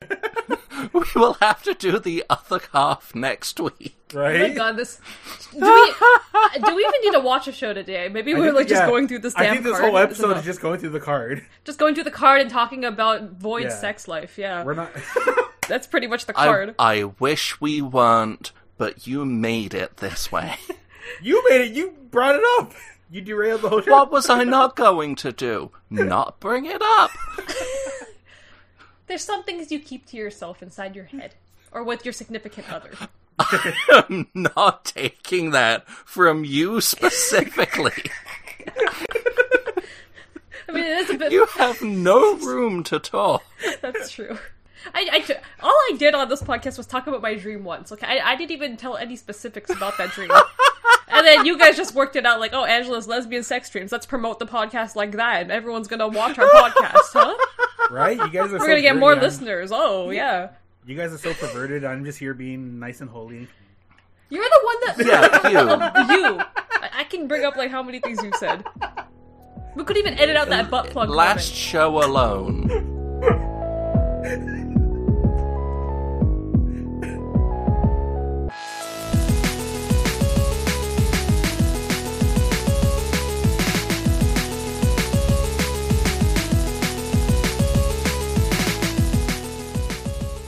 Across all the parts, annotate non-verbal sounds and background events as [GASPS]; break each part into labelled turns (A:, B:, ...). A: [LAUGHS] we will have to do the other half next week.
B: Oh my
C: right?
B: god, this. Do we, do we even need to watch a show today? Maybe
C: I
B: we're
C: think-
B: like just
C: yeah.
B: going through this damn
C: I think this
B: card.
C: whole episode
B: enough.
C: is just going through the card.
B: Just going through the card and talking about Void's
C: Yeah.
B: sex life. Yeah,
C: We're not. [LAUGHS]
B: that's pretty much the
A: I,
B: card.
A: I wish we weren't, but you made it this way.
C: you made it. You brought it up. You derailed the whole show.
A: what was I not going to do? Not bring it up.
B: There's some things you keep to yourself inside your head or with your significant other.
A: I'm not taking that from you specifically.
B: I mean, it is a bit.
A: you have no room to talk.
B: That's true. I, I ju- all I did on this podcast was talk about my dream once. Okay, I, I didn't even tell any specifics about
C: [LAUGHS]
B: that dream. and then you guys just worked it out like, oh, Angela's lesbian sex dreams. Let's promote the podcast like that, and everyone's gonna
C: [LAUGHS]
B: watch our podcast, huh?
C: right? You
B: [LAUGHS]
C: guys are.
B: We're gonna get more
C: listeners.
B: listeners. Oh yeah,
C: You guys are so perverted. I'm just here being nice and holy.
B: you're the one that
A: Yeah, you.
B: [LAUGHS] you. I, I can bring up like how many things you said. We could even edit out that butt plug.
A: Last
B: moment.
A: show alone.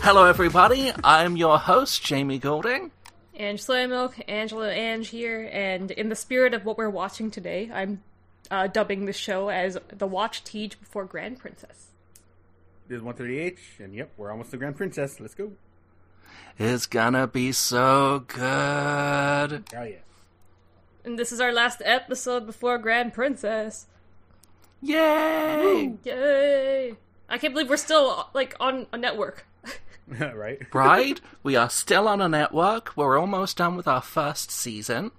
A: Hello, everybody. I'm your host, Jamie Golding.
B: Angela Milk, Angela Ange here, and in the spirit of what we're watching today, I'm uh, dubbing the show as The Watch Teach Before Grand Princess.
C: This is 138H, and yep, we're almost the Grand Princess. Let's go.
A: It's gonna be so good.
C: Hell yeah. [LAUGHS]
B: And this is our last episode before Grand Princess.
A: Yay!
B: Yay! I can't believe we're still like on a network. [LAUGHS]
C: right?
A: Right? We are still on a network. We're almost done with our first season.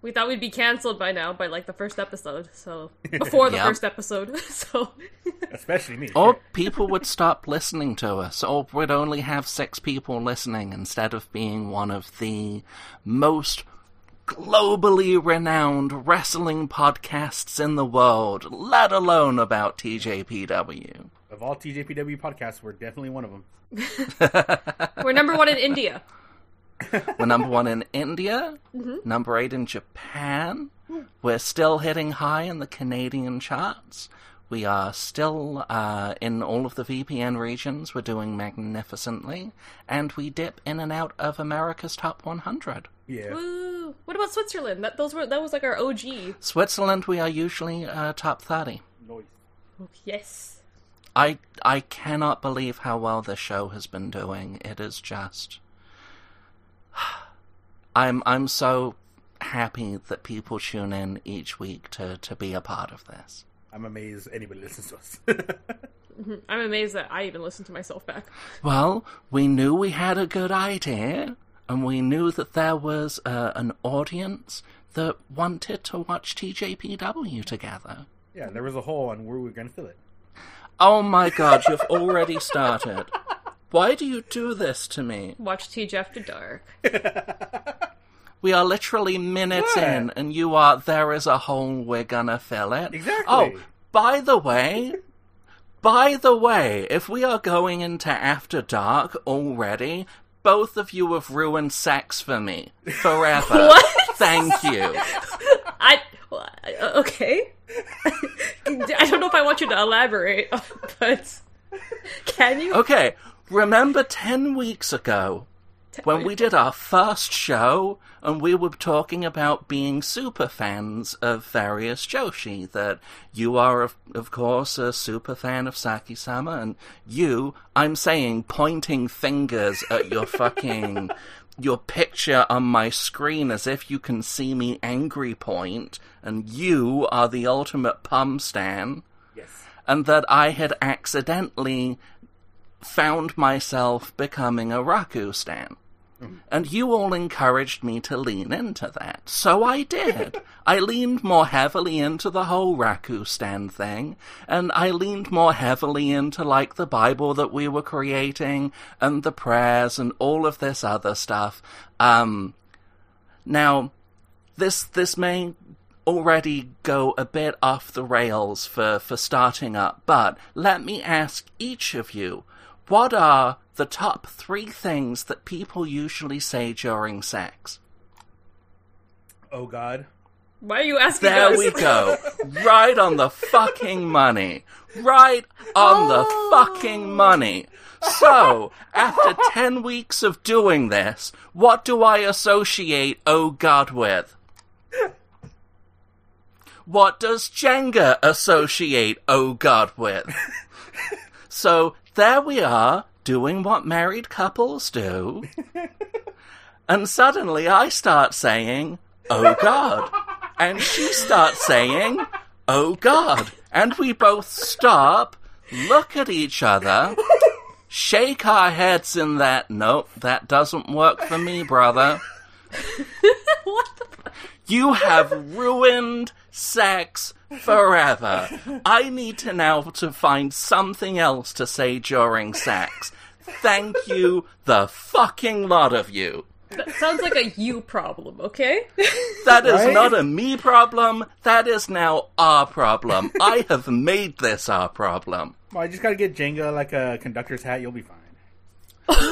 B: We thought we'd be canceled by now by like the first episode, so
A: [LAUGHS]
B: before the
A: Yep.
B: first episode. [LAUGHS] so
C: Especially me.
A: Or people would stop listening to us, or we'd only have six people listening instead of being one of the most globally renowned wrestling podcasts in the world, let alone about TJPW.
C: Of all TJPW podcasts, we're definitely one of them.
B: we're number one in India.
A: We're number one in India, number eight in Japan. We're still hitting high in the Canadian charts. We are still uh, in all of the VPN regions. We're doing magnificently. And we dip in and out of America's top 100.
C: Yeah.
B: Woo! What about Switzerland? That those were that was like our OG.
A: Switzerland, we are usually uh, top 30.
C: Noise.
B: Oh, Yes.
A: I, I cannot believe how well this show has been doing. It is just. [SIGHS] I'm I'm so happy that people tune in each week to, to be a part of this.
C: I'm amazed anybody [LAUGHS] listens to us.
B: I'm amazed that I even listened to myself back.
A: Well, we knew we had a good idea, and we knew that there was uh, an audience that wanted to watch TJPW together.
C: yeah, there was a hole, and we were going to fill it.
A: Oh my god, you've already started. Why do you do this to me?
B: Watch TJ After Dark. [LAUGHS]
A: We are literally minutes
C: What?
A: in, and you are. There is a hole. We're gonna fill it.
C: Exactly.
A: Oh, by the way, by the way, if we are going into After Dark already, both of you have ruined sex for me forever.
B: What?
A: Thank you.
B: I well, I- uh, okay. [LAUGHS] I don't know if I want you to elaborate, [LAUGHS] but can you?
A: Okay, remember ten weeks ago when we did our first show and we were talking about being super fans of various Joshi that you are of, of course a super fan of Saki-sama and you I'm saying pointing fingers at your fucking your picture on my screen as if you can see me angry point and you are the ultimate pum stan
C: Yes.
A: and that I had accidentally found myself becoming a Raku Stan. And you all encouraged me to lean into that. So I did. I leaned more heavily into the whole Raku Stan thing, and I leaned more heavily into like the Bible that we were creating and the prayers and all of this other stuff. Um now this this may already go a bit off the rails for, for starting up, but let me ask each of you what are the top three things that people usually say during sex.
C: Oh God.
B: Why are you asking
A: There
B: us? [LAUGHS]
A: we go. Right on the fucking money. Right on
B: Oh.
A: the fucking money. So, after 10 weeks of doing this, what do I associate Oh God with? What does Jenga associate Oh God with? So, there we are, doing what married couples do. And suddenly I start saying, Oh God. And she starts saying, Oh God. And we both stop, look at each other, shake our heads in that, nope, that doesn't work for me, brother.
B: what the fuck?
A: You have ruined sex forever. I need to now to find something else to say during sex. Thank you, the fucking lot of you.
B: That sounds like a you problem, okay? [LAUGHS]
A: That is
C: Right?
A: not a me problem. That is now our problem. I have made this our problem.
C: Well, I just gotta get Jenga like a conductor's hat. You'll be fine.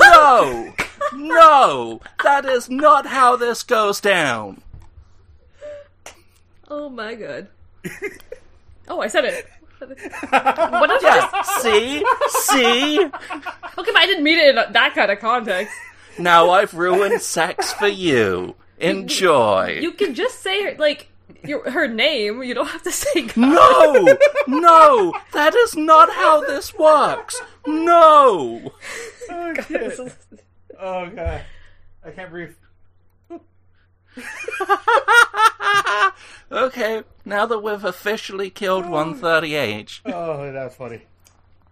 A: No! No! That is not how this goes down.
B: oh my god.
A: [LAUGHS]
B: Oh, I said it. What if I
A: Yeah,
B: just-
A: see? See?
B: Okay, but I didn't mean it in that kind of context.
A: Now I've ruined sex for you. Enjoy.
B: You can just say her, like your, her name. You don't have to say. God.
A: [LAUGHS] No! No! That is not how this works. No!
C: [LAUGHS]
A: [LAUGHS]
C: Oh
B: This
C: shit.
B: is-
C: [LAUGHS] Oh God. I can't breathe.
A: Okay, now that we've officially killed 138,
C: Oh, that's funny.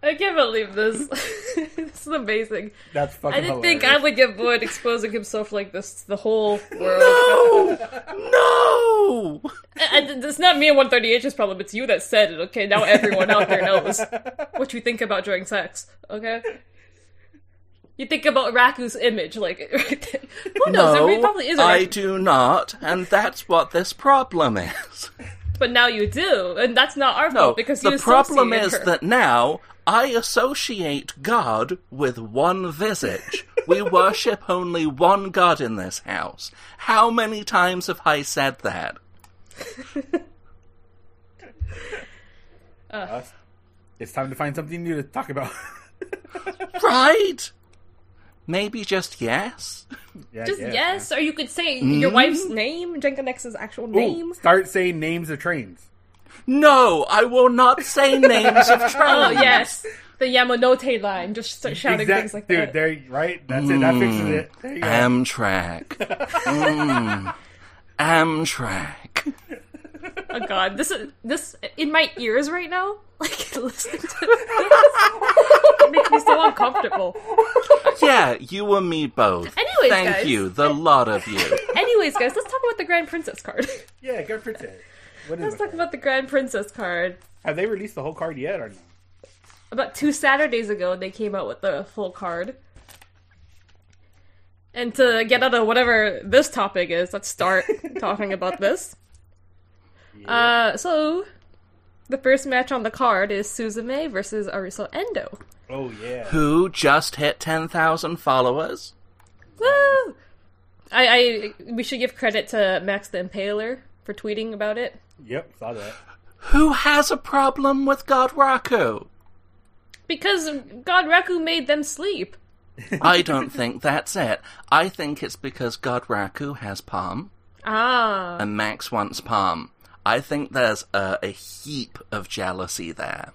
B: I can't believe this. [LAUGHS] this is amazing.
C: That's fucking.
B: I didn't think I
C: hilarious.
B: would get bored exposing himself like this to the whole world.
A: No! No!
B: I- I- it's not me and 138's problem. It's you that said it. Okay, now everyone out there knows what you think about during sex. Okay. You think about Raku's image, like [LAUGHS] who knows? there
A: No,
B: probably is. a
A: I
B: Raku.
A: do not, and that's what this problem
B: [LAUGHS]
A: is.
B: But now you do, and that's not our
A: No,
B: fault Oh, because you
A: the problem
B: associate
A: is
B: her.
A: that now I associate God with one visage. we worship only one God in this house. How many times have I said that?
C: [LAUGHS] Us. It's time to find something new to talk about. [LAUGHS]
A: Right? Maybe just yes?
C: yeah, I
B: just
C: guess,
B: yes, or you could say
A: Mm-hmm.
B: your wife's name, Jenga Nex's actual
C: yeah.
A: [LAUGHS]
C: Ooh,
B: name.
C: Start saying names of trains.
A: No, I will not say names of trains.
B: [LAUGHS] Oh yes, the Yamanote line, just start shouting
C: Exact-
B: things like
C: dude,
B: that.
C: There, right? That's it. That fixes it. There you go.
A: Amtrak. Mm. Amtrak.
B: Oh god, this is this in my ears right now. [LAUGHS] Like
C: [LAUGHS]
B: listening to this, it makes me so uncomfortable.
A: Yeah, you and me both.
B: Anyways,
A: Thank
B: guys.
A: you, the lot of you.
B: Anyways, guys, let's talk about the Grand Princess card. [LAUGHS]
C: Yeah, good for today. What is
B: let's
C: it?
B: talk about the Grand Princess card.
C: Have they released the whole card yet or no?
B: about two Saturdays ago, they came out with the full card. And to get out of whatever this topic is, let's start talking about this. Uh, so, the first match on the card is Suzume versus Ariso Endo.
C: Oh yeah.
A: Who just hit 10,000 followers?
B: Woo! I, I, we should give credit to Max the Impaler for tweeting about it.
C: Yep, saw that.
A: Who has a problem with God Raku?
B: Because God Raku made them sleep.
A: I don't think that's it. I think it's because God Raku has Palm
B: Ah.
A: and Max wants Palm. I think there's a, a heap of jealousy there.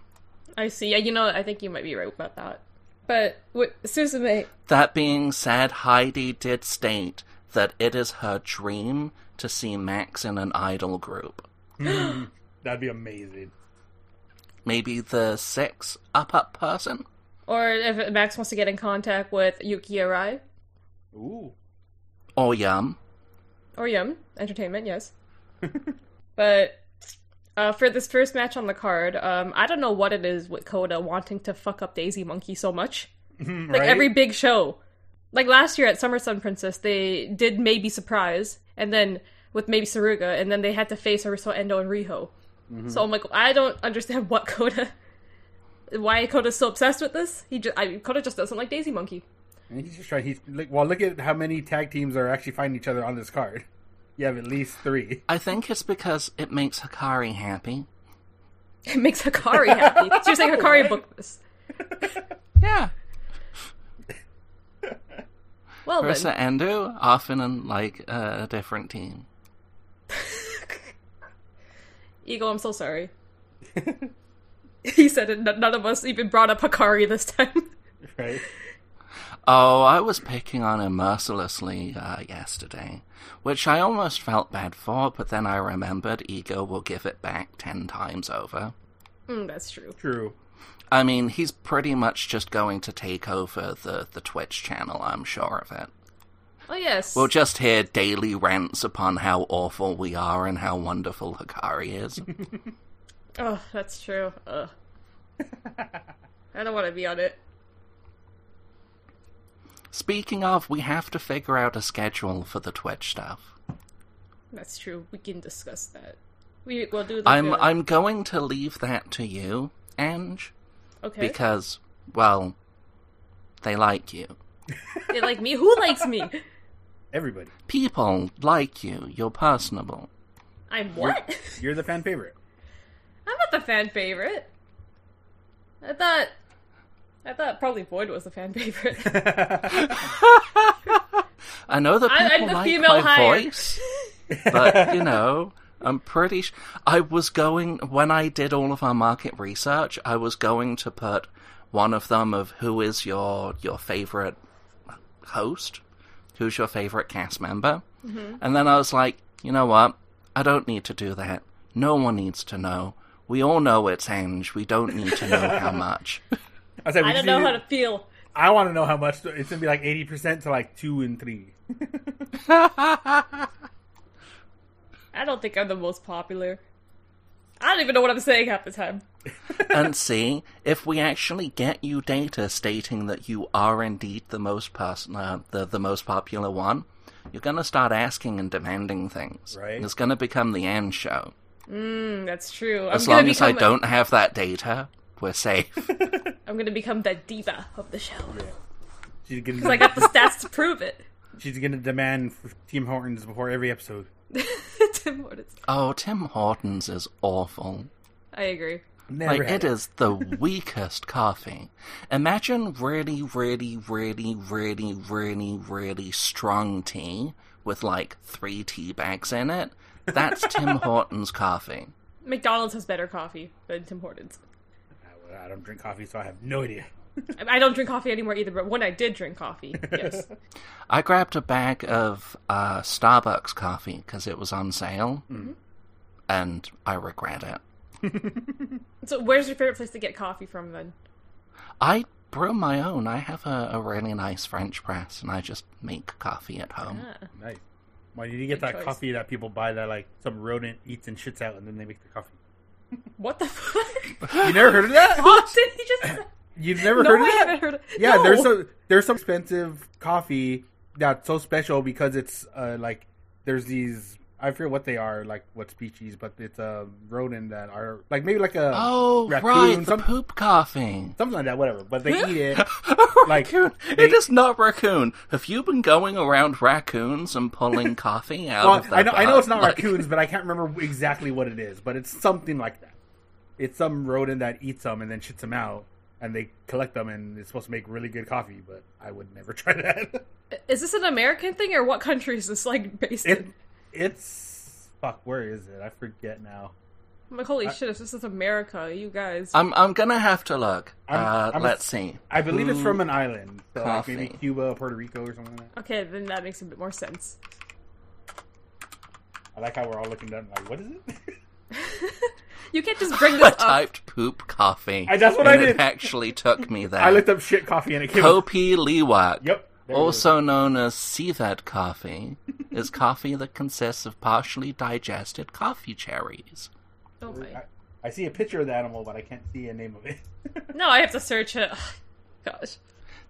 B: I see. Yeah, you know, I think you might be right about that. But, what, Suzume,
A: That being said, Heidi did state that it is her dream to see Max in an idol group.
C: That'd be amazing.
A: Maybe the six up up person?
B: Or if Max wants to get in contact with Yuki Arai
C: Ooh.
A: Or Yum.
B: or Yum Entertainment, yes. but uh, for this first match on the card, um, I don't know what it is with Coda wanting to fuck up Daisy Monkey so much. Like
C: Hmm, right?
B: every big show. Like last year at Summer Sun Princess, they did Maybe Surprise, and then with Maybe Saruga, and then they had to face Ariso Endo and Riho. So I'm like, I don't understand what Coda. Why Coda's so obsessed with this? He just, I, Coda just doesn't like Daisy Monkey.
C: And he's just trying. He's like, well, look at how many tag teams are actually finding each other on this card. [LAUGHS] You have at least three. [LAUGHS]
A: I think it's because it makes Hikari happy.
B: [LAUGHS] It makes Hikari happy. So you're saying Hikari booked this?
A: Yeah.
B: Well
A: Versa
B: then,
A: Endo, often in like uh, a different team.
B: Eagle, I'm so sorry. he said it. n- None of us even brought up Hikari this time. [LAUGHS]
C: Right?
A: Oh, I was picking on him mercilessly uh, yesterday, which I almost felt bad for, but then I remembered Ego will give it back ten times over.
B: Mm, that's true.
C: True.
A: I mean, he's pretty much just going to take over the, the Twitch channel, I'm sure of it.
B: Oh yes.
A: We'll just hear daily rants upon how awful we are and how wonderful Hikari
B: [LAUGHS]
A: is.
B: oh, that's true. Ugh. I don't want to be on it.
A: Speaking of, we have to figure out a schedule for the Twitch stuff.
B: That's true. We can discuss that. We will do. The
A: I'm I'm going to leave that to you, Ange,
B: okay.
A: because well, they like you.
B: [LAUGHS] They like me. Who likes
A: [LAUGHS]
B: me?
C: Everybody.
A: People like you. You're personable.
B: I'm what?
C: You're the fan [LAUGHS] favorite.
B: [LAUGHS] I'm not the fan favorite. I thought. I thought probably Void was the fan favorite.
A: [LAUGHS] I know that
B: I- I'm
A: people
B: the
A: like
B: female
A: Oh my
B: hire.
A: voice, but you know, I'm pretty. Sh- I was going when I did all of our market research. I was going to put one of them of who is your your favorite host, who's your favorite cast member, and then I was like, you know what? I don't need to do that. No one needs to know. We all know it's Ange. We don't need to know how much.
C: I said, we
B: I
C: just
B: don't know
C: need
B: how to feel.
C: I want to know how much. It's gonna be like eighty percent to like two and three.
B: I don't think I'm the most popular. I don't even know what I'm saying half the time.
A: and see if we actually get you data stating that you are indeed the most person, uh, the the most popular one. You're gonna start asking and demanding things.
C: Right.
A: It's gonna become the end show.
B: Mm, that's true. I'm
A: As
B: gonna
A: long as I
B: become-
A: don't have that data, we're safe. [LAUGHS]
B: I'm gonna become the diva of the show. [LAUGHS]
C: She's gonna.
B: I got the stats to prove it. [LAUGHS]
C: she's gonna demand for Team Hortons before every episode.
B: Tim Hortons.
A: oh, Tim Hortons is awful.
B: I agree.
C: Never
A: Like
C: had
A: it is the weakest coffee. Imagine really, really, really, really, really, really strong tea with like three tea bags in it. That's Tim Hortons coffee.
B: McDonald's has better coffee than Tim Hortons.
C: I don't drink coffee, so I have no idea.
B: I- I don't drink coffee anymore either, but when I did
C: [LAUGHS]
B: drink coffee, yes.
A: I grabbed a bag of uh, Starbucks coffee because it was on sale, and I regret it.
B: so, where's your favorite place to get coffee from then?
A: I brew my own. I have a, a really nice French press, and I just make coffee at
C: Um.
A: home.
B: Ah.
C: Nice. Why did you get
B: Good
C: that
B: choice.
C: coffee that people buy that like some rodent eats and shits out and then they make the coffee?
B: What the fuck?
C: [LAUGHS]
B: [LAUGHS]
C: You never heard of that?
B: what did he just say?
C: You've never
B: No,
C: heard of
B: I
C: that?
B: haven't heard of
C: [LAUGHS] Yeah,
B: no.
C: there's so there's some expensive coffee that's so special because it's uh, like there's these I forget what they are like what species, but it's a rodent that are like maybe like a
A: Oh,
C: raccoon,
A: right, the
C: some-
A: poop coffee.
C: something like that, whatever. But they eat it.
A: [LAUGHS]
C: Like,
A: raccoon.
C: they-
A: it is not raccoon. Have you been going around raccoons and
C: [LAUGHS]
A: pulling coffee out
C: Well,
A: of their
C: I know I know
A: butt?
C: it's not
A: Like,
C: raccoons, but I can't remember exactly what it is. But it's something like that. It's some rodent that eats them and then shits them out, and they collect them, and it's supposed to make really good coffee. But I would never [LAUGHS] try that.
B: Is this an American thing or what country is this like based
C: it
B: in?
C: it's fuck. Where is it? I forget now.
B: I'm like, holy shit, if this is America, you guys.
A: I'm I'm gonna have to look.
C: I'm-
A: uh,
C: I'm-
A: let's see.
C: I believe it's from an island, so like maybe
A: Coffee.
C: Cuba, or Puerto Rico, or something like that.
B: okay, then that makes a bit more sense.
C: I like how we're all looking down, like, what is it? [LAUGHS]
B: You can't just
A: [LAUGHS]
B: bring
A: I
B: this up.
A: typed poop coffee.
C: I- that's what
A: and
C: I
A: It
C: did.
A: actually took me there.
C: [LAUGHS] I looked up shit coffee and it came. up.
A: Kopi Liwak,
C: Yep. there it is.
A: also known as civet coffee, is coffee that consists of partially digested coffee cherries.
B: Oh
C: I,
B: my.
C: I see a picture of the animal, but I can't see a name of it. [LAUGHS]
B: No, I have to search it. [SIGHS] Gosh.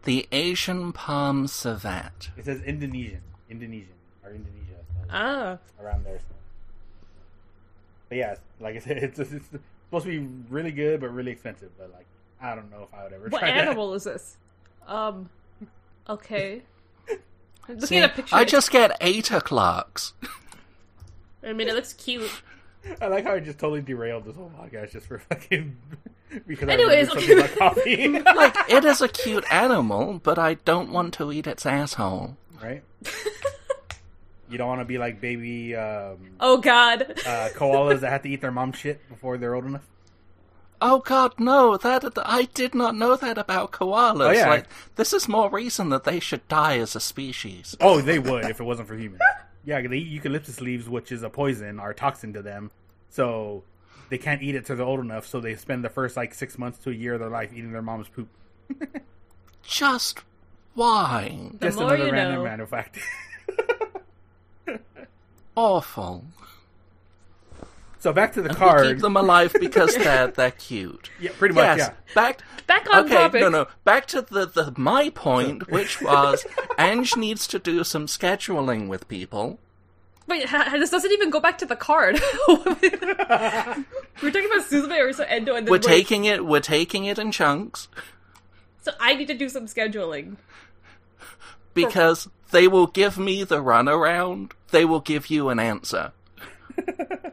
A: The Asian palm civet.
C: it says Indonesian, Indonesian, or Indonesia, so
B: Ah.
C: around there. somewhere. But yeah, like I said, [LAUGHS] it's, it's, it's supposed to be really good, but really expensive. But like, I don't know if I would ever
B: What
C: try that.
B: animal is this? Um. Okay. I'm looking
A: See,
B: at a picture.
A: I just get eight o'clocks.
B: I mean, it looks cute.
C: [LAUGHS] I like how I just totally derailed this whole podcast just for [LAUGHS] fucking because
B: Anyways,
C: I remembered
B: okay.
C: something about coffee, [LAUGHS]
A: Like, it is a cute animal, but I don't want to eat its asshole.
C: [LAUGHS] right? You don't want to be like baby um,
B: Oh God.
C: uh, koalas that have to eat their mom shit before they're old enough.
A: Oh God, no! That I did not know that about koalas.
C: Oh, yeah.
A: Like, this is more reason that they should die as a species.
C: Oh, they would if it wasn't for humans. [LAUGHS] Yeah, they eat eucalyptus leaves, which is a poison or toxin to them, so they can't eat it till they're old enough. So they spend the first like six months to a year of their life eating their mom's poop.
A: Just why?
B: The
C: Just
B: more
C: another
B: you
C: random
B: know.
C: random fact. [LAUGHS]
A: Awful.
C: so back to the
A: We
C: card.
A: keep them alive
C: [LAUGHS]
A: because they're they're cute.
C: Yeah, pretty much.
A: yes,
C: Yeah.
A: back
B: Back on
A: okay,
B: topic.
A: No, no. Back to the, the my
C: [LAUGHS]
A: point, which was Ange needs to do some scheduling with people.
B: Wait, ha- this doesn't even go back to the card. [LAUGHS] we're talking about Suzume or so Endo, and then
A: We're
B: we're-
A: taking it. We're taking it in chunks
B: so I need to do some scheduling.
A: because they will give me the runaround. They will give you an answer.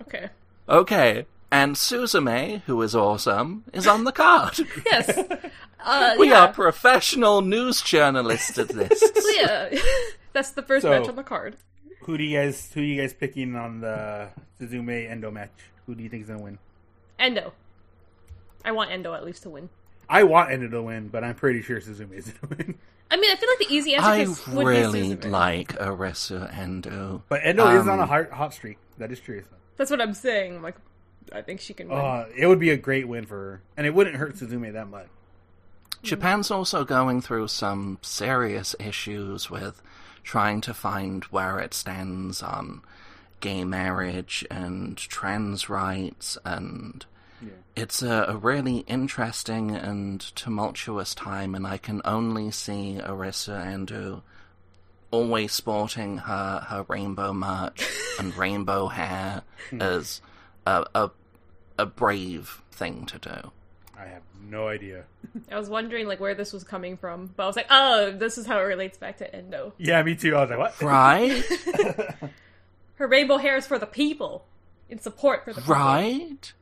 B: Okay.
A: Okay. And Suzume, who is awesome, is on the card. [LAUGHS]
C: [LAUGHS]
B: Yes. Uh,
A: We
B: yeah.
A: are professional news journalists at
B: [LAUGHS]
A: this.
B: yeah. That's the first
C: So-
B: match on the card.
C: Who do you guys? Who are you guys picking on the Suzume Endo match? Who do you think is gonna win?
B: Endo. I want Endo at least to win.
C: I want Endo to win, but I'm pretty sure Suzume is gonna win.
B: I mean, I feel like the easy answer
A: I
B: is would
A: really
B: be Suzume.
A: like oh, Arisu Endo.
C: But Endo is on a hot, hot streak. That is true. So.
B: That's what I'm saying. I'm like, I think she can win.
C: Uh, it would be a great win for her, and it wouldn't hurt Suzume that much.
A: Japan's also going through some serious issues with trying to find where it stands on gay marriage and trans rights, and it's a, a really interesting and tumultuous time, and I can only see Arisa Ando always sporting her, her rainbow march and rainbow hair as a, a, a brave thing to do.
C: I have no idea.
B: I was wondering like where this was coming from, but I was like, oh, this is how it relates back to Endo.
C: Yeah, me too. I was like, what?
A: Right?
B: Her rainbow hair is for the people, in support for the people.
A: Right?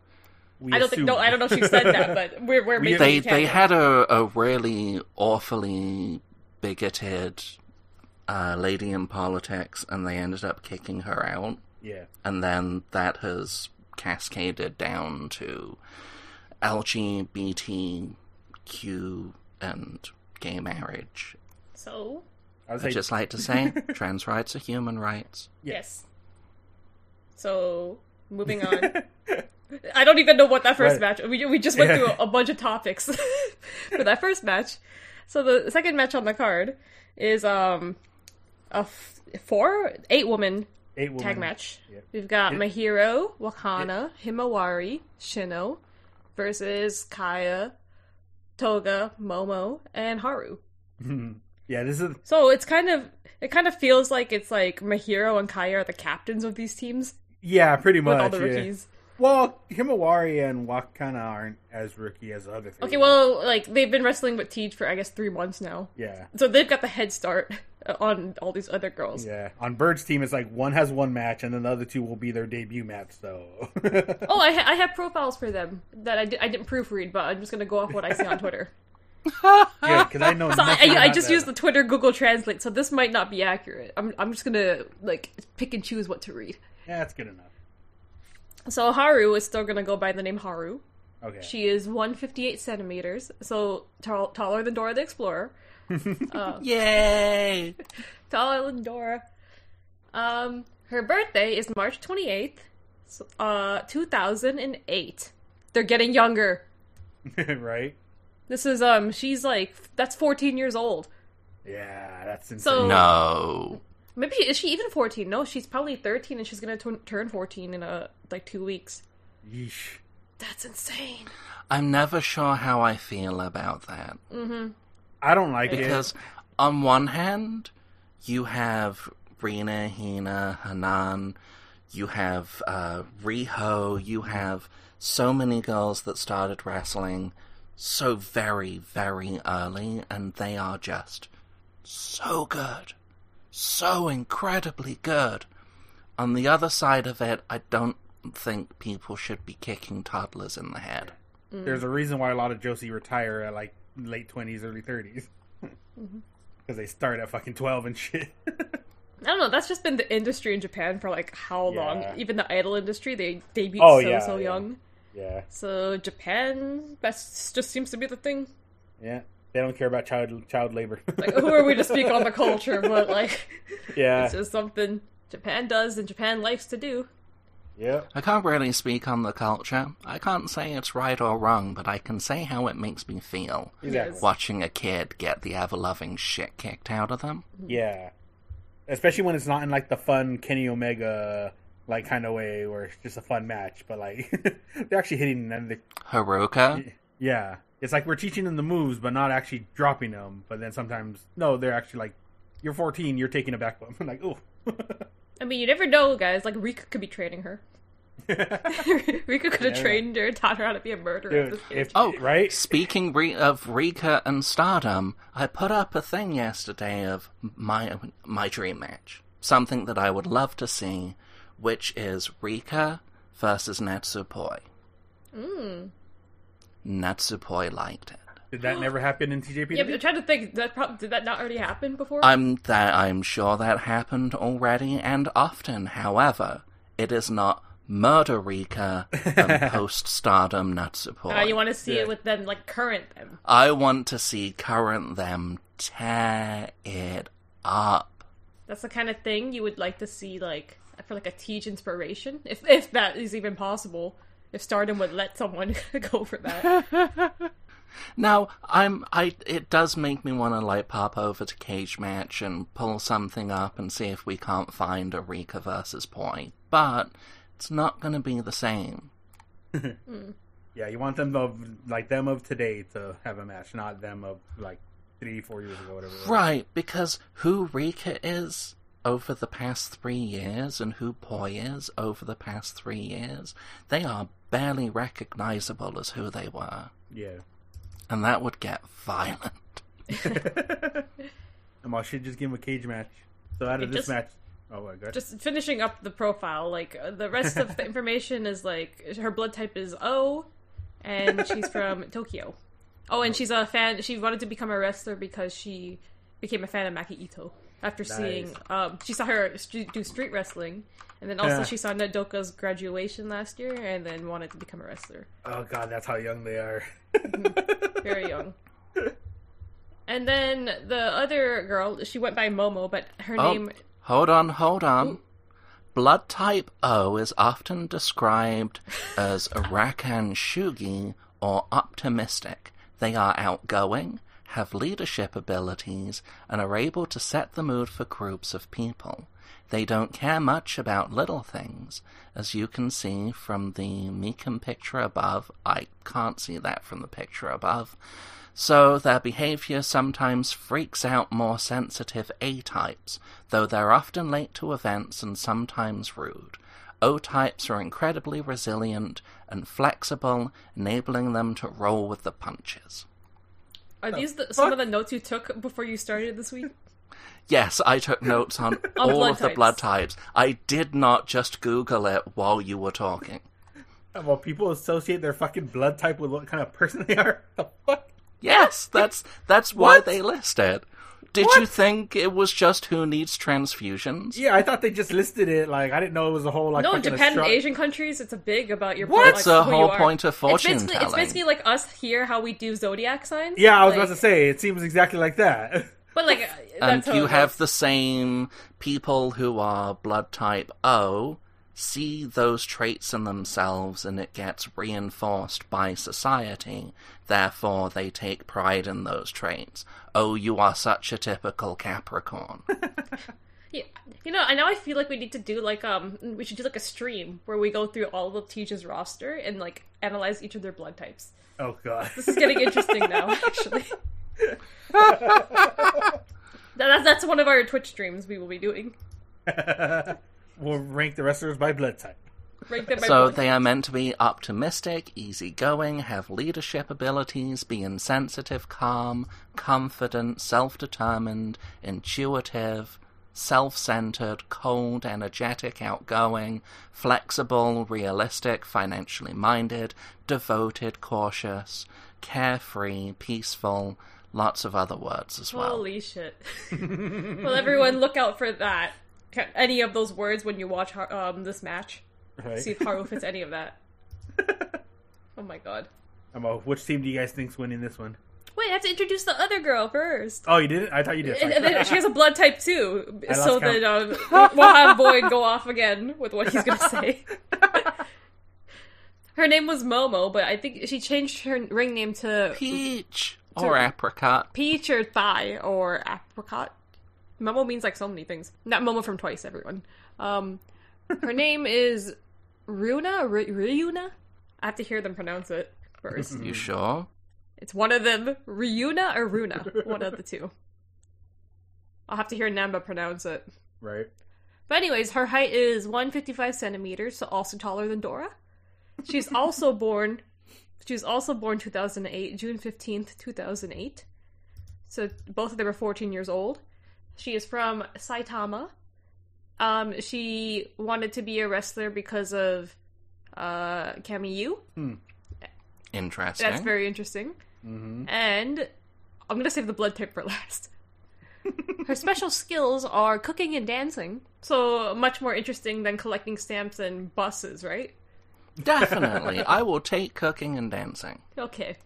C: We
B: I don't think.
C: assume.
B: No, I don't know if
C: [LAUGHS]
B: she said that, but we're we're making.
A: They
B: it
A: they
B: canon.
A: had a, a really awfully bigoted uh, lady in politics, and they ended up kicking her out,
C: yeah,
A: and then that has cascaded down to LGBTQ and gay marriage.
B: so.
C: I was
A: I
C: like,
A: just like to say, trans rights are human rights.
C: Yeah.
B: Yes. So
C: [LAUGHS]
B: moving on. I don't even know what that first
C: Right.
B: match. We we just went
C: Yeah.
B: through a, a bunch of topics [LAUGHS] for that first match. So the second match on the card is um a f- four eight woman
C: [LAUGHS] eight women.
B: tag match.
C: Yep.
B: We've got
C: It-
B: Mahiro, Wakana, Himawari, Shino versus Kaya, Toga, Momo, and Haru.
C: Mm-hmm. yeah, this is
B: So it's kind of it kind of feels like it's like Mahiro and Kaya are the captains of these teams
C: yeah, pretty
B: with
C: much.
B: all the
C: yeah.
B: rookies.
C: Well, Himawari and Wakana aren't as rookie as the other three.
B: Okay, well, like they've been wrestling with Teej for I guess three months now,
C: yeah,
B: so they've got the head start [LAUGHS] uh, on all these other girls.
C: yeah. On Bird's team, it's like one has one match, and then the other two will be their debut match. So, [LAUGHS]
B: Oh, I, ha- I have profiles for them that I, di- I didn't proofread, but I'm just gonna go off what I see on
C: [LAUGHS]
B: Twitter.
C: yeah, because I know.
B: [LAUGHS] So I,
C: nothing
B: I, I
C: about
B: just
C: that.
B: used the Twitter Google Translate, so this might not be accurate. I'm I'm just gonna like pick and choose what to read.
C: Yeah, that's good enough.
B: So Haru is still gonna go by the name Haru.
C: Okay.
B: She is 158 centimeters, so tall, taller than Dora the Explorer.
A: Yay!
B: Taller than Dora. Um, her birthday is March 28th, so- uh, 2008. They're getting younger.
C: [LAUGHS] right?
B: This is, um, she's like, that's 14 years old.
C: Yeah, that's insane.
B: So-
A: No.
B: Maybe, is she even 14? No, she's probably 13 and she's gonna turn turn 14 in, uh, like two weeks.
C: Yeesh.
B: That's insane.
A: I'm never sure how I feel about that.
B: Mm-hmm.
C: I don't like
A: Because
C: it.
A: on one hand, you have Rina, Hina, Hanan, you have uh, Riho, you have so many girls that started wrestling so very, very early, and they are just so good. So incredibly good. On the other side of it, I don't think people should be kicking toddlers in the head.
B: Mm-hmm.
C: There's a reason why a lot of Josie retire at like late 20s, early 30s.
B: Mm-hmm.
C: [LAUGHS] Because they start at fucking 12 and shit. [LAUGHS]
B: I don't know. That's just been the industry in Japan for like how long?
C: Yeah.
B: Even the idol industry, they debut
C: Oh,
B: so
C: yeah,
B: so
C: yeah.
B: young.
C: yeah.
B: So Japan, that's just seems to be the thing.
C: Yeah. They don't care about child child labor. [LAUGHS]
B: Like, who are we to speak on the culture? But like,
C: Yeah.
B: it's just something Japan does and Japan likes to do.
C: Yeah.
A: I can't really speak on the culture. I can't say it's right or wrong, but I can say how it makes me feel
C: Exactly.
A: watching a kid get the ever loving shit kicked out of them.
B: Mm-hmm.
C: Yeah. Especially when it's not in like the fun Kenny Omega like kind of way where it's just a fun match, but like [LAUGHS] they're actually hitting them. They,
A: Haruka?
C: yeah. It's like we're teaching them the moves, but not actually dropping them. But then sometimes, no, they're actually like, you're 14, you're taking a back bump. [LAUGHS] I'm like, ooh.
B: I mean, you never know, guys. Like Rika could be training her. [LAUGHS] Rika could have
C: know.
B: trained her and taught her how to be a murderer. at
C: Dude,
B: this age.
C: if,
A: Oh,
C: right?
A: Speaking re- of Rika and Stardom, I put up a thing yesterday of my my dream match, something that I would love to see, which is Rika versus Natsupoi. Mm. Natsupoi liked it.
C: Did that never happen in TJP?
B: yeah, but I'm trying to think. That prob- did that not already happen before?
A: I'm that I'm sure that happened already and often. However, it is not Murderica and post stardom Natsupoi.
B: Uh, you want to see
C: Yeah.
B: it with them, like current them.
A: I want to see current them tear it up.
B: That's the kind of thing you would like to see, like for like a teach inspiration, if if that is even possible. If Stardom would let someone [LAUGHS] go for that,
A: Now, I'm I it does make me want to like pop over to Cage Match and pull something up and see if we can't find a Rika versus Poi, but it's not going to be the same.
C: Yeah, you want them of like them of today to have a match, not them of like three, four years ago, whatever. it was.
A: Right, because who Rika is over the past three years and who Poi is over the past three years, they are barely recognizable as who they were.
C: Yeah. [LAUGHS]
A: And that would get violent.
C: I'm all shit. Just give him a cage match. So out of
B: It
C: this
B: just-
C: match, oh my god,
B: just finishing up the profile, like uh, the rest of the information is like her blood type is O, and she's from Tokyo. Oh, and she's a fan. She wanted to become a wrestler because she became a fan of Maki Ito after seeing. Um, she saw her st- do street wrestling, and then also
C: Yeah.
B: she saw Nadoka's graduation last year, and then wanted to become a wrestler.
C: oh god, that's how young they are.
B: very young. And then the other girl, she went by Momo, but her
A: Oh,
B: name
A: hold on, hold on. Blood type O is often described as Rakan Shugi or optimistic. They are outgoing, have leadership abilities, and are able to set the mood for groups of people. They don't care much about little things, as you can see from the Meekum picture above. I can't see that from the picture above. So their behavior sometimes freaks out more sensitive A types, though they're often late to events and sometimes rude. O types are incredibly resilient and flexible, enabling them to roll with the punches.
B: are these the, some of the notes you took before you started this week?
A: Yes, I took notes on
B: On
A: all
B: blood
A: of the blood types. I did not just Google it while you were talking.
C: [LAUGHS] well, people associate their fucking blood type with what kind of person they are. [LAUGHS] The fuck?
A: Yes, that's that's why
C: What?
A: they list it. Did you
C: What?
A: think it was just who needs transfusions?
C: Yeah, I thought they just listed it. Like I didn't know it was a whole like
B: No,
C: fucking
B: Japan and
C: astro-
B: Asian countries, it's a big about your
C: What?
B: like,
A: It's the
B: who
A: whole
B: you are.
A: point of fortune
B: it's basically, It's
A: telling.
B: basically like us here, how we do zodiac signs.
C: Yeah, I was
B: like,
C: about to say it seems exactly like that. [LAUGHS]
B: But like, uh,
A: and
B: that's how
A: you
B: it
A: have
B: goes.
A: the same people who are blood type O see those traits in themselves and it gets reinforced by society. Therefore, they take pride in those traits. Oh, you are such a typical Capricorn.
B: Yeah, you know, I now I feel like we need to do like um, we should do like a stream where we go through all of teachers roster and like analyze each of their blood types.
C: oh [LAUGHS] god.
B: This is getting interesting
C: [LAUGHS]
B: now, actually. that's, that's one of our Twitch streams we will be doing.
C: we'll rank the wrestlers by blood type.
B: Right there, my
A: So
B: boy.
A: they are meant to be optimistic, easygoing, have leadership abilities, be insensitive, calm, confident, self determined, intuitive, self centered, cold, energetic, outgoing, flexible, realistic, financially minded, devoted, cautious, carefree, peaceful, lots of other words as well.
C: [LAUGHS]
B: Holy shit. well, everyone, look out for that. Ca- Any of those words when you watch Har- um, this match.
C: Right.
B: See if Haru fits any
C: [LAUGHS]
B: of that. oh my god.
C: I'm a, which team do you guys think's winning this one?
B: Wait, I have to introduce the other girl first.
C: Oh, you didn't? I thought you did.
B: And,
C: Sorry.
B: [LAUGHS] and then she has a blood type too,
C: I lost
B: so
C: count.
B: that um, we'll have Boyd go off again with what he's gonna
C: [LAUGHS]
B: say. her name was Momo, but I think she changed her ring name to
A: Peach or apricot.
B: peach or thigh or apricot. Momo means like so many things. Not Momo from Twice, everyone. Um, her name is Runa. R- Ryuna. I have to hear them pronounce it
A: [LAUGHS]
B: first.
A: You sure?
B: It's one of them, Ryuna or Runa. One of the two. I'll have to hear Namba pronounce it.
C: [LAUGHS] right.
B: But anyways, her height is 155 centimeters, so also taller than Dora. She's also born. She was also born 2008, June 15th, 2008. So both of them are 14 years old. She is from Saitama. Um, she wanted to be a wrestler because of uh, Kamiyu.
A: Interesting.
B: That's very interesting.
C: Mm-hmm.
B: And I'm gonna save the blood type for [LAUGHS] last. Her special skills are cooking and dancing, so much more interesting than collecting stamps and buses, right?
A: Definitely. I will take cooking and dancing.
B: Okay.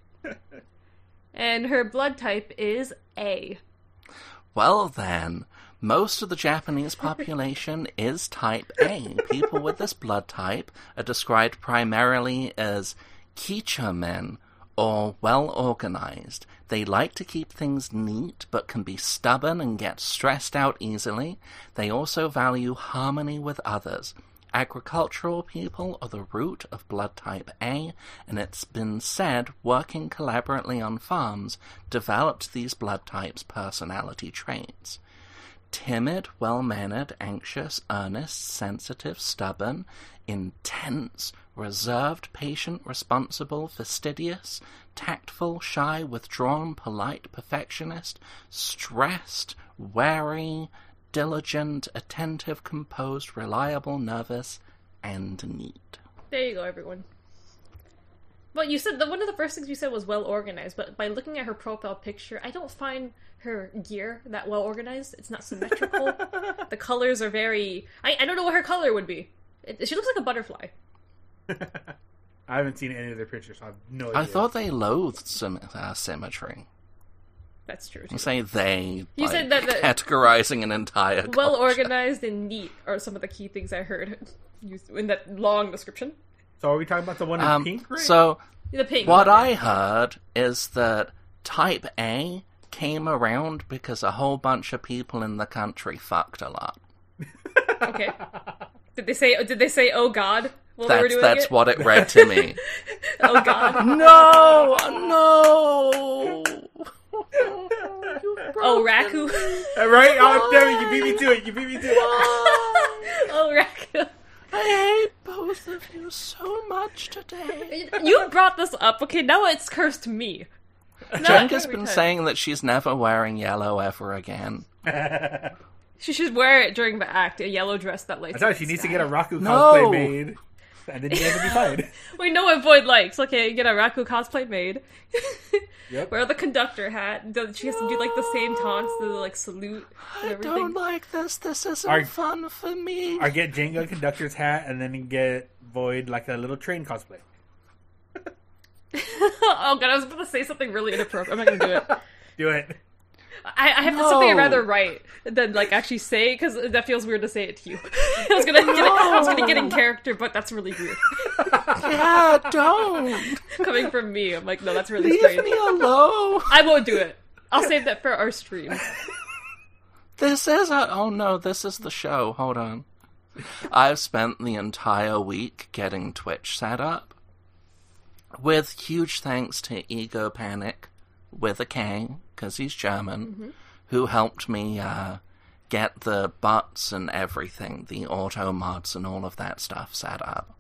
B: and her blood type is A.
A: Well, then, most of the Japanese population is type A. People with this blood type are described primarily as kicha men or well organized. They like to keep things neat but can be stubborn and get stressed out easily. They also value harmony with others. Agricultural people are the root of blood type A, and it's been said working collaboratively on farms developed these blood types' personality traits. Timid, well mannered, anxious, earnest, sensitive, stubborn, intense, reserved, patient, responsible, fastidious, tactful, shy, withdrawn, polite, perfectionist, stressed, wary, diligent, attentive, composed, reliable, nervous, and neat.
B: There you go, everyone. Well, you said that one of the first things you said was well organized, but by looking at her profile picture, I don't find her gear that well organized. It's not symmetrical. the colors are very. I, I don't know what her color would be. It, she looks like a butterfly.
C: [LAUGHS] I haven't seen any of their pictures, so I have no idea.
A: I thought they loathed sym- uh, symmetry.
B: That's true.
A: You say they.
B: You
A: like,
B: said that the-
A: categorizing an entire
B: Well
A: culture.
B: organized and neat are some of the key things I heard [LAUGHS] used in that long description.
C: So are we talking about the one in
A: Um,
C: pink, right?
A: So
B: The pink.
A: What
B: one.
A: I heard is that Type A came around because a whole bunch of people in the country fucked a lot.
B: Okay. Did they say? Did they say? Oh God! While they were
A: That's
B: doing
A: that's
B: it?
A: what it read to me.
B: [LAUGHS] Oh God!
A: no, no.
B: [LAUGHS] oh Raku!
C: [LAUGHS] right? Oh, damn it, you beat me to it. You beat me to it.
B: [LAUGHS] oh Raku!
A: I hate both of you so much today.
B: You brought this up. Okay, now it's cursed me. Now
A: Jen has
B: every
A: been
B: time.
A: saying that she's never wearing yellow ever again.
B: she should wear it during the act. A yellow dress that
C: [LAUGHS]
B: lights.
C: I thought
B: up
C: she
B: the
C: needs to
B: sky.
C: get a Raku
A: No.
C: cosplay made. And then you guys will be fine.
B: We know what Void likes. Okay, get a Raku cosplay made. [LAUGHS]
C: Yep.
B: Wear the conductor hat. Does- She has to do like the same taunts, the like [GASPS] salute and
A: I
B: everything.
A: don't like this. This isn't
C: Are-
A: fun for me.
C: Or get Jenga conductor's hat and then get Void like a little train cosplay.
B: [LAUGHS] oh god, I was about to say something really inappropriate. I'm not gonna do it.
C: Do it.
B: I, I have something I'd
A: No.
B: rather write than like actually say because that feels weird to say it to you. [LAUGHS] I was gonna, get, I was gonna get in character, but that's really weird [LAUGHS]
A: yeah, don't.
B: coming from me. I'm like, no, that's really
A: Leave
B: strange. [LAUGHS]
A: me alone.
B: I won't do it. I'll save that for our stream.
A: This is a. Oh no, this is the show. Hold on. I've spent the entire week getting Twitch set up. With huge thanks to Ego Panic, with a K, because he's German, who helped me uh, get the bots and everything, the auto mods and all of that stuff set up.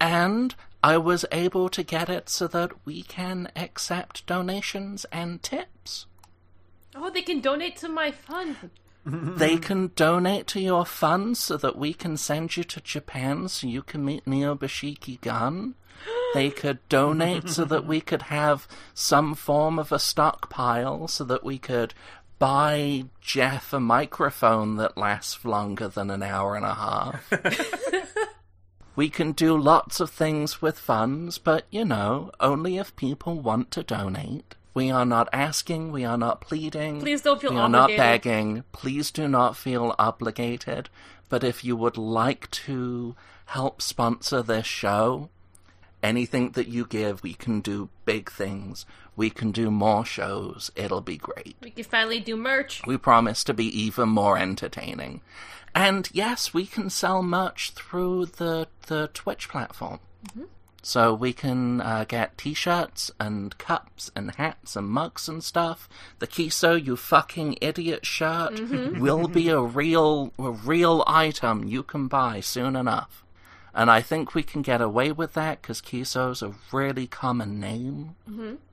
A: and I was able to get it so that we can accept donations and tips.
B: [LAUGHS] Oh, they can donate to my fund.
A: They can donate to your fund so that we can send you to Japan so you can meet Neobashiki Gun. They could donate so that we could have some form of a stockpile so that we could buy Jeff a microphone that lasts longer than an hour and a
B: [LAUGHS]
A: half. we can do lots of things with funds, but you know, only if people want to donate. We are not asking, we are not pleading.
B: Please don't feel
A: we
B: obligated.
A: are not begging. Please do not feel obligated. But if you would like to help sponsor this show, anything that you give, we can do big things. We can do more shows. It'll be great.
B: We can finally do merch.
A: We promise to be even more entertaining. And yes, we can sell merch through the the Twitch platform. So we can uh, get t-shirts and cups and hats and mugs and stuff. The Kiso, you fucking idiot shirt will be a real a real item you can buy soon enough. And I think we can get away with that because Kiso's a really common name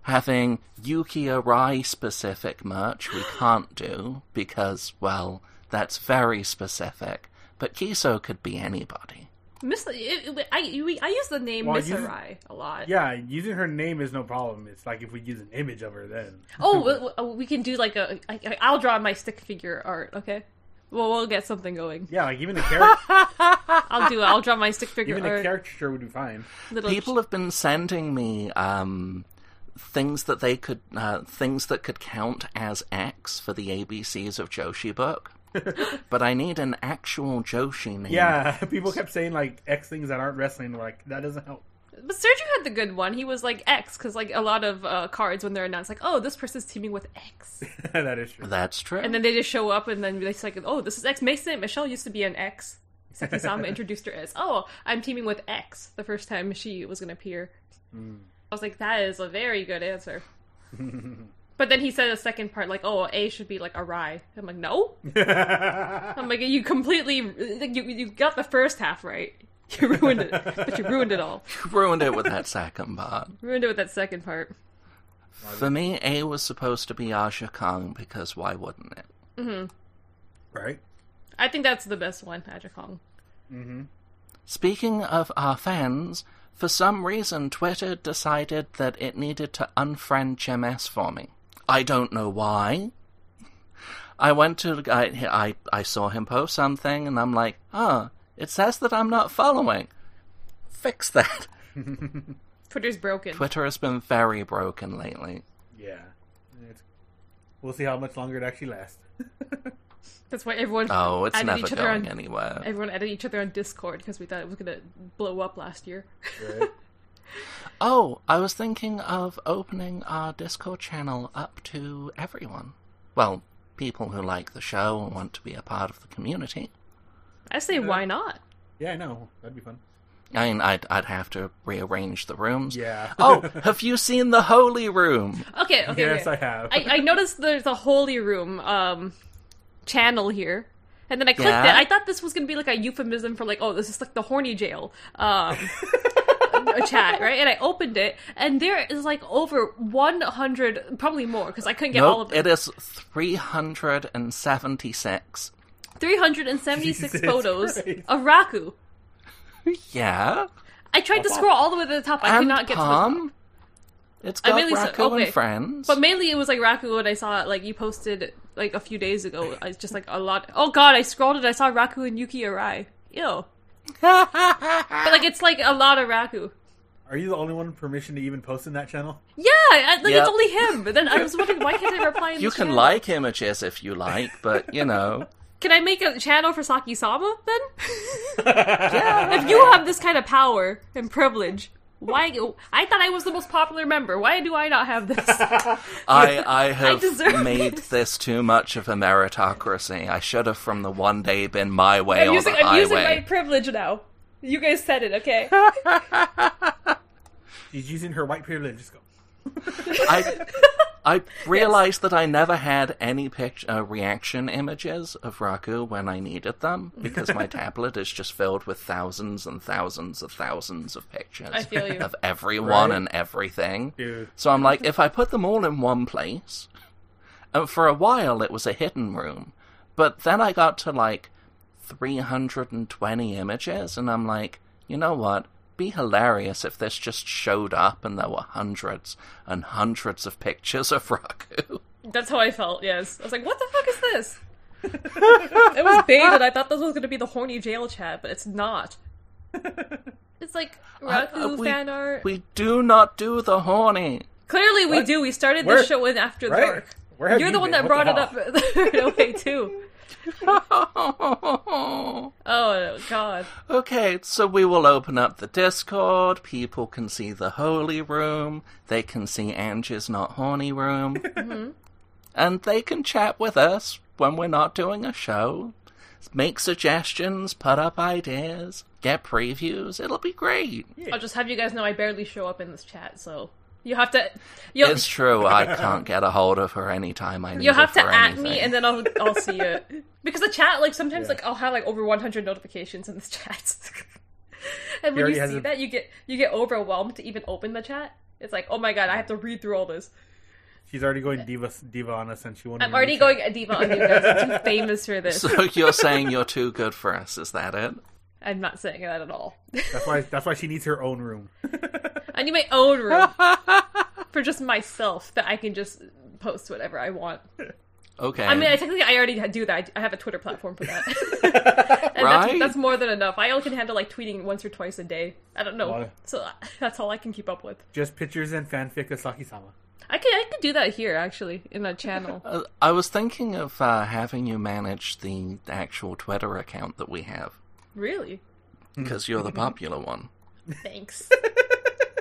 A: having Yuki Arai specific merch we can't do because, well, that's very specific. But Kiso could be anybody.
B: Miss, it, it- I we, I use the name
C: Well,
B: Miss
C: you-
B: Arai a lot.
C: Yeah, using her name is no problem. It's like if we use an image of her, then
B: Oh, w- w- oh, we can do like a. I, I- I'll draw my stick figure art. Okay. Well, we'll get something going.
C: yeah, like [LAUGHS] even a character,
B: I'll do it. I'll
C: [LAUGHS]
B: draw my stick figure
C: even a
B: art.
C: caricature would be fine.
B: little
A: People have been sending me um, things that they could uh, things that could count as X for the ABCs of Joshi
B: [LAUGHS]
A: book. but I need an actual Joshi name.
C: Yeah, [LAUGHS] people kept saying like X things that aren't wrestling. We're like, that doesn't help. [LAUGHS]
B: But Sergio had the good one. He was like X because like a lot of uh, cards when they're announced, like oh this person's teaming with X,
C: that is true.
A: That's true.
B: and then they just show up and then they're just like oh this is X. Mason Michelle used to be an X. Seki-sama introduced her as oh I'm teaming with X the first time she was gonna appear. I was like that is a very good answer. But then he said a second part like oh A should be like a rye. I'm like no. I'm like you completely like, you you got the first half right. [LAUGHS] You ruined it, but you ruined it all.
A: ruined it with that second
B: [LAUGHS]
A: part.
B: Ruined it with that second part.
A: For me, A was supposed to be Asha Kong because why wouldn't it?
C: right?
B: I think that's the best one, Ajikong.
A: Speaking of our fans, for some reason Twitter decided that it needed to unfriend GMS for me. I don't know why. I went to I I, I saw him post something and I'm like, "Huh, it says that I'm not following." Fix that. [LAUGHS]
B: Twitter's broken.
A: Twitter has been very broken lately.
C: Yeah. It's, we'll see how much longer it actually lasts.
B: That's why everyone
A: Oh, it's
B: added
A: never
B: each other
A: going
B: on
A: anywhere.
B: everyone added each other on Discord because we thought it was gonna blow up last year.
C: [LAUGHS]
B: [LAUGHS]
C: Right?
A: Oh, I was thinking of opening our Discord channel up to everyone. Well, people who like the show and want to be a part of the community.
B: I say why not?
C: yeah, I know. That'd be fun.
A: I mean, I'd, I'd have to rearrange the rooms.
C: Yeah. [LAUGHS]
A: oh, have you seen the Holy Room?
B: Okay, okay.
C: yes,
B: okay.
C: I have.
B: I, I noticed there's a holy room um channel here. And then I clicked
A: Yeah?
B: it. I thought this was gonna be like a euphemism for like, oh, this is like the horny jail
A: [LAUGHS]
B: um a chat, right? And I opened it and there is like over one hundred probably more, because I couldn't get all of
A: Nope,
B: them.
A: it is 376. [LAUGHS]
B: 376
C: Jesus
B: photos
C: Christ.
B: of Raku.
A: Yeah?
B: I tried to scroll all the way to the top. I could
A: and
B: not get to the top.
A: Palm? It's got
B: mainly saw-
A: Raku
B: okay.
A: and Friends.
B: But mainly it was like Raku when I saw it, like you posted like a few days ago. It's just like a lot. Oh god, I scrolled and I saw Raku and Yuki Arai. Ew. But like it's like a lot of Raku.
C: Are you the only one with permission to even post in that channel?
B: Yeah, I, like
A: Yeah.
B: it's only him. But then I was wondering why can't I reply?
A: [LAUGHS]
B: In [LAUGHS]
A: you
B: the
A: can
B: channel?
A: like images if you like, but, you know.
B: Can I make a channel for Saki Sama then?
C: [LAUGHS]
A: Yeah.
B: if you have this kind of power and privilege, why? I thought I was the most popular member. Why do I not have this? [LAUGHS]
A: I, I have
B: deserve
A: made
B: this.
A: this too much of a meritocracy. I should have, from the one day, been my way
B: I'm
A: or
B: using,
A: the
B: I'm using my
A: highway.
B: privilege now. You guys said it, okay?
C: She's using her white privilege. Just go.
A: [LAUGHS] I, I realized that I never had any picture uh, reaction images of Raku when I needed them because
B: [LAUGHS]
A: my tablet is just filled with thousands and thousands of thousands of pictures
B: I feel you.
A: of everyone
C: Right.
A: and everything.
C: Dude.
A: So I'm like, if I put them all in one place, and for a while it was a hidden room, but then I got to like 320 images, and I'm like, you know what? Be hilarious if this just showed up and there were hundreds and hundreds of pictures of Raku.
B: That's how I felt, yes. I was like, what the fuck is this? it was baited. I thought this was going to be the horny jail chat, but it's not. It's like
A: I-
B: Raku
A: uh, [LAUGHS] we,
B: fan art.
A: We do not do the horny. [LAUGHS]
B: Clearly, we
C: What?
B: do. We started
C: Where-
B: this show in After
C: Right?
B: Dark.
C: Where have
B: You're
C: you
B: the one
C: been?
B: that
C: What
B: brought
C: the
B: it up [LAUGHS] right away, too. Oh, God.
A: Okay, so we will open up the Discord. People can see the Holy Room. They can see Angie's Not Horny
B: [LAUGHS]
A: Room.
B: Mm-hmm.
A: And they can chat with us when we're not doing a show. Make suggestions, put up ideas, get previews. It'll be great.
B: I'll just have you guys know I barely show up in this chat, so you have to. You'll,
A: It's true, I
B: [LAUGHS]
A: can't get a hold of her anytime I need
B: you'll
A: her
B: have to
A: for
B: at
A: anything.
B: me, and then I'll I'll see it. Because the chat, like sometimes, like I'll have like over 100 notifications in this chat, [LAUGHS] and when
C: already
B: you
C: has
B: see
C: a-
B: that, you get you get overwhelmed to even open the chat. It's like, oh my god, I have to read through all this.
C: She's already going diva diva on us, and she won't.
B: I'm
C: even
B: already
C: reach out.
B: going diva on you guys.
A: [LAUGHS]
B: I'm too famous for this.
A: [LAUGHS] So you're saying you're too good for us, is that it?
B: I'm not saying that at all. [LAUGHS]
C: That's why. That's why she needs her own room.
B: I need my own
A: [LAUGHS]
B: room for just myself that I can just post whatever I want.
A: Okay.
B: I mean, I technically I already do that. I I have a Twitter platform for that. [LAUGHS] and
A: Right?
B: that's, that's more than enough. I only can handle like tweeting once or twice a day. I don't know.
C: Wow.
B: So uh, that's all I can keep up with.
C: Just pictures and fanfic of Saki-sama.
B: I could I could do that here actually in a channel.
A: Uh, I was thinking of uh, having you manage the actual Twitter account that we have
B: really?
A: because you're the popular one.
B: Thanks. [LAUGHS]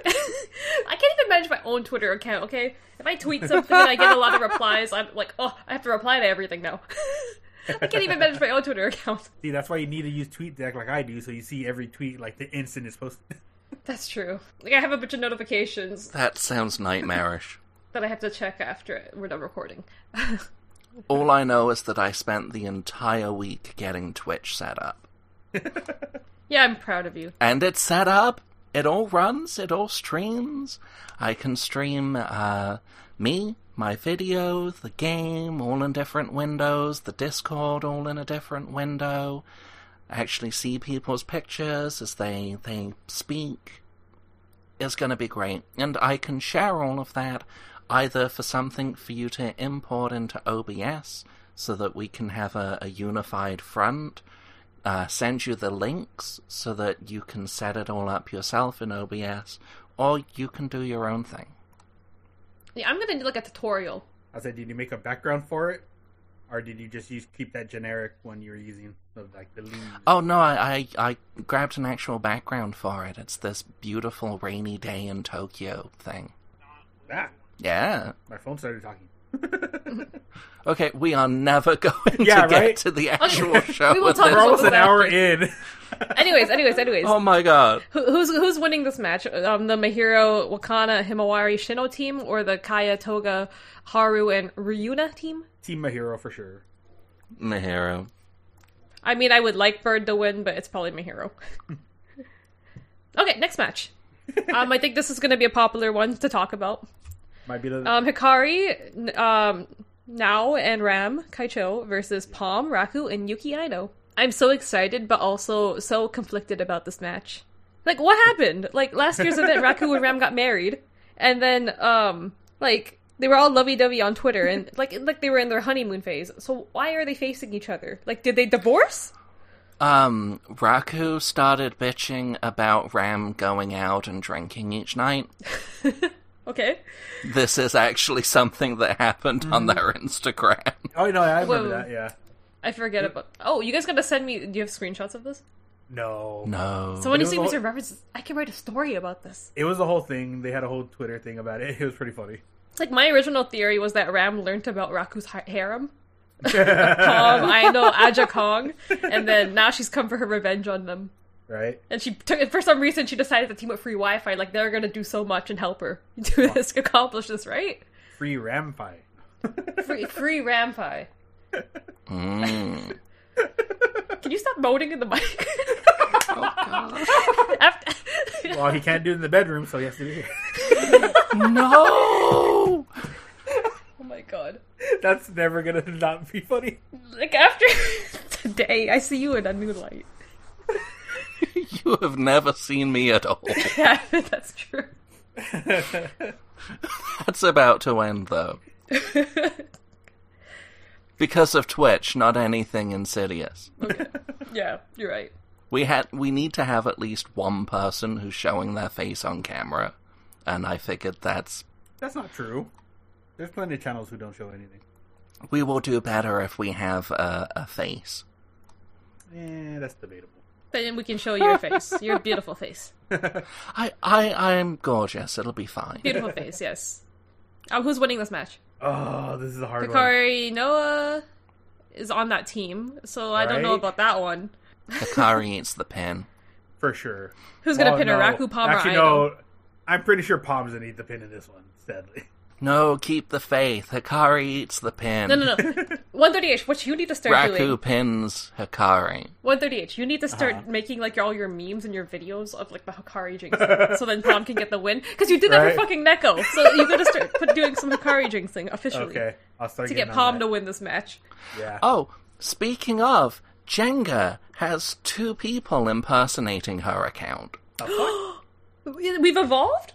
B: I can't even manage my own Twitter account. Okay, if I tweet something and I get a lot of replies, I'm like, oh, I have to reply to everything now. [LAUGHS] I can't even manage my own Twitter account. [LAUGHS]
C: See, that's why you need to use TweetDeck like I do, so you see every tweet like the instant it's posted. [LAUGHS]
B: That's true. Like I have a bunch of notifications
A: That sounds nightmarish.
B: that I have to check after we're done recording. [LAUGHS]
A: All I know is that I spent the entire week getting Twitch set up,
B: Yeah, I'm proud of you.
A: and it's set up. It all runs. It all streams. I can stream uh, me, my video, the game, all in different windows. The Discord, all in a different window. Actually, see people's pictures as they they speak. is going to be great, and I can share all of that either for something for you to import into OBS so that we can have a, a unified front, uh, send you the links so that you can set it all up yourself in OBS, or you can do your own thing.
B: Yeah, I'm gonna do like a tutorial.
C: I said, did you make a background for it, or did you just use keep that generic one you were using of like the leaves?
B: Uh,
A: Oh no, I, I, I grabbed an actual background for it. It's this beautiful rainy day in Tokyo thing.
C: Ah,
A: Yeah.
C: my phone started talking.
B: [LAUGHS]
A: Okay, we are never [LAUGHS] going
C: Yeah,
A: to get
C: right? Oh
A: to the
B: [LAUGHS]
A: actual show.
B: will
A: with
B: talk
A: this.
C: We're almost an
B: Exactly.
C: hour in. [LAUGHS]
B: Anyways, anyways, [LAUGHS] anyways.
A: Oh my god.
B: Who, who's who's winning this match? Um, the Mahiro Wakana Himawari Shino team or the Kaya Toga Haru and Ryuna team?
C: Team Mahiro for sure.
A: Nahiro.
B: I mean, I would like Bird to win, but it's probably [LAUGHS] Mahiro. okay, next [LAUGHS] match. Um, I think this is going to be a popular one to talk about.
C: Might be the
B: Um, Hikari, n- um, Now and Ram Kaicho versus Palm, Raku, and Yuki Aino. I'm so excited, but also so conflicted about this match. Like, what happened? Like last year's event, Raku and Ram got married, and then um, like they were all lovey-dovey on Twitter, and like like they were in their honeymoon phase. So why are they facing each other? Like, did they divorce?
A: Um, Raku started bitching about Ram going out and drinking each night.
B: Okay,
A: This is actually something that happened on their Instagram.
C: oh no, I remember
B: Whoa.
C: that. Yeah.
B: I forget about. Oh, you guys gotta send me. Do you have screenshots of this?
C: No.
A: [LAUGHS] No.
B: So when
C: It
B: you
C: was
B: see me
C: all-
B: some references, I can write a story about this.
C: It was the whole thing. They had a whole Twitter thing about it. [LAUGHS] It was pretty funny.
B: Like my original theory was that Ram learned about Raku's ha- harem.
A: Oh.
B: Kong, I
A: [LAUGHS]
B: know Aja Kong, and then now she's come for her revenge on them.
C: [LAUGHS] Right?
B: And she took for some reason [LAUGHS] she decided to team up free Wi-Fi. Like they're gonna do so much and help her do this, accomplish this, right?
C: free ram pie.
B: Free, free ram pie.
A: Mm.
B: Can you stop moaning in the mic?
A: [LAUGHS] Oh, God.
B: [LAUGHS] After-
C: Well, he can't do it in the bedroom, so he has to do
A: [LAUGHS]
C: it.
A: No!
B: oh my god.
C: [LAUGHS] That's never gonna not be funny. [LAUGHS]
B: Like, after [LAUGHS] today, I see you in a
A: [LAUGHS]
B: new light. [LAUGHS]
A: You have never seen me at all.
B: Yeah, that's true.
A: That's about to end, [LAUGHS] though. Because of Twitch, not anything insidious.
B: Yeah, you're right.
A: We had we need to have at least one person who's showing their face on camera, and I figured that's
C: That's not true. There's plenty of channels who don't show anything.
A: we will do better if we have a, a face.
C: Eh, that's debatable.
B: Then we can show your face, your beautiful face,
A: I I I'm gorgeous. It'll be
B: [LAUGHS]
A: fine.
B: beautiful face. Yes. Um, who's winning this match?
C: Oh, this is a hard one.
B: Hikari Noah is on that team, so I don't know
C: Right.
B: about that one.
A: Hikari eats the pin.
C: For sure.
B: Who's gonna
C: Oh,
B: pin
C: no.
B: her, Raku Palmer?
C: Actually,
B: Idol?
C: no. I'm pretty sure Palm's gonna eat the pin in this one, sadly.
A: No, keep the faith. Hikari eats the pin.
B: no, no, no.
C: [LAUGHS]
B: One thirty H. What you need to start doing?
A: Raku pins Hikari.
B: One thirty H. You need to start
C: Uh-huh.
B: making like all your memes and your videos of like the Hikari
C: [LAUGHS]
B: jinxing, so then Prom can get the win. Because you did that
C: Right.
B: for fucking Neko, so you gotta start put, doing some Hikari jinxing officially
C: Okay, I'll start
B: to
C: getting
B: get
C: on
B: Palm
C: that.
B: to win this match.
C: Yeah.
A: Oh, speaking of, Jenga has two people impersonating her account.
B: We've evolved.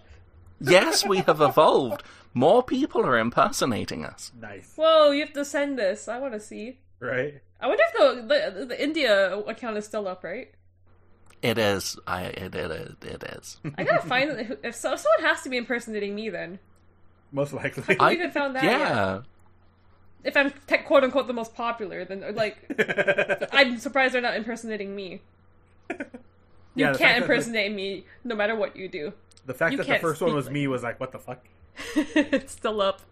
A: Yes, we have evolved. More people are impersonating us.
C: Nice.
B: Whoa! You have to send this. I want to see.
C: Right.
B: I wonder if the, the the India account is still up, right?
A: It is. I. It. It. It, it is.
B: I gotta find [LAUGHS] if, so, if someone has to be impersonating me. Then
C: Most likely.
A: I-
C: [LAUGHS]
B: we haven't found that yet.
A: yeah.
B: If I'm te- quote unquote the most popular, then
C: [LAUGHS]
B: like I'm surprised they're not impersonating me. You
C: Yeah, the fact that
B: can't
C: the-
B: impersonate me no matter what
C: [LAUGHS]
B: you do.
C: the fact
B: you
C: that the
B: can't
C: first one
B: speak
C: was
B: like-
C: me was like, what the fuck?
B: it's still up.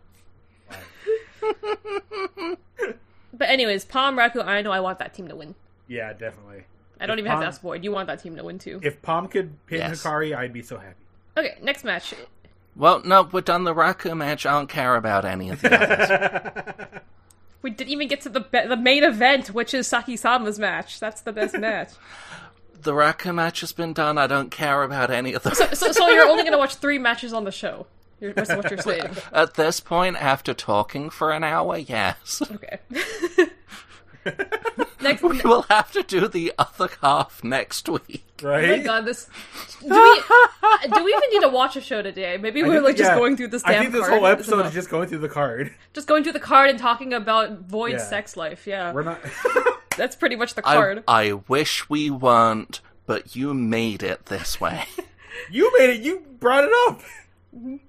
B: but anyways, Palm Raku, I know I want that team to win.
C: Yeah, definitely.
B: I don't
C: If
B: even have to
C: Palm-
B: ask Boyd. You want that team to win too.
C: If Palm could pin
A: Yes.
C: Hikari, I'd be so happy.
B: Okay, next match.
A: Well, no, we're done the Raku match. I don't care about any of the
B: Oh
A: others.
B: We didn't even get to the be- the main event, which is Saki Sama's match. That's the best
C: [LAUGHS]
B: match.
A: the Raku match has been done. I don't care about any of the.
B: So, so you're only gonna watch three matches on the show. You're, that's what you're saying.
A: At this point, after talking for an hour, yes,
B: Okay. [LAUGHS] next.
A: [LAUGHS] we will have to do the other half next week.
B: Oh my
C: Right?
B: god, this. Do we, do we even need to watch a show today? Maybe
C: I
B: we're
C: think-
B: like just
C: yeah.
B: going through this damn
C: I think this
B: card.
C: whole
B: It's
C: episode
B: enough.
C: is just going through the card.
B: Just going through the card and talking about void
C: Yeah.
B: sex life. Yeah,
C: We're not. [LAUGHS]
B: that's pretty much the
A: I,
B: card.
A: I wish we weren't, but you made it this way. [LAUGHS]
C: you made it. You brought it up. [LAUGHS]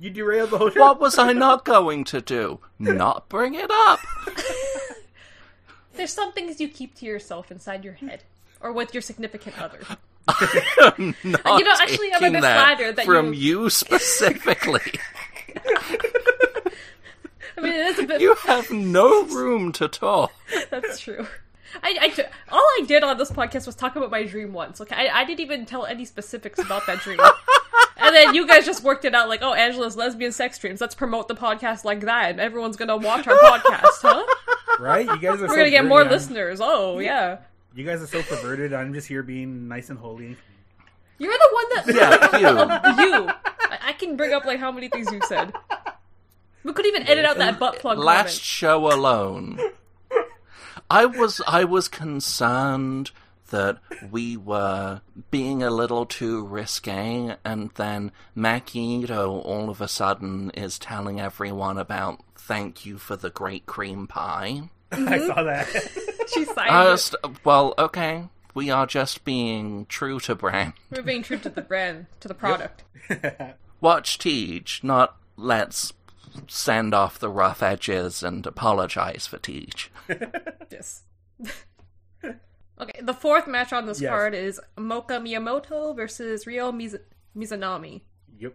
C: You derailed the whole show.
A: what was I not going to do? Not bring it up. [LAUGHS]
B: There's some things you keep to yourself inside your head or with your significant other.
A: I'm not
B: You know, actually, I'm a
A: taking
B: bit
A: that,
B: flattered that
A: from you specifically. [LAUGHS]
B: I mean, it is a bit.
A: you have no room to talk.
B: That's true. I, I ju- all I did on this podcast was talk about my dream once. Okay, I, I didn't even tell any specifics about that
A: [LAUGHS]
B: dream, and then you guys just worked it out like, oh, Angela's lesbian sex dreams. Let's promote the podcast like that, and everyone's gonna watch our podcast,
A: [LAUGHS]
B: huh?
C: Right? You guys are
B: We're gonna get more
C: listeners.
B: listeners. Oh yeah,
C: You guys are so perverted. I'm just here being nice and holy. [LAUGHS]
B: you're the one that [LAUGHS]
A: Yeah, you.
B: you. I, I can bring up like how many things you said. We could even edit out that butt plug.
A: Last show alone, I was I was concerned that we were being a little too risque, and then Makido all of a sudden is telling everyone about thank you for the great cream pie.
C: I
B: Mm-hmm.
C: saw
B: [LAUGHS]
C: that.
B: moment. she signed
A: I
B: it.
A: was- well, okay, we are just being true to brand.
B: We're being true to the brand, to the product.
A: Watch Teach, not let's send off the rough edges and apologize for Teach.
B: Yes. [LAUGHS] okay, the fourth match on this
C: Yes.
B: card is Moka Miyamoto versus Ryo Miz- Mizunami.
C: yep.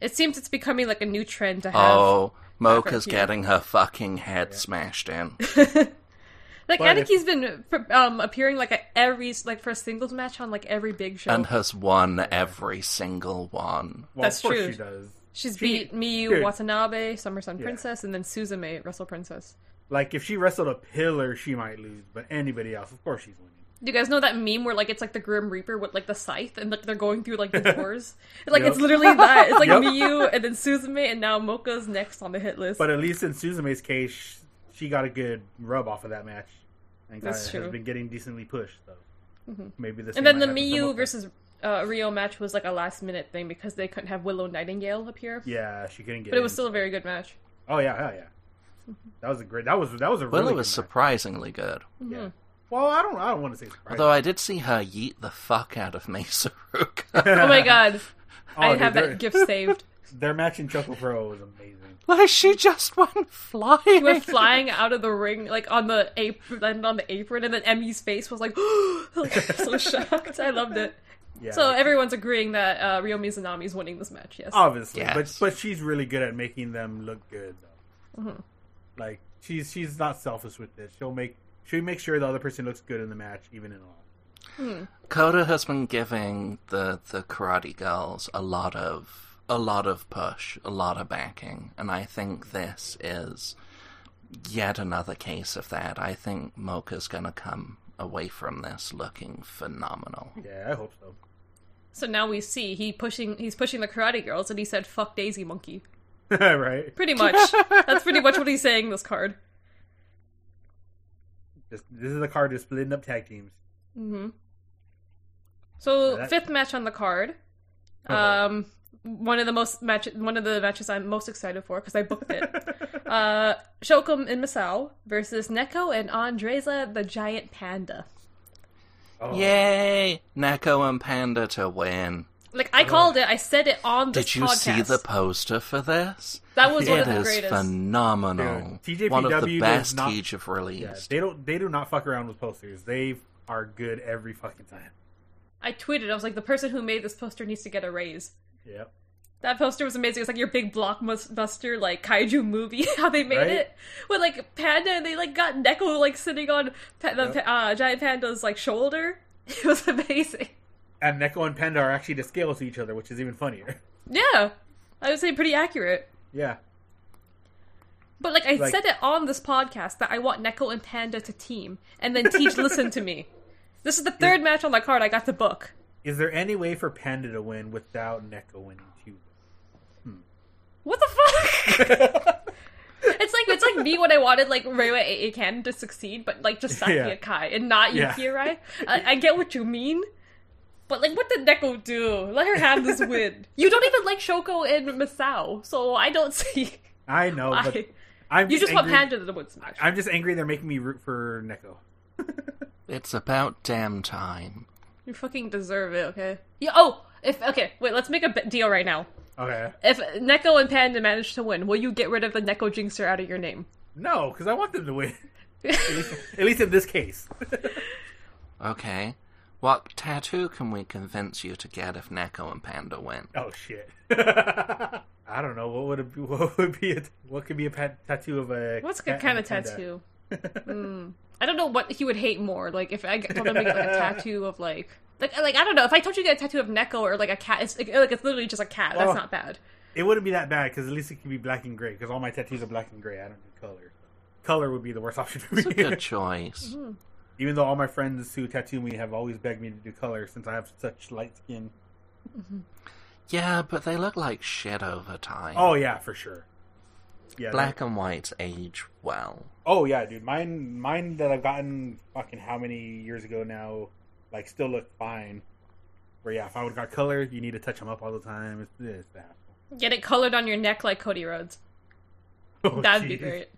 B: It seems it's becoming like a new trend to
C: [LAUGHS]
B: have.
A: Oh, Mocha's getting her fucking head smashed
C: [LAUGHS]
A: in.
B: like
C: but if-
B: Anaki's been um, appearing like at every like for a singles match on like every big show.
A: and has won every single one.
C: Well,
B: That's
C: of course
B: true.
C: she does.
B: She's
C: She-
B: beat Miyu
C: dude.
B: Watanabe, Summer Sun
C: Yeah.
B: Princess, and then Suzume, Wrestle Princess.
C: Like if she wrestled a pillar, she might lose. But anybody else, of course, she's winning.
B: Do you guys know that meme where like it's like the Grim Reaper with like the scythe and like they're going
C: [LAUGHS]
B: through like the doors? like
C: Yep.
B: it's literally that. It's
C: [LAUGHS]
B: like
C: Yep.
B: Miyu and then Suzume and now Mocha's next on the hit list.
C: But at least in Suzume's case, she got a good rub off of that match, and
B: That's
C: got-
B: true. Mm-hmm.
C: has been getting decently pushed. So maybe this.
B: and then the Miyu versus uh, Rio match was like a last minute thing because they couldn't have Willow Nightingale appear.
C: Yeah, she couldn't get.
B: But it was
C: in.
B: still Mm-hmm. a very
C: [LAUGHS]
B: good match.
C: Oh yeah, hell yeah. That was a great. That was that was a
A: Willow
C: really
A: was
C: good match.
A: surprisingly good.
B: Mm-hmm.
C: Yeah. Well, I don't. I don't want to say surprise. [LAUGHS]
A: Although I did see her yeet the fuck out of [LAUGHS] Mesa Ruka.
B: Oh my god.
C: Oh,
B: I
C: dude,
B: have
C: they're-
B: that gift
C: [LAUGHS]
B: saved.
C: Their match in Choco Pro was amazing.
A: like she just went flying.
B: He went flying out of the ring, like on the apron, landed on the apron, and then Emmy's face was
C: [LAUGHS]
B: like, [GASPS] so shocked. I loved it.
C: Yeah.
B: So everyone's agreeing that uh, Ryo Mizunami is winning this match. Yes.
C: obviously, but
A: Yes.
C: but she's really good at making them look good. Though.
B: Mm-hmm.
C: Like she's she's not selfish with this. She'll make she'll make sure the other person looks good in the match, even in a lot.
A: Coda has been giving the the Karate Girls a lot of a lot of push, a lot of backing, and I think this is yet another case of that. I think Mocha's gonna come away from this looking phenomenal.
C: Yeah, I hope so. [LAUGHS]
B: so now we see he pushing. He's pushing the Karate Girls, and he said, "Fuck Daisy Monkey."
C: right? [LAUGHS]
B: Pretty much. That's pretty much what he's saying. in This card.
C: This, this is a card that's splitting up tag teams.
B: hmm So
C: That-
B: fifth match on the card. Um, one of the most match. One of the matches I'm most excited for because I booked it. uh, Shokum and Masao versus Neko and Andreza the Giant Panda.
C: Oh,
A: Yay! Neko and Panda to win.
B: Like I called it. I said it on this
A: Did you see
B: podcast.
A: the poster for this?
B: That was one
A: It
B: of the
A: is
B: greatest.
A: phenomenal.
C: Dude,
A: One of the
C: TJPW does
A: best
C: not-
A: Teach have
C: Yeah,
A: released.
C: they don't. They do not fuck around with posters. They are good every fucking time.
B: I tweeted. I was like, the person who made this poster needs to get a raise.
C: Yep.
B: That poster was amazing. It's like your big blockbuster, like kaiju movie. [LAUGHS] How they made
C: Right?
B: it with like panda, and they like got Neko like sitting on pa- the
C: Yep.
B: pa- uh, giant panda's like shoulder. [LAUGHS] It was amazing.
C: And Neko and Panda are actually the scale to each other, which is even funnier.
B: Yeah, I would say pretty accurate.
C: [LAUGHS] Yeah.
B: But like I
C: Like-
B: said it on this podcast that I want Neko and Panda to team, and then Teach listened
C: [LAUGHS]
B: to me. This is the third match on the card I got to book.
C: Is there any way for Panda to win without Neko winning [LAUGHS] too?
B: What the
C: [LAUGHS]
B: fuck? It's like it's like me when I wanted like Reiwa AA Cannon to succeed, but like just Sakia
C: Yeah.
B: Kai and not
C: Yeah.
B: Yuki Arai. I, I get what you mean, but like, what did Neko do? Let her
C: [LAUGHS]
B: have this win. You don't even like Shoko and Masao, so I don't [LAUGHS] see.
C: I know,
B: Why.
C: but I'm
B: you just want
C: angry-
B: Panda to win Smash.
C: I'm just angry they're making me root for Neko.
A: It's about damn time.
B: You fucking deserve it, okay? Yeah. Oh, if okay, wait. Let's make a bet- deal right now.
C: Okay.
B: If Neko and Panda manage to win, will you get rid of the Neko Jinxer out of your name?
C: No, because I want them to win. [LAUGHS] at, least, at least in this case. [LAUGHS]
A: Okay. What tattoo can we convince you to get if Neko and Panda win?
C: oh shit. [LAUGHS] I don't know what would it be, what would be a, what could be a pat, tattoo of a
B: What's a
C: cat
B: good kind
C: and
B: of
C: a panda?
B: tattoo?
C: [LAUGHS]
B: Mm. I don't know what he would hate more. Like if I get- told him to get like a tattoo of like like like I don't know if I told you to get a tattoo of Neko or like a cat. It's like, like it's literally just a cat. That's
C: Oh.
B: not bad.
C: It wouldn't be that bad because at least it could be black and gray. Because all my tattoos are black and gray. I don't do color. Color would be the worst [LAUGHS] option for
A: It's a
C: me.
A: good choice.
C: Even though all my friends who tattoo me have always begged me to do color since I have such light skin.
A: Yeah, but they look like shit over time.
C: Oh yeah, for sure. Yeah, that-
A: Black and whites age well.
C: Oh yeah, dude. Mine, mine that I've gotten fucking how many years ago now, like still look fine. But yeah, if I would got color, you need to touch them up all the time. It's, it's that.
B: Get it colored on your neck like Cody Rhodes.
C: [LAUGHS] Oh,
B: That'd be
C: jeez.
B: great.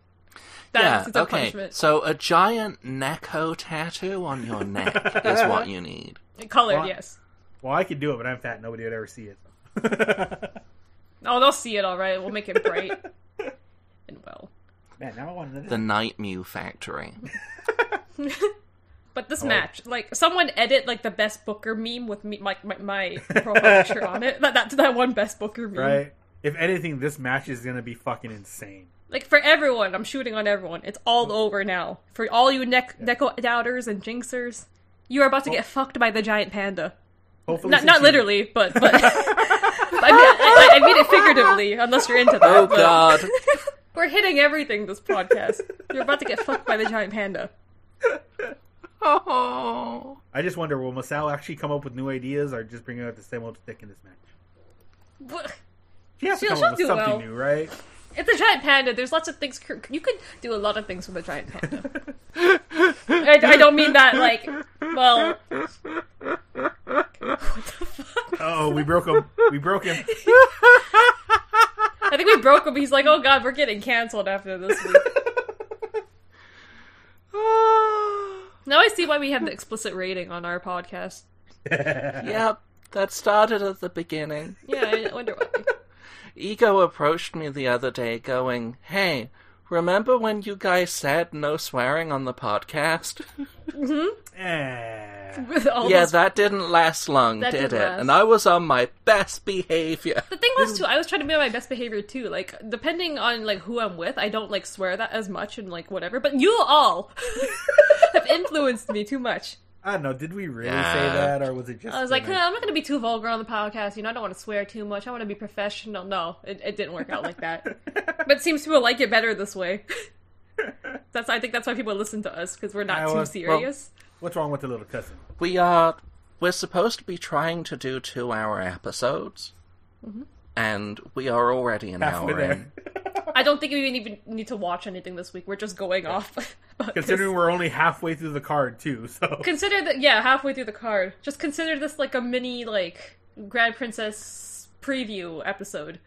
B: That's it's a
A: yeah, okay.
B: punishment.
A: So a giant Neko tattoo on your
C: [LAUGHS]
A: neck is what you need.
B: Colored,
C: Why-
B: yes.
C: Well, I could do it, but I'm fat. Nobody would ever see it. [LAUGHS]
B: Oh, they'll see it all right. We'll make
C: [LAUGHS]
B: it bright and well.
C: Man, now I want another.
A: The
C: [LAUGHS]
A: Night Mew Factory.
B: But
C: Oh.
B: this match, like someone edit like the best Booker meme with me, my my, my profile picture on it. That, that that one best Booker meme.
C: Right? If anything, this match is gonna be fucking insane.
B: Like for everyone, I'm shooting on everyone. It's all over now. For all you neck Neko doubters and jinxers, Oh. you are about to get fucked by the giant panda.
C: Hopefully,
B: Not
C: since
B: not
C: you- [LAUGHS]
B: literally, [LAUGHS] but but by mean, I, I mean it figuratively, unless you're into that.
A: Oh
B: but- [LAUGHS]
A: god.
B: We're hitting everything this podcast. You're about to get fucked by the giant panda.
A: [LAUGHS] Oh.
C: I just wonder, will Masao actually come up with new ideas, or just bring out the same old stick in this match?
B: Wha-
C: She has to
B: She'll-
C: come up with
B: she'll do
C: something
B: well.
C: new, right?
B: It's a giant panda. There's lots of things. cr- You could do a lot of things with a giant panda. I, I don't mean that like. [LAUGHS] Well,
C: [LAUGHS] Oh, we broke him. We broke
B: [LAUGHS]
C: him.
B: I think we broke him. He's like, "Oh God, we're getting canceled after this week."
A: [LAUGHS] Ah.
B: Now I see why we have the explicit rating on our podcast.
A: Yep, that started at the beginning.
B: Yeah, I wonder why. [LAUGHS]
A: Ego approached me the other day going, Hey, remember when you guys said no swearing on the
B: [LAUGHS]
A: podcast?
C: Eh.
B: With all
A: yeah,
B: those-
A: that didn't last long,
B: Oh, That
A: did it?
B: didn't last.
A: And I was on my best behavior. [LAUGHS]
B: The thing was too, I was trying to be on my best behavior too. Like depending on like who I'm with, I don't like swear that as much and like whatever. But you all [LAUGHS] have influenced me too much.
C: I don't know. Did we really say
A: Yeah.
C: that, or was it just?
B: I was like, huh,
C: women?
B: I'm not going to be too vulgar on the podcast. You know, I don't want to swear too much. I want to be professional. No, it, it didn't work out like
C: [LAUGHS]
B: that. But it seems people like it better this way. [LAUGHS] that's I think that's why people listen to us because we're not
C: I
B: too
C: was-
B: serious.
C: What's wrong with the little cousin?
A: We are. We're supposed to be trying to do two hour episodes.
B: Mm-hmm.
A: And we are already an
C: Halfway
A: hour in.
C: there.
B: I don't think we even need to watch anything this week. We're just going off. [LAUGHS] about
C: [LAUGHS]
B: this.
C: Considering we're only halfway through the card too, [LAUGHS] so
B: consider that yeah halfway through the card just consider this like a mini like grand princess preview episode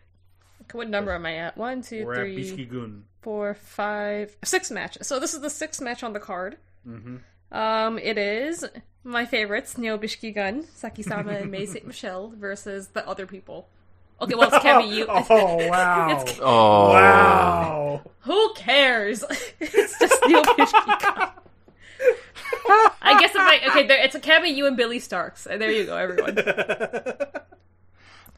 B: what number am i at One, two,
C: we're at
B: three,
C: Bishki Goon.
B: four, five, six matches so this is the sixth match on the card
C: hmm
B: um it is my favorites neo bishkigun saki-sama and may
C: [LAUGHS]
B: st michelle versus the other people okay well it's can't be you
C: [LAUGHS] Oh wow!
B: [LAUGHS] It's-
A: Oh.
C: Wow!
B: who cares [LAUGHS] it's just neo bishkigun I guess it's like okay. There, it's a Cammy, you and Billy Starks. Uh, There you
C: [LAUGHS]
B: go, everyone.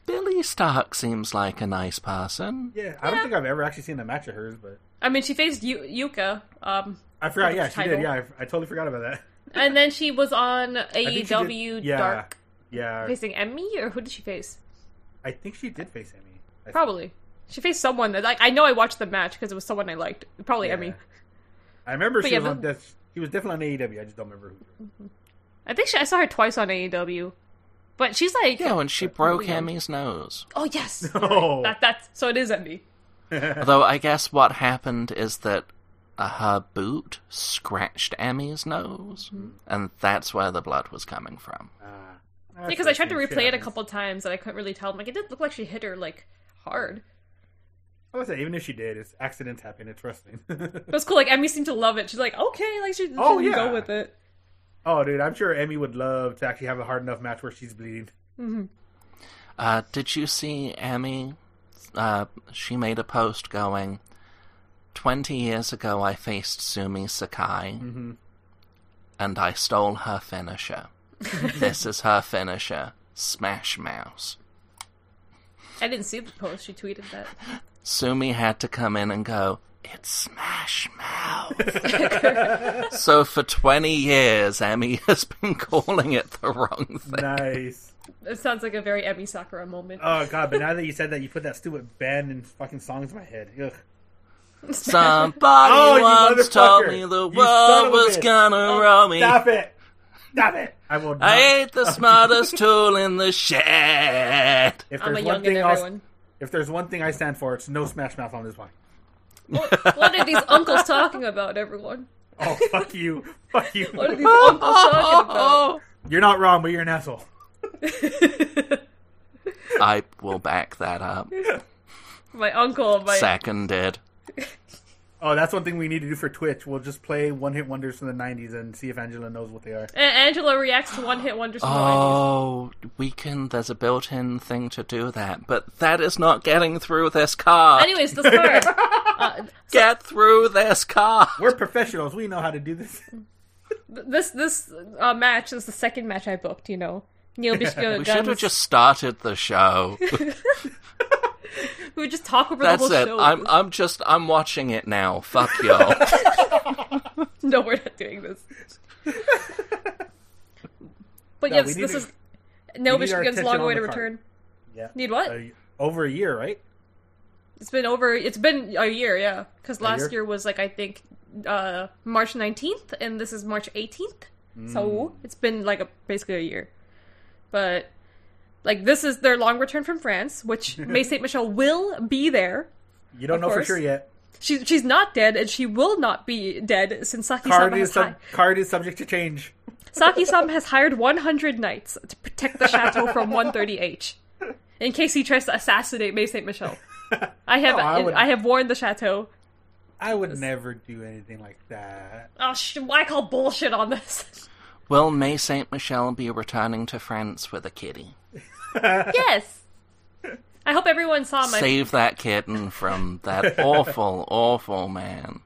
A: Billy Stark seems like a nice person.
C: Yeah, I don't think I've ever actually seen a match of hers, but
B: I mean, she faced y- Yuka, um,
C: I forgot.
B: That's
C: Yeah,
B: the
C: she
B: title.
C: did. Yeah, I, I totally forgot about that.
B: and then she was on
C: she did-
B: AEW
C: yeah.
B: Dark
C: Yeah,
B: facing Emmy, or who did she face?
C: I think she did face Emmy. I-
B: Probably she faced someone that like I know I watched the match because it was someone I liked. Probably
C: yeah.
B: Emmy.
C: I remember
B: But
C: she
B: yeah,
C: was on.
B: but-
C: Death, she was definitely on AEW. I just don't remember who.
B: I think she, I saw her twice on AEW, but she's like,
A: Yeah, when she broke
B: yeah.
A: Emmy's nose.
B: oh
C: [LAUGHS]
B: yes,
C: Oh,
B: that that's so it is Emmy.
A: Although I guess what happened is that uh, her boot scratched Emmy's nose, and that's where the blood was coming from.
C: Ah,
B: Yeah,
C: that's
B: because I tried to
C: interesting.
B: replay
C: Shit
B: it a
C: happens.
B: couple times and I couldn't really tell. I'm like, it didn't look like she hit her like hard.
C: I was say, even if she did, it's accidents happen. It's wrestling. [LAUGHS]
B: It was cool. Like Emmy seemed to love it. She's like, okay, like she, she
C: Oh,
B: didn't
C: yeah.
B: go with it.
C: oh, dude, I'm sure Emmy would love to actually have a hard enough match where she's bleeding.
A: Uh, did you see Emmy? Uh, she made a post going, 20 years ago I faced Sumi Sakai, and I stole her finisher. this is her finisher. Smash Mouse.
B: I didn't see the post. She tweeted that.
A: Sumi had to come in and go, It's Smash Mouth. so for 20 years, Emmy [LAUGHS] has been calling it the wrong
C: [LAUGHS]
A: thing.
C: Nice.
B: It sounds like a very Emmy Sakura moment.
C: Oh god, but now that you said that, you put that stupid band and fucking songs in my head. Ugh.
A: Somebody
C: Oh, you
A: once told
C: motherfucker.
A: me
C: You
A: the
C: son
A: world
C: of a
A: was
C: bitch.
A: gonna roll me.
C: Stop it! Stop it! I will. Not.
A: I ain't the smartest tool in the shed.
C: if
B: I'm
C: there's
B: a
C: one
B: young and
C: thing, I'll-
B: everyone.
C: if there's one thing I stand for, it's no Smash Mouth on this one.
B: What, what are these uncles talking about, everyone?
C: Oh fuck you, fuck you.
B: What
C: [LAUGHS]
B: are these uncles talking about?
C: You're not wrong, but you're an asshole.
A: [LAUGHS] I will back that up.
B: [LAUGHS] My uncle, my
A: Seconded.
C: Oh, that's one thing we need to do for Twitch. We'll just play one hit wonders from the '90s and see if Angela knows what they are.
B: A- Angela reacts to one hit wonders. from the 90s.
A: Oh, we can. There's a built in thing to do that, but that is not getting through this car.
B: Anyways, this card. Uh,
A: Get through this car.
C: We're professionals. We know how to do
B: [LAUGHS]
C: this.
B: th- this this uh, match is the second match I booked. You know,
C: [LAUGHS]
B: Neil Bishko
A: We should have just started the
B: [LAUGHS]
A: show.
B: we would just talk over
A: That's
B: the whole
A: it.
B: show.
A: I'm I'm just I'm watching it now. Fuck y'all.
B: [LAUGHS] No, we're not doing this. but
C: No,
B: yes,
C: we need
B: this
C: to-
B: is Neil
C: we need our
B: Bishko's
C: attention
B: long
C: on
B: way to
C: the card. Uh,
B: return.
C: Yeah.
B: Need what?
C: A- over a year, right?
B: It's been over. It's been a year, yeah. Because last
C: year?
B: year? was like I think uh March nineteenth, and this is March eighteenth. So
C: Mm.
B: it's been like a basically a year. But like this is their long return from
C: [LAUGHS]
B: France, which May Saint Michel will be there.
C: You don't
B: Of
C: know for
B: course.
C: sure yet.
B: She, she's not dead, and she will not be dead since Saki
C: Card
B: Sama
C: is
B: has, hi-
C: sub- card is subject to
B: [LAUGHS]
C: change.
B: Saki Sama has hired 100 knights to protect the chateau
C: [LAUGHS]
B: from 130H in case he tries to assassinate May
C: [LAUGHS]
B: Saint Michel. I have
C: No, Oh, I would-
B: I have warned the chateau.
C: I would never do anything like that.
B: Oh, sh- why call bullshit on this? [LAUGHS]
A: Will May Saint Michel be returning to France with a kitty?
B: yes. I hope everyone saw my.
A: Save that kitten from
B: [LAUGHS]
A: that awful, awful man.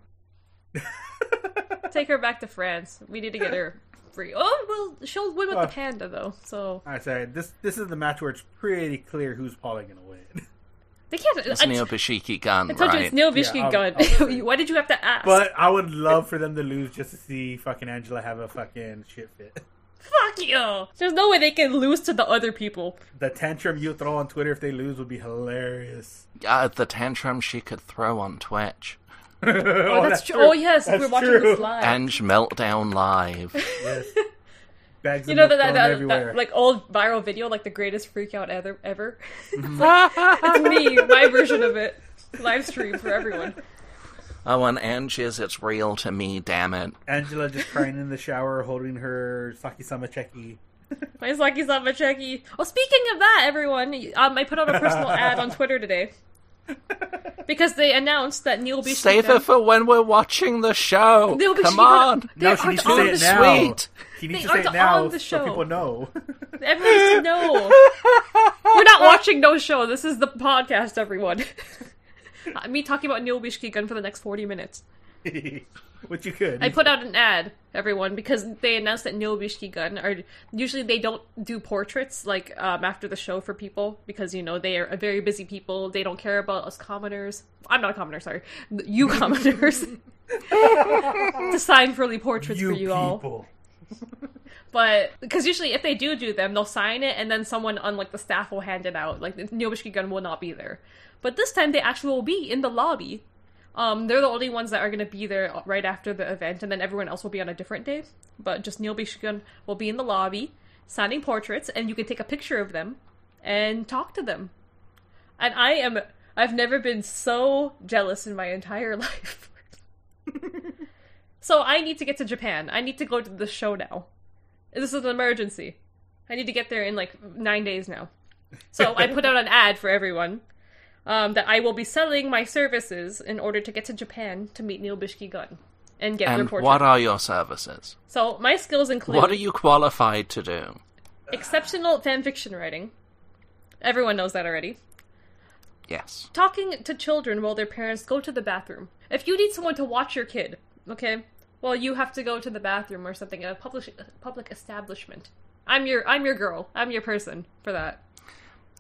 B: Take her back to France. We need to get her free. Oh well, she'll win with
C: Uh.
B: the panda though. So
C: I said this. This is the match where it's pretty clear who's probably gonna win. [LAUGHS]
B: they can't.
A: It's
B: I,
A: Neo Bashiki gun,
B: I told
A: right?
B: you it's Neil
C: Yeah,
B: Vishkin
C: ob-
B: gun. [LAUGHS]
C: obviously.
B: why did you have to ask?
C: But I would love for them to lose just to see fucking Angela have a fucking shit fit.
B: Fuck you. There's no way they can lose to the other people.
C: The tantrum you throw on Twitter if they lose would be hilarious. [LAUGHS]
A: uh, the tantrum she could throw on Twitch.
B: Oh, that's, true. Oh yes, we're watching this live.
A: Ange Meltdown
B: [LAUGHS]
A: Live.
C: Yes. Bags
B: you know that,
C: that,
B: that, that,
C: everywhere.
B: that like old viral video, like the greatest freak out ever. ever. [LAUGHS] it's, like, it's me, my version of it, live stream for everyone.
A: Oh, and Angie's It's Real to Me, damn it.
C: Angela just crying in the shower, holding her Saki-sama
B: [LAUGHS]
C: checky.
B: My Saki Sama Checky. Well, Oh, speaking of that, everyone, um, I put out a personal ad on Twitter today because they announced that Neil B.
A: Save it for when we're watching the show.
B: Neil B.
A: Come
B: Shikigan-
A: on.
B: They
C: No, she
B: aren't
C: needs to
B: on
C: say
B: the
C: it
A: show.
C: now.
A: Sweet.
C: She needs
B: They
C: to say
B: aren't
C: it now
B: on the
C: so
B: show.
C: people
B: [LAUGHS]
C: know.
B: Everyone should know. We're not watching no show. This is the podcast, everyone. [LAUGHS] Uh, Me talking about Neil Bishkigan for the next 40 minutes.
C: Which you could.
B: I put out an ad, everyone, because they announced that Neil Bishkigan are usually they don't do portraits like um, after the show for people because you know they are a very busy people. They don't care about us commoners. I'm not a commoner, sorry. You
C: [LAUGHS]
B: commoners [LAUGHS] to sign frilly portraits
C: you
B: for you all.
C: people.
B: But because usually if they do do them, they'll sign it, and then someone on like the staff will hand it out. Like Nobishiki Gun will not be there, but this time they actually will be in the lobby. Um, they're the only ones that are going to be there right after the event, and then everyone else will be on a different day. But just Neil Bishikun will be in the lobby signing portraits, and you can take a picture of them and talk to them. And I am, I've never been so jealous in my entire [LAUGHS] life. so I need to get to Japan. I need to go to the show now. This is an emergency. I need to get there in like nine days now. So I put
A: [LAUGHS]
B: out an ad for everyone um, that I will be selling my services in order to get to Japan to meet Neil Bishki Gun and get
A: And
B: reported.
A: what are your services?
B: so my skills include
A: What are you qualified to do?
B: exceptional fanfiction writing. Everyone knows that already.
A: Yes.
B: Talking to children while their parents go to the bathroom. If you need someone to watch your kid, okay, well you have to go to the bathroom or something at a public public establishment. I'm your I'm your girl. I'm your person for that.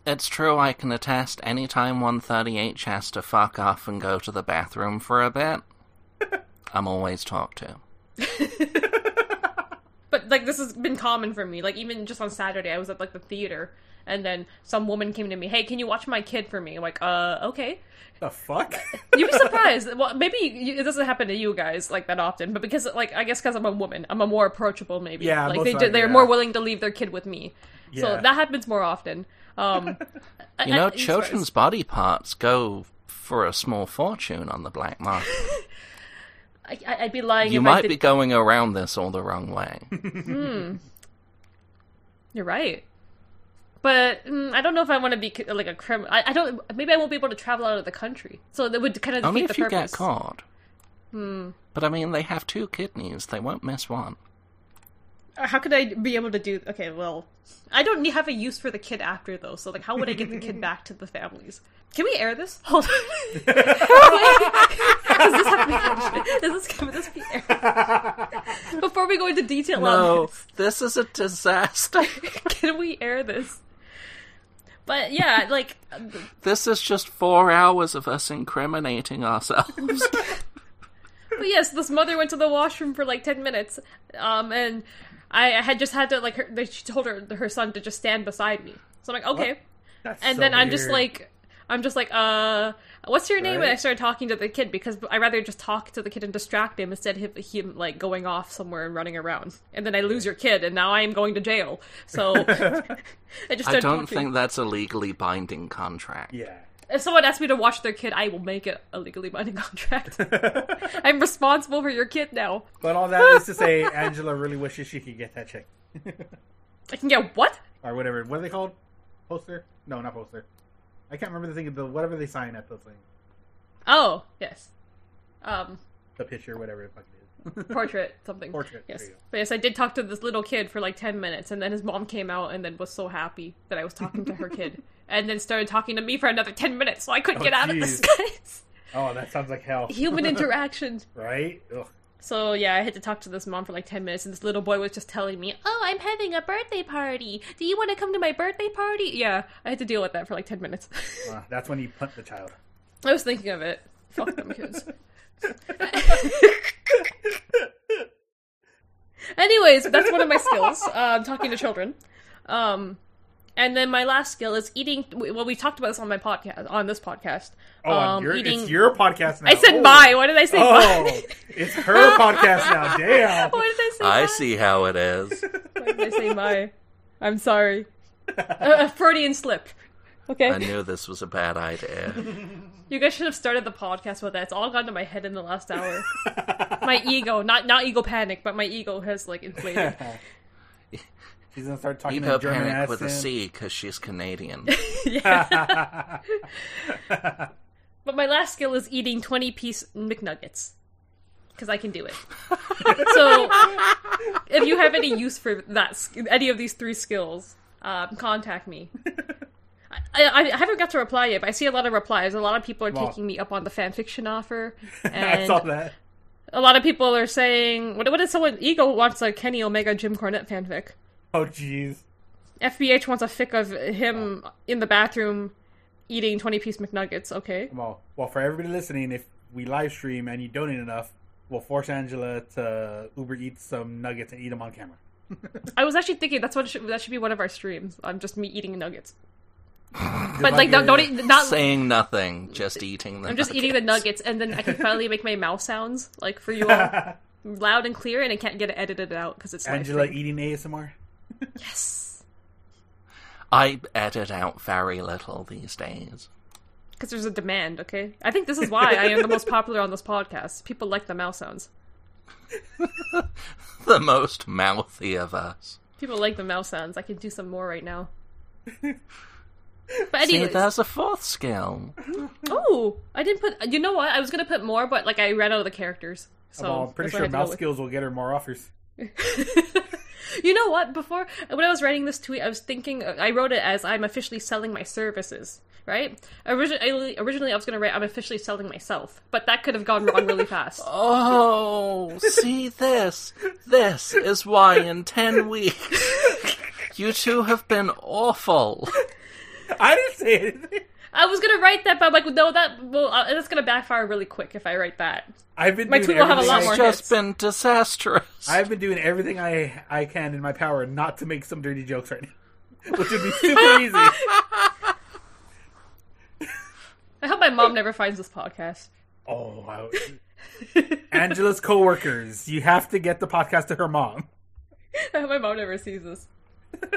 A: It's true, I can attest anytime 138 has to fuck off and go to the bathroom for a [LAUGHS] bit, I'm always talked to.
B: But like this has been common for me. Like even just on Saturday, I was at like the theater, and then some woman came to me, "Hey, can you watch my kid for me?" I'm like, "Uh, okay."
C: The
B: [LAUGHS]
C: fuck?
B: You'd be surprised. well, maybe you, it doesn't happen to you guys like that often, but because like I guess because I'm a woman, I'm a more approachable maybe.
C: Yeah,
B: like
C: most
B: they
C: likely,
B: they're
C: yeah.
B: more willing to leave their kid with me. So
C: Yeah.
B: that happens more often.
C: [LAUGHS]
B: Um, I-
A: You
B: I-
A: know,
B: it's-
A: children's body parts go for a small fortune on the black market.
B: I, I- I'd be
A: [LAUGHS]
B: lying.
A: You
B: if I
A: might
B: did-
A: be going around this all the wrong way. [LAUGHS]
B: You're right. But mm, I don't know if I want to be c- like a criminal. I, I don't. Maybe I won't be able to travel out of the country, so that would kind of defeat
A: Only if
B: the
A: you
B: purpose.
A: get caught. But I mean, they have two kidneys. They won't miss one.
B: How could I be able to do? Okay, well, I don't have a use for the kid after though. So like, how would I get the kid back to the families? Can we air this? Hold on. [LAUGHS] Wait. Does this have to be? Does this can this be aired? Before we go into detail
A: [LAUGHS]
B: on
A: No,
B: this,
A: this is a disaster.
B: [LAUGHS] can we air this? But yeah, like
A: this is just four hours of us incriminating
B: [LAUGHS]
A: ourselves.
B: But yes, this mother went to the washroom for like ten minutes, um, and I, I had just had to like her, they- she told her her son to just stand beside me. So I'm like, okay,
C: That's
B: and
C: so
B: then I'm just
C: weird.
B: like, I'm just like, uh, what's your name?
C: Right.
B: And I started talking to the kid because I rather just talk to the kid and distract him instead of him, him like going off somewhere and running around. And then I lose your kid, and now I am going to jail.
C: [LAUGHS]
B: So I just
A: I
B: started
A: don't
B: talking.
A: think that's a legally binding contract.
C: yeah. [LAUGHS]
B: If someone asks me to watch their kid, I will make it a legally binding [LAUGHS] contract. I'm responsible for your kid now.
C: But all that is to say, Angela really wishes she could get that check
B: I can get what?
C: or whatever. What are they called? Poster? No, not poster. I can't remember the thing. The whatever they sign at the thing,
B: Oh, yes. Um,
C: the picture, whatever the fuck it is. [LAUGHS]
B: portrait, something.
C: Portrait.
B: Yes.
C: There you go.
B: But yes, I did talk to this little kid for like 10 minutes, and then his mom came out and then was so happy that I was talking [LAUGHS] to her kid, and then started talking to me for another 10 minutes, so I couldn't
C: Oh,
B: get out of this,
C: jeez.
B: guys.
C: Oh, that sounds like hell.
B: [LAUGHS] Human interaction.
C: right? Ugh.
B: So yeah, I had to talk to this mom for like 10 minutes, and this little boy was just telling me, Oh, I'm having a birthday party. Do you want to come to my birthday party? Yeah, I had to deal with that for like 10 minutes.
C: Uh, that's when you punt the child.
B: I was thinking of it. Fuck them kids. [LAUGHS] Anyways, that's one of my skills, uh, talking to children. Um, and then my last skill is eating. Well, we talked about this on my podcast, on this podcast.
C: Oh,
B: um,
C: your, it's your podcast now.
B: I said
C: oh.
B: my. Why did I say [LAUGHS]
C: Oh,
B: my?
C: [LAUGHS] it's her podcast now.
B: [LAUGHS]
C: Damn.
B: Why did I say
A: I
B: my?
A: see how it
B: [LAUGHS]
A: is.
B: Why did I say my? I'm sorry. A, a Freudian slip. Okay.
A: I knew this was a bad idea.
B: You guys should have started the podcast with that. It's all gone to my head in the
C: [LAUGHS]
B: last hour. my ego, not not ego panic, but my ego has
C: [LAUGHS]
B: like inflated.
C: She's gonna start talking
A: Eat
C: in
A: her
C: German
A: panic with a
C: accent. [LAUGHS]
A: C because she's
B: [LAUGHS]
A: Canadian.
B: Yeah. but my last skill is eating twenty piece McNuggets because I can
C: [LAUGHS]
B: do it. so if you have any use for that, sk- any of these three skills, um, contact
C: [LAUGHS]
B: me. I, I, I haven't got to reply yet, but I see a lot of replies. A lot of people are
C: Wow.
B: taking me up on the fanfiction offer.
C: [LAUGHS] I
B: And
C: saw that.
B: a lot of people are saying, what, what is someone, Ego wants a Kenny Omega Jim Cornette fanfic.
C: Oh, jeez.
B: FBH wants a fic of him in the bathroom eating 20 piece McNuggets. Okay.
C: Well, well, for everybody listening, if we live stream and you donate enough, we'll force Angela to Uber eat some nuggets and eat them on camera.
B: I was actually thinking that's what should, that should be one of our streams. I'm just me eating nuggets.
C: Just
B: But like,
C: your-
B: don't, don't eat, not,
A: Saying nothing, just eating them.
B: I'm just eating
A: [LAUGHS]
B: the nuggets and then I can finally make my mouth sounds like for you all loud and clear and I can't get it edited out because it's live
C: Angela
B: stream.
C: eating ASMR.
B: Yes.
A: I edit out very little these days.
B: Because there's a demand, okay? I think this is why I am the most popular on this podcast. People like the mouth sounds.
A: The most mouthy of us.
B: People like the mouth sounds. I can do some more right now. But
A: See,
B: anyways,
A: there's a fourth skill.
B: oh, I didn't put. You know what? I was gonna put more, but like I ran out of the characters, so
C: well, I'm pretty
B: Oh, that's what I
C: sure
B: had to go
C: mouse
B: with.
C: skills will get her more offers. [LAUGHS]
B: [LAUGHS] you know what? Before when I was writing this tweet, I was thinking I wrote it as I'm officially selling my services. Right? Originally, originally I was going to write I'm officially selling myself, but that could have gone
C: [LAUGHS]
B: wrong really fast.
A: Oh, see this? This is why in ten weeks you two have been awful.
C: I didn't say anything.
B: I was going to write that, but I'm like, no, that well, uh, that's going to backfire really quick if I write that.
C: I've been
B: My
C: doing
B: tweet will have a
C: everything
B: lot
C: I-
A: It's
B: more
A: just
B: hits.
A: been disastrous.
C: I've been doing everything I I can in my power not to make some dirty jokes right now, [LAUGHS] which would be super easy.
B: I hope my mom never finds this podcast. [LAUGHS]
C: Oh, wow. [LAUGHS] Angela's coworkers, you have to get the podcast to her mom.
B: I hope my mom never
C: [LAUGHS]
B: sees this.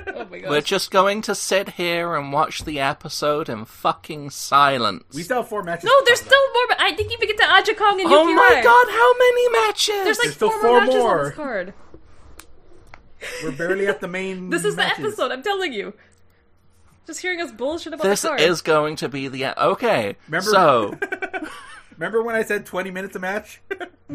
B: Oh my
A: We're
B: gosh.
A: just going to sit here and watch the episode in fucking silence.
C: We still have four matches.
B: No, Oh, there's still more. but I didn't even get to Aja Kong and Yuki
A: oh my
B: Rai.
A: god, how many matches?
B: There's like
C: There's still
B: four,
C: four
B: more matches
C: more.
B: on this card.
C: We're barely at the main.
B: [LAUGHS] This is
C: matches.
B: the episode. I'm telling you. Just hearing us bullshit about
A: This
B: the card.
A: is going to be the e-, okay.
C: Remember- [LAUGHS]
A: So,
C: Remember when I said 20 minutes a match? [LAUGHS]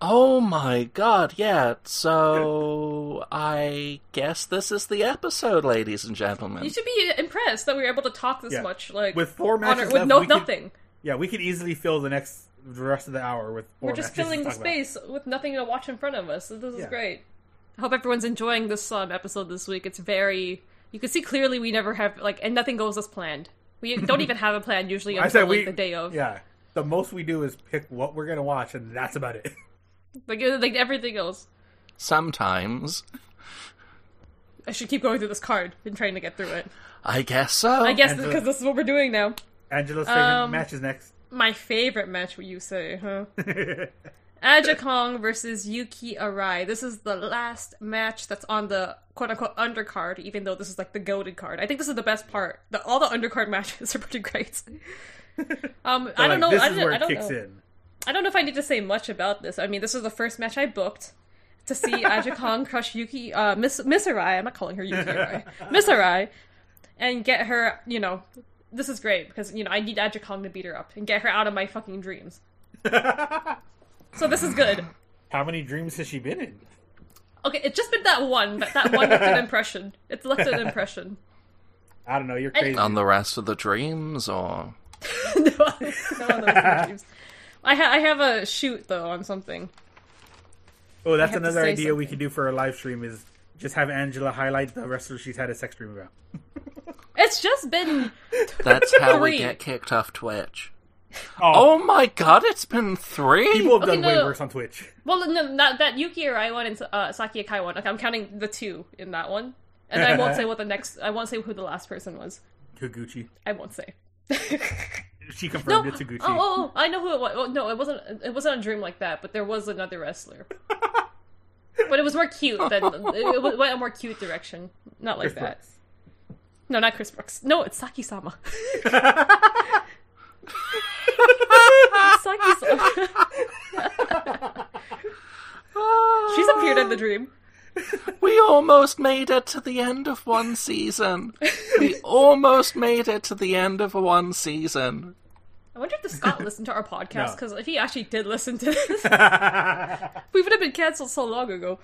A: oh my god, yeah. So, I guess this is the episode, ladies and gentlemen.
B: You should be impressed that we were able to talk this
C: Yeah.
B: much, like
C: With four
B: on our-
C: matches
B: with
C: left,
B: no
C: we could-
B: nothing.
C: yeah, we could easily fill the next the rest of the hour with four
B: We're just
C: matches to
B: filling the
C: talk about.
B: space with nothing to watch in front of us. So this is
C: Yeah.
B: great. I hope everyone's enjoying this um, episode this week. It's very you can see clearly we never have like and nothing goes as planned. We [LAUGHS] don't even have a plan usually until
C: I said
B: like
C: we
B: the day of.
C: Yeah. The most we do is pick what we're going to watch and that's about it. [LAUGHS]
B: Like uh, like everything else.
A: Sometimes
B: I should keep going through this card and trying to get through it.
A: I guess so.
B: I guess
C: Oh, and
B: because
C: the-
B: this is what we're doing now.
C: Angela's favorite
B: Um,
C: match is next. [LAUGHS]
B: My favorite match, what you say, huh? Aja Kong versus Yuki Arai. This is the last match that's on the quote unquote undercard, even though this is like the goaded card. I think this is the best part. The, all the undercard [LAUGHS] matches are
C: [LAUGHS]
B: pretty great. Um, I don't know.
C: This
B: I
C: is
B: don't,
C: where
B: I
C: it
B: don't
C: kicks
B: know.
C: in.
B: I don't know if I need to say much about this. I mean, this is the first match I booked to see Aja Kong crush Yuki, uh, Miss Miss Arai. I'm not calling her Yuki Arai, Miss Arai, and get her. You know, this is great because you know I need Aja Kong to beat her up and get her out of my fucking dreams. So this is good.
C: How many dreams has she been in?
B: Okay, it's just been that one, but that one left an impression. It's left an impression. [LAUGHS]
C: I don't know. You're crazy.
A: On the rest of the dreams,
B: [LAUGHS]
A: or
B: no, no one knows my dreams. I, ha- I have a shoot though on something.
C: oh, that's
B: have to
C: another
B: say
C: idea we could
B: something.
C: do for a live stream is just have Angela highlight the wrestler she's had a sex dream about.
B: It's just been
A: that's how we
B: Three.
A: get kicked off Twitch.
C: Oh,
A: Oh my god, it's been three.
C: people
A: [LAUGHS]
C: have
B: Okay,
C: done
B: no,
C: way
B: no.
C: worse on Twitch.
B: well, no, not that Yuki Arai one and uh, Saki Akai one. Okay, I'm counting the two in that one, and I won't say what the next. I won't say who the last person was.
C: Higuchi.
B: I won't say.
C: She
B: no,
C: confirmed it's
B: oh,
C: Higuchi.
B: oh, I know who it was. Oh, no, it wasn't. It wasn't a dream like that, but there was another wrestler. but it was more cute than it, it went a more cute direction. Not like that. No, not Chris Brooks. No, it's Saki [LAUGHS] Sama. Saki Sama. [LAUGHS] She's appeared in the dream.
A: We almost made it to the end of one season.
B: [LAUGHS]
A: we almost made it to the end of one season.
B: I wonder if the Scott listened to our podcast
C: No.
B: because if he actually did listen to this, [LAUGHS]
C: [LAUGHS]
B: we would have been canceled so long ago.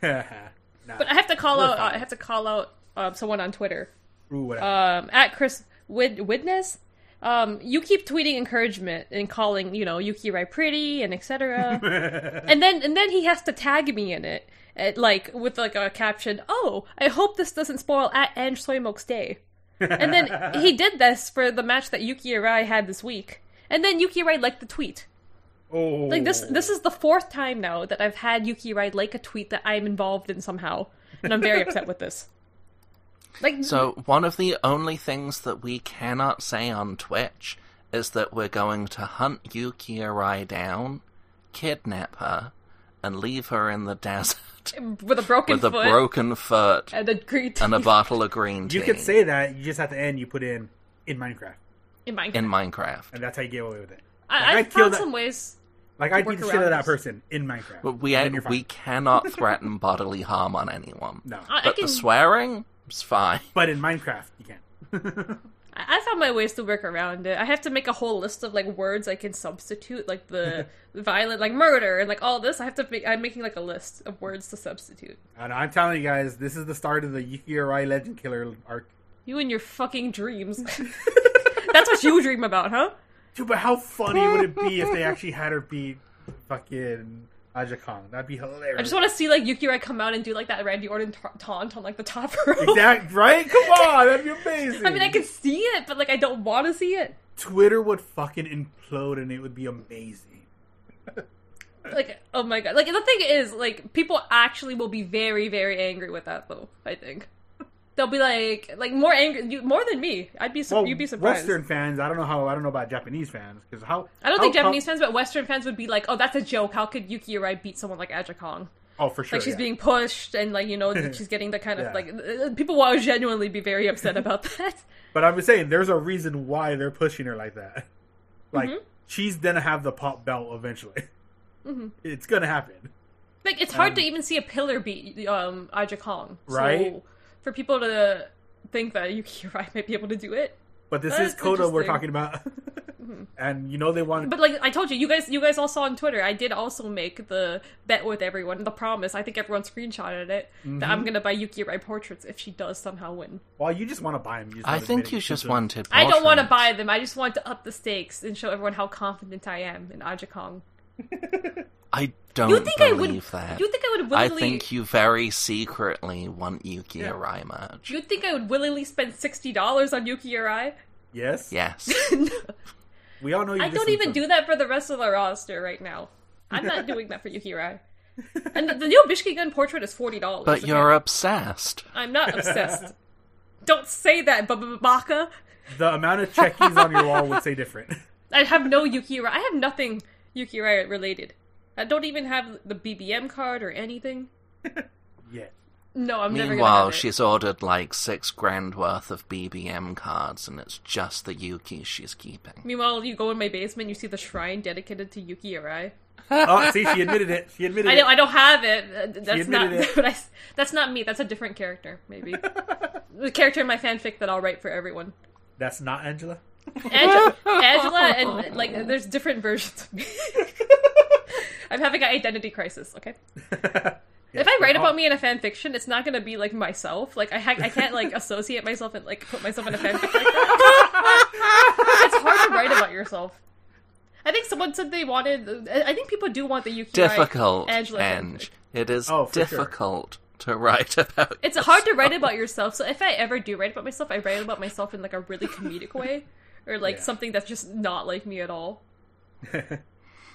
B: But [LAUGHS] I have to call out. Uh, I have to call out um, someone on Twitter
C: Ooh, whatever.
B: um, at Chris Wid- Widness. Um, you keep tweeting encouragement and calling, you know, Yuki Rai pretty and etc. and then and then he has to tag me in it, at, like with like a caption. Oh, I hope this doesn't spoil at Ange Soymok's day. uh, And then he did this for the match that Yuki Arai had this week. And then Yuki Arai liked the tweet.
C: [LAUGHS] oh,
B: Like this this is the fourth time now that I've had Yuki Arai like a tweet that I'm involved in somehow, and I'm very upset with this. Like
A: So, one of the only things that we cannot say on Twitch is that we're going to hunt Yuki Arai down, kidnap her, and leave her in the desert
B: with a broken
A: with a
B: foot
A: broken foot
B: and a green
A: and a bottle of green tea
C: You could say that. You just have to end. You put in in Minecraft,
B: in Minecraft.
A: in Minecraft.
C: and that's how you get away with it.
B: I,
C: Like,
B: I've
C: I'd kill
B: found
C: that-
B: some ways.
C: Like I beat
B: work
C: the shit out
B: around
C: of that
B: this.
C: person in Minecraft.
A: But we,
C: And you're fine.
A: we
C: [LAUGHS]
A: cannot threaten bodily harm on anyone.
C: no,
B: I, I
A: But
B: can.
A: the swearing is fine.
C: but in Minecraft you can.
A: [LAUGHS]
B: I I found my ways to work around it. I have to make a whole list of like words I can substitute,
A: [LAUGHS]
B: like the violent, like murder, and like all this. I have to. Make, I'm making like a list of words to substitute.
C: And I'm telling you guys, this is the start of the Yukiurai Legend Killer arc.
B: You and your
A: [LAUGHS]
B: fucking dreams. That's what you dream about, huh?
C: Dude, but how funny would it be if they actually had her beat fucking Aja Kong? That'd be hilarious.
B: I just want to see like Yukirai come out and do like that Randy Orton ta- taunt on like the top [LAUGHS] rope.
C: Exact, right? Come on, that'd
B: [LAUGHS]
C: be amazing.
B: I mean, I can see it, but like I don't want to see it.
C: Twitter would fucking implode, and it would be amazing.
B: Like, oh my god! Like the thing is, like people actually will be very, very angry with that, though. I think they'll be like, like more angry, you, more than me. I'd be, su-
C: Well,
B: you'd be surprised.
C: Western fans, I don't know how. I don't know about Japanese fans because how
B: I don't
C: how
B: think
C: com-
B: Japanese fans, but Western fans would be like, "Oh, that's a joke. How could Yuki Arai beat someone like Aja Kong?
C: Oh, for sure.
B: Like she's
C: yeah.
B: being pushed, and like
C: [LAUGHS]
B: you know, that she's getting the kind of
C: Yeah.
B: like uh, people will genuinely be very upset about [LAUGHS] that."
C: But I'm just saying, there's a reason why they're pushing her like that. [LAUGHS] Like
B: Mm-hmm.
C: she's gonna have the pop belt eventually.
B: Mm-hmm.
C: [LAUGHS] It's gonna happen.
B: Like it's hard to even see a pillar beat um Aja Kong, So,
C: Right.
B: for people to think that [LAUGHS] Yuki Arai might be able to do it.
C: But this
B: That's
C: is Coda we're
B: interesting. Mm-hmm.
C: talking about, [LAUGHS] and you know they want.
B: But like I told you, you guys, you guys all saw on Twitter. I did also make the bet with everyone, the promise. I think everyone screenshotted it that I'm gonna buy Yuki Rai portraits if she does somehow win.
C: well, you just want to buy them. You just
A: I
C: wanna
A: think
C: admit it.
A: you just wanted.
B: I don't want to
A: portraits.
B: buy them. I just want to up the stakes and show everyone how confident I am in Aja Kong.
A: I don't
B: You think I would?
A: believe that.
B: You think I would
A: I
B: willingly?
A: think you very secretly want Yuki Arai merch.
B: you think I would willingly spend sixty dollars on Yuki [LAUGHS] Arai?
C: [LAUGHS] Yes.
B: [LAUGHS]
A: Yes.
C: We all know. You
B: I don't even do that for the rest of the roster right now. I'm
C: [LAUGHS]
B: not doing that for Yuki Rai. And the, the new Bishki Gun portrait is forty dollars.
A: But you're obsessed.
B: I'm not obsessed. [LAUGHS] Don't say that, Babaka.
C: The amount of checkies on your wall would say different. [LAUGHS]
B: I have no Yukira. I have nothing Yukira related. I don't even have the BBM card or anything.
C: Yeah.
B: No, I'm never gonna
A: Meanwhile,
B: have it.
A: she's ordered like six grand worth of BBM cards, and it's just the Yuki she's keeping.
B: Meanwhile, you go in my basement, you see the shrine dedicated to Yuki Arai.
C: Oh, see, she admitted it. She admitted
B: I
C: it.
B: don't, I don't have it. Uh, That's
C: admitted
B: not.
C: it.
B: But I, s- [LAUGHS] that's not me. That's a different character,
C: [LAUGHS]
B: maybe. the character in my fanfic that I'll write for everyone.
C: That's not Angela. [LAUGHS]
B: Angela, Angela, and like, there's different versions of me. I'm having an identity crisis. Okay. if I
C: [LAUGHS]
B: write about me in a fan fiction, it's not gonna be like myself. Like I, ha- I can't like associate myself and like put myself in a fanfic like that. it's hard to write about yourself. I think someone said they wanted. I I think people do want the Yuki
A: Difficult,
B: Angela fanfic.
A: Ange. It is
C: Oh, for sure.
A: difficult to write [LAUGHS] about.
B: It's hard to write about yourself. So if I ever do write about myself, I write about myself in like a really comedic way, or like
C: Yeah.
B: something that's just not like me at
C: [LAUGHS]
B: all.
C: about.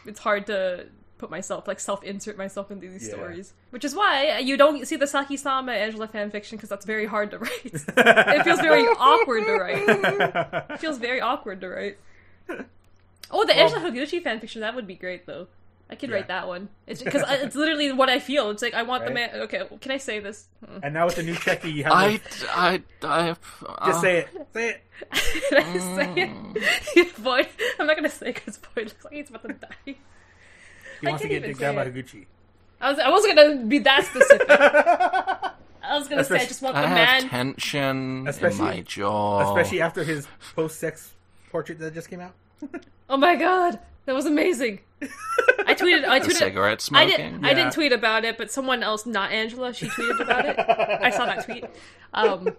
B: It's hard to put myself like self-insert myself into these
C: Yeah.
B: stories, which is why you don't see the Saki-sama Angela fanfiction because that's very hard to write.
C: [LAUGHS]
B: it feels very [LAUGHS] awkward to write. It feels very awkward
C: [LAUGHS]
B: to write. Oh, the Angela Higuchi fanfiction that would be great though. I could
C: Yeah.
B: write that one. It's because it's literally what I feel. It's like I want the
C: Right?
B: man. Okay, can I say this? Hmm.
C: [LAUGHS] and now with the new checkie, you have
A: I,
C: to
A: I, I.
C: just say it. Say it.
B: [LAUGHS] Can I just
A: Mm.
B: say it? Boyd, I'm not gonna say because Boyd looks [LAUGHS] like he's about to die.
C: He
B: I
C: wants to
B: can't
C: get
B: even
C: digged down by
B: say
C: Higuchi.
B: I was I wasn't gonna be that specific. [LAUGHS] I was gonna say I
C: Especially-
B: just want
A: I
B: the
A: have
B: man.
A: tension in
C: Especially-
A: my jaw.
C: [LAUGHS] Especially after his post-sex portrait that just came out. [LAUGHS]
B: Oh my god, that was amazing. I tweeted.
A: [LAUGHS]
B: I
A: the
B: tweeted.
A: cigarette
B: I
A: smoking.
B: didn't. I
C: Yeah.
B: didn't tweet about it, but someone else, not Angela, she tweeted about it. I saw that tweet. Um,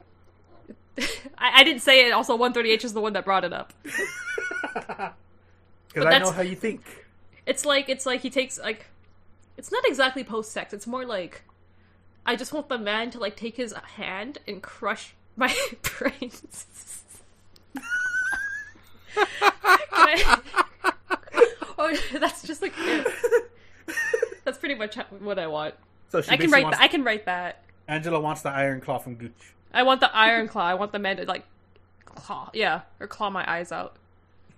B: [LAUGHS] I, I didn't say it. Also, 138 is the one that brought it up.
C: Because I
B: that's-
C: know how you think.
B: It's like it's like he takes like it's not exactly post sex. It's more like I just want the man to like take his hand and crush my [LAUGHS] brains. Can I- [LAUGHS] oh, [LAUGHS] that's just like it. that's pretty much how- what I want.
C: So she
B: I can
C: basically
B: write.
C: wants,
B: That. I can write that.
C: Angela wants the iron claw from Gooch.
B: I want the iron claw. I want the man to like claw, yeah, or claw my eyes out.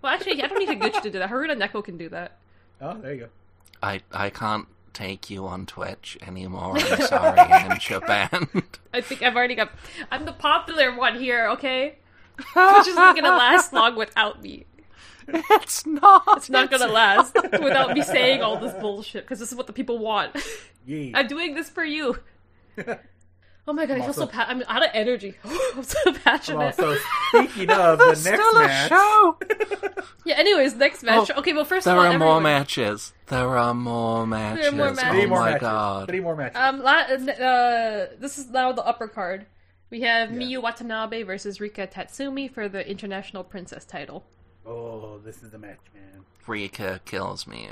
B: Well, actually, I don't need Higuchi to do that. Haruna Neko can do that.
C: Oh, there you go.
A: I, I can't take you on Twitch anymore. I'm
B: [LAUGHS]
A: sorry, and you're banned.
B: I think I've already got. I'm the popular one here, okay? Which isn't gonna last long without me.
A: [LAUGHS] It's not.
B: It's not gonna last without me saying all this bullshit because this is what the people want.
C: Yay.
B: I'm doing this for you. Oh my god, I feel so
C: also-
B: pa- I'm out of energy. [LAUGHS] I'm so
C: Well,
B: passionate.
C: so speaking of
B: [LAUGHS]
C: the next
A: Still a
C: match,
A: show.
B: Yeah. Anyways, next match.
A: Oh,
B: okay, well first
A: There
B: of all,
A: are more
B: everyone-
A: matches. There are more matches.
B: more matches.
C: three
A: Oh
C: more
A: my
C: matches.
A: god.
C: Three more matches.
B: Um, la- uh, this is now the upper card. We have Miyu Watanabe versus Rika Tatsumi for the International Princess title.
C: oh, this is the match, man.
A: Rika kills me.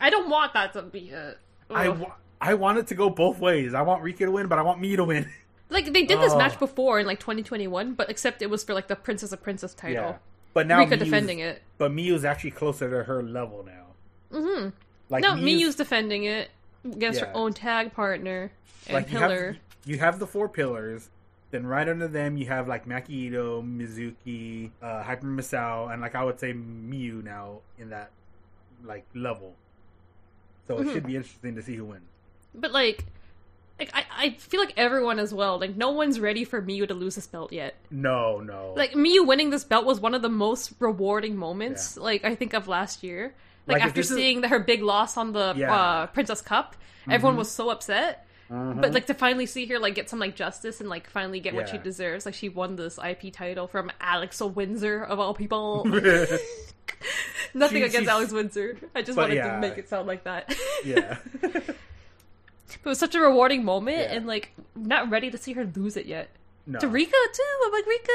B: I don't want that to be a. oh.
C: I, wa- I want it to go both ways. I want Rika to win, but I want me to win.
B: Like they did this
C: Oh.
B: match before in like 2021, but except it was for like the Princess of Princess title.
C: But now
B: Rika
C: Miyu's-
B: defending it.
C: But Miyu's actually closer to her level now.
B: Mm-hmm.
C: Like
B: no, Miyu's defending it against her
C: Yeah.
B: own tag partner and
C: like you
B: Pillar.
C: have, you have the four pillars. Then right under them you have like Maki Ito, Mizuki, uh, Hyper Misao, and like I would say Miyu now in that like level. So it
B: Mhm.
C: should be interesting to see who wins.
B: But like, like I, I feel like everyone as well. Like no one's ready for Miyu to lose this belt yet.
C: No, no.
B: Like Miyu winning this belt was one of the most rewarding moments. Like I think of last year. Like,
C: Like, if
B: after
C: this is-
B: seeing her big loss on the
C: Yeah. Mm-hmm.
B: uh, Princess Cup, everyone was so upset.
C: Mhm.
B: But like to finally see her like get some like justice and like finally get what she
C: Yeah.
B: deserves. Like she won this IP title from Alex Windsor of all people.
C: Mm-hmm.
B: [LAUGHS]
C: [LAUGHS]
B: Nothing
C: She-
B: against
C: she's-
B: Alex Windsor. I just
C: But
B: wanted to
C: yeah.
B: make it sound
C: [LAUGHS]
B: like that. [LAUGHS]
C: yeah.
B: it was such a rewarding moment,
C: Yeah.
B: and like I'm not ready to see her lose it yet.
C: no.
B: To Rika too. I'm like Rika,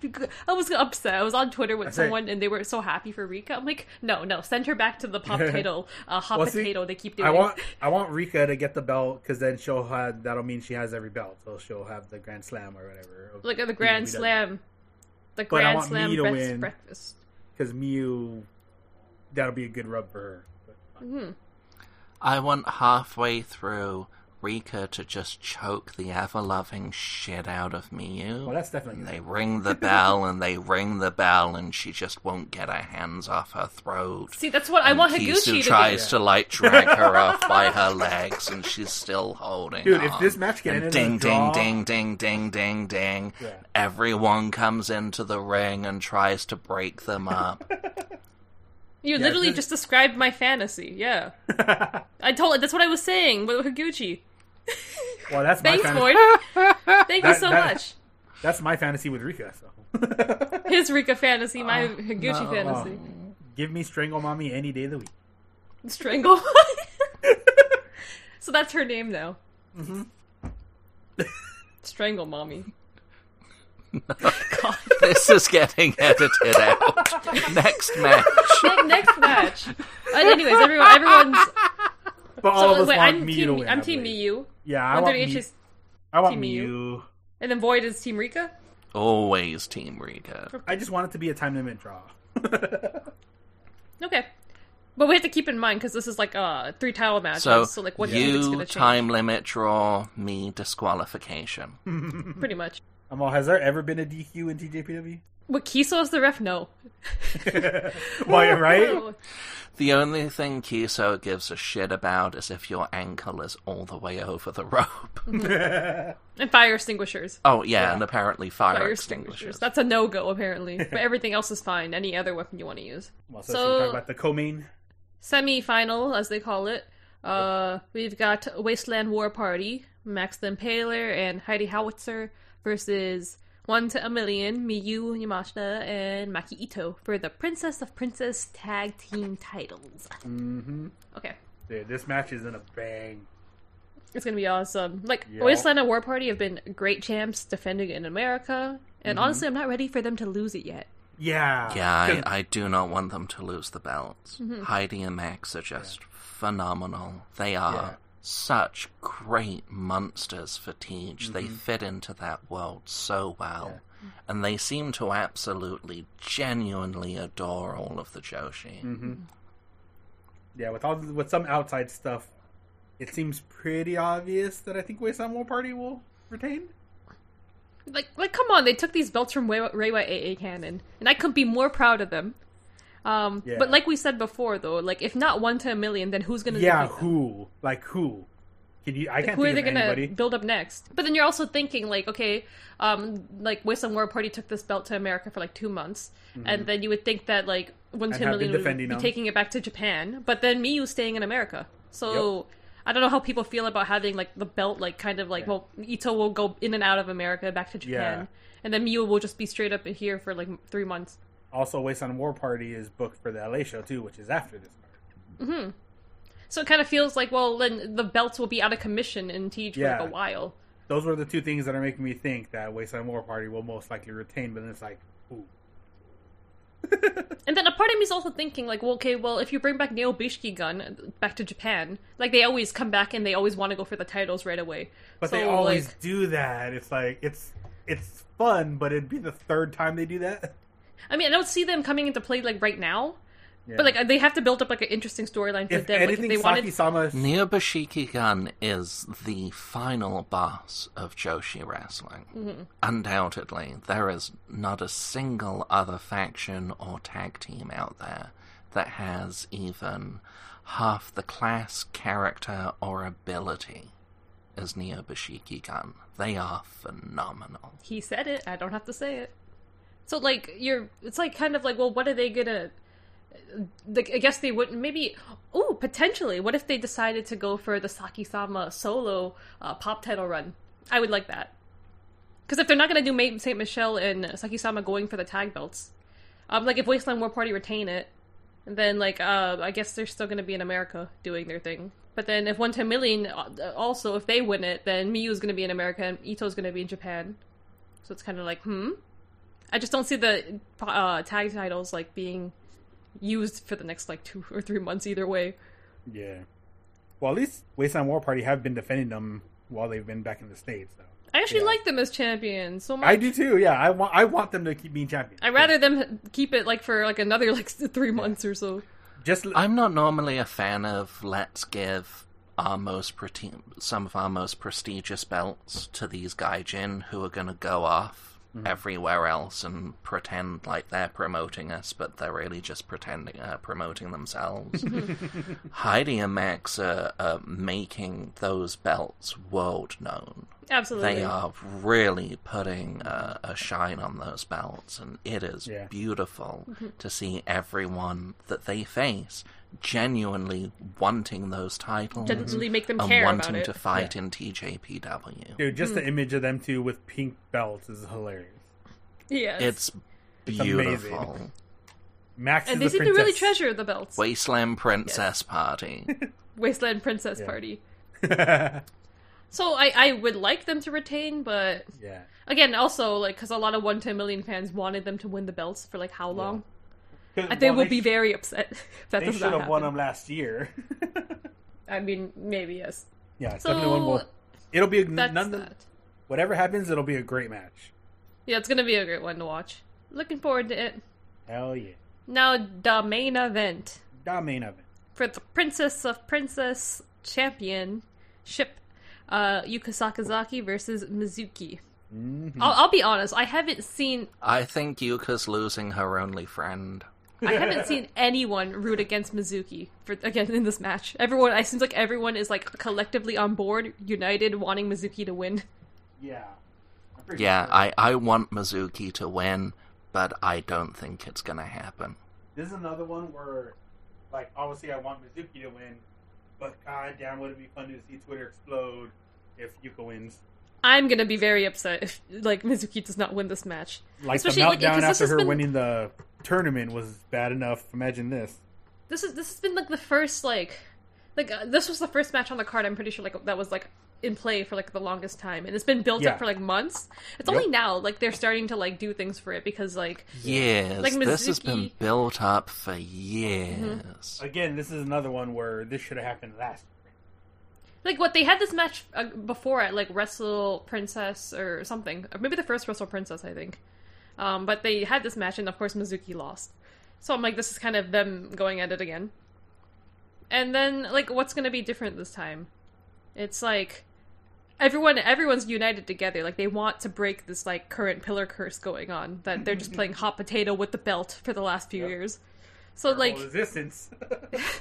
B: you. I was upset. I was on Twitter with
C: I say-
B: someone, and they were so happy for Rika. I'm like, no, no, send her back to
C: [LAUGHS]
B: the pop title, uh, hot
C: Well, see,
B: potato they keep doing.
C: I want I want Rika to get the belt because then she'll have that'll mean she has every belt, so she'll have the Grand Slam or whatever.
B: like uh, the Grand Slam, the
C: But I
B: Grand
C: want
B: Slam
C: me to
B: breakfast.
C: win.
B: breakfast.
C: because Miyu, that'll be a good rub for her.
A: I went halfway through Rika to just choke the ever loving shit out of Miyu.
C: Well, that's definitely
A: and
C: good.
A: they ring the bell and they ring the bell and she just won't get her hands off her throat.
B: See, that's what I want
A: Kisu
B: Higuchi to do.
A: tries to like drag her off by her legs, and she's still holding.
C: Dude, if
A: on.
C: this match can
A: And
C: end in a
A: ding,
C: draw-
A: ding, ding, ding, ding, ding,
C: Yeah.
A: ding, everyone comes into the ring and tries to break them up. [LAUGHS]
B: You
C: Yeah,
B: literally
C: it's-
B: just described my fantasy. Yeah, I told. That's what I was saying with Higuchi.
C: [LAUGHS] well, that's my
B: Thanks,
C: fantasy. [LAUGHS]
B: Ford. Thank you
C: That-
B: so
C: that-
B: much.
C: That's my fantasy with Rika. So, [LAUGHS]
B: His Rika fantasy, my
C: Oh,
B: Higuchi
A: no.
B: fantasy.
C: give me Strangle Mommy any day of the week.
B: Strangle. [LAUGHS] so that's her name now.
C: Mm-hmm.
B: Strangle mommy. God.
A: this is getting edited out. [LAUGHS] Next match.
B: Ne-
C: [LAUGHS]
B: Next match. Uh, anyways, everyone, everyone's.
C: But all
B: so,
C: of us
B: wait,
C: want
B: I'm
C: Miyu
B: team.
C: to win.
B: I'm
C: I
B: team
C: believe.
B: Miyu.
C: Yeah, I
B: One
C: want,
B: through each
C: Miyu.
B: is,
C: I want
B: Team Miyu.
C: Miyu.
B: and then Void is Team Rika.
A: Always Team Rika.
C: I just want it to be a time limit draw.
B: Okay. But we have to keep in mind because this is like a three title match.
A: So,
B: So, like what it's
A: you
B: gonna change,
A: time limit draw, me disqualification.
B: Hmm. pretty much.
C: I'm all, has there ever been a DQ in TJPW?
B: What Kiso is the ref? No.
C: well, you're right.
A: The only thing Kiso gives a shit about is if your ankle is all the way over the
B: [LAUGHS]
A: rope.
B: And fire extinguishers.
A: Oh yeah, and apparently fire,
B: Fire
A: extinguishers.
B: extinguishers. That's a no go
A: [LAUGHS]
B: apparently. but everything else is fine. Any other weapon you want to use.
C: Well, so,
B: So-
C: should we talk about the co-main.
B: Semi final, as they call it. Uh, we've got Wasteland War Party, Max the Impaler, and Heidi Howitzer versus One to a Million, Miyu Yamashita, and Maki Ito for the Princess of Princess Tag Team titles.
C: Mm-hmm.
B: Okay.
C: Dude, this match is in a bang.
B: It's gonna be awesome. Like
C: Yeah.
B: Wasteland and War Party have been great champs defending in America, and
C: Mm-hmm.
B: honestly, I'm not ready for them to lose it yet.
C: Yeah. Mm-hmm.
A: Yeah, I, I do not want them to lose the belts. Heidi and Max are just phenomenal. They are
C: Yeah.
A: such great monsters for Teach. They
C: Mm-hmm.
A: fit into that world so well. And they seem to absolutely, genuinely adore all of the Joshi.
C: Mm-hmm. Yeah, with all with some outside stuff, it seems pretty obvious that I think Wasteland War Party will retain.
B: Like, like, come on! They took these belts from Reiwa AA Cannon, and I couldn't be more proud of them. Um,
C: Yeah.
B: But like we said before, though, like if not one to a million, then who's gonna?
C: Yeah,
B: defeat them?
C: who? Like who? Can you? I can't
B: who are
C: think
B: they
C: of
B: gonna
C: anybody.
B: build up next? But then you're also thinking like, okay, um, like Wasteland War Party took this belt to America for like two months, and then you would think that like one
C: Mm-hmm. And
B: Tim
C: have been
B: Million would
C: defending
B: be
C: them.
B: taking it back to Japan, but then Miyu staying in America. So I don't know how people feel about having like the belt like kind of like
C: Yeah.
B: well Ito will go in and out of America back to Japan,
C: Yeah.
B: and then Miyu will just be straight up here for like three months.
C: Also, Wasteland War Party is booked for the LA show too, which is after this. Card.
B: So it kind of feels like well then the belts will be out of commission in TH for
C: Yeah.
B: like a while.
C: Those were the two things that are making me think that Wasteland War Party will most likely retain. But then it's like, who?
B: And then a part of me is also thinking, like, well, okay, well, if you bring back Neo Bishki Gun back to Japan, like, they always come back and they always want to go for the titles right away.
C: But
B: So,
C: they always
B: like,
C: do that. It's like it's it's fun, but it'd be the third time they do that. [LAUGHS]
B: I mean, I don't see them coming into play, like, right now,
C: Yeah.
B: but, like, they have to build up, like, an interesting storyline for
C: if
B: them. Like, if
C: anything,
B: they wanted.
C: Saki-sama
A: Mm. Neobashiki Gun is the final boss of Joshi wrestling. Undoubtedly, there is not a single other faction or tag team out there that has even half the class, character, or ability as Neobashiki Gun. They are phenomenal.
B: He said it. I don't have to say it. So, like, you're. It's, like, kind of like, well, what are they gonna. Like, I guess they wouldn't. Maybe. Oh, potentially. What if they decided to go for the Saki Sama solo uh, pop title run? I would like that. Because if they're not going to do Ma- St. Michelle and Saki Sama going for the tag belts, um, like, if Wasteland War Party retain it, then, like, uh, I guess they're still going to be in America doing their thing. But then if 110 million, uh, also, if they win it, then Miyu is going to be in America and Ito's going to be in Japan. So it's kind of like, hmm. I just don't see the uh, tag titles like being used for the next like two or three months either way.
C: Yeah. Well, at least Wasteland War Party have been defending them while they've been back in the states. So.
B: I actually
C: Yeah.
B: like them as champions so much.
C: I do too. Yeah, I want I want them to keep being champions.
B: I'd rather them keep it like for like another like three months or so.
C: just l-
A: I'm not normally a fan of let's give our most preti- some of our most prestigious belts to these gaijin who are going to go off
C: Mhm.
A: everywhere else and pretend like they're promoting us, but they're really just pretending uh, promoting themselves. Heidi and Max are, are making those belts world known.
B: Absolutely.
A: They are really putting a, a shine on those belts, and it is
C: Yeah.
A: beautiful to see everyone that they face genuinely wanting those titles
B: Didn't really make them
A: and
B: care
A: wanting
B: about it.
A: to fight in TJPW.
C: Dude, just
B: Hmm.
C: the image of them two with pink belts is hilarious.
B: yes.
A: It's
C: amazing.
A: beautiful.
C: Max
B: and they
C: is
B: seem
C: a
B: to really
C: princess.
B: treasure the belts.
A: Wasteland Princess Party.
B: Wasteland Princess
C: Yeah.
B: Party. So I, I would like them to retain, but
C: [LAUGHS] yeah,
B: again, also like because a lot of One Ten Million fans wanted them to win the belts for like how long? I- They
C: Well,
B: will be
C: sh-
B: very upset [LAUGHS] if that
C: They
B: does
C: should
B: not
C: have
B: happen.
C: won them last year.
B: I mean, maybe yes.
C: [LAUGHS] yeah, it's
B: So
C: definitely one more. It'll be a,
B: that's
C: none.
B: that.
C: Whatever happens, it'll be a great match.
B: Yeah, it's gonna be a great one to watch. Looking forward to it.
C: Hell yeah,
B: Now the main event
C: the main event.
B: for the Princess of Princess Championship, uh, Yuka Sakazaki versus Mizuki.
A: Mm-hmm.
C: Mhm.
B: I'll, I'll be honest, I haven't seen
A: I think Yuka's losing her only friend.
C: [LAUGHS]
B: I haven't seen anyone root against Mizuki for again in this match. Everyone, it seems like everyone is like collectively on board, united, wanting Mizuki to win.
C: Yeah. I'm pretty
A: Yeah,
C: sure.
A: I, I want Mizuki to win, but I don't think it's going to happen.
C: This is another one where, like, obviously I want Mizuki to win, but goddamn, would it be fun to see Twitter explode if Yuka wins?
B: I'm gonna be very upset if like Mizuki does not win this match.
C: Like
B: Especially,
C: the
B: like,
C: meltdown
B: because this
C: after
B: has
C: her
B: been-
C: winning the tournament was bad enough. Imagine this.
B: This is this has been like the first like like uh, this was the first match on the card. I'm pretty sure like that was like in play for like the longest time, and it's been built
C: Yeah.
B: up for like months. It's
C: Yep.
B: only now like they're starting to like do things for it because like
A: Years.
B: Like
A: This has been
B: Mizuki- Mm-hmm.
A: built up for years.
C: Again, this is another one where this should have happened last. year.
B: Like what they had this match uh, before at like Wrestle Princess or something, Or maybe the first Wrestle Princess, I think. Um, but they had this match, and of course Mizuki lost. So I'm like, this is kind of them going at it again. And then like, what's going to be different this time? It's like everyone everyone's united together. Like they want to break this like current pillar curse going on that they're just playing hot potato with the belt for the last few
C: Yep.
B: years. So like
C: Well,
B: [LAUGHS]
C: resistance. [LAUGHS]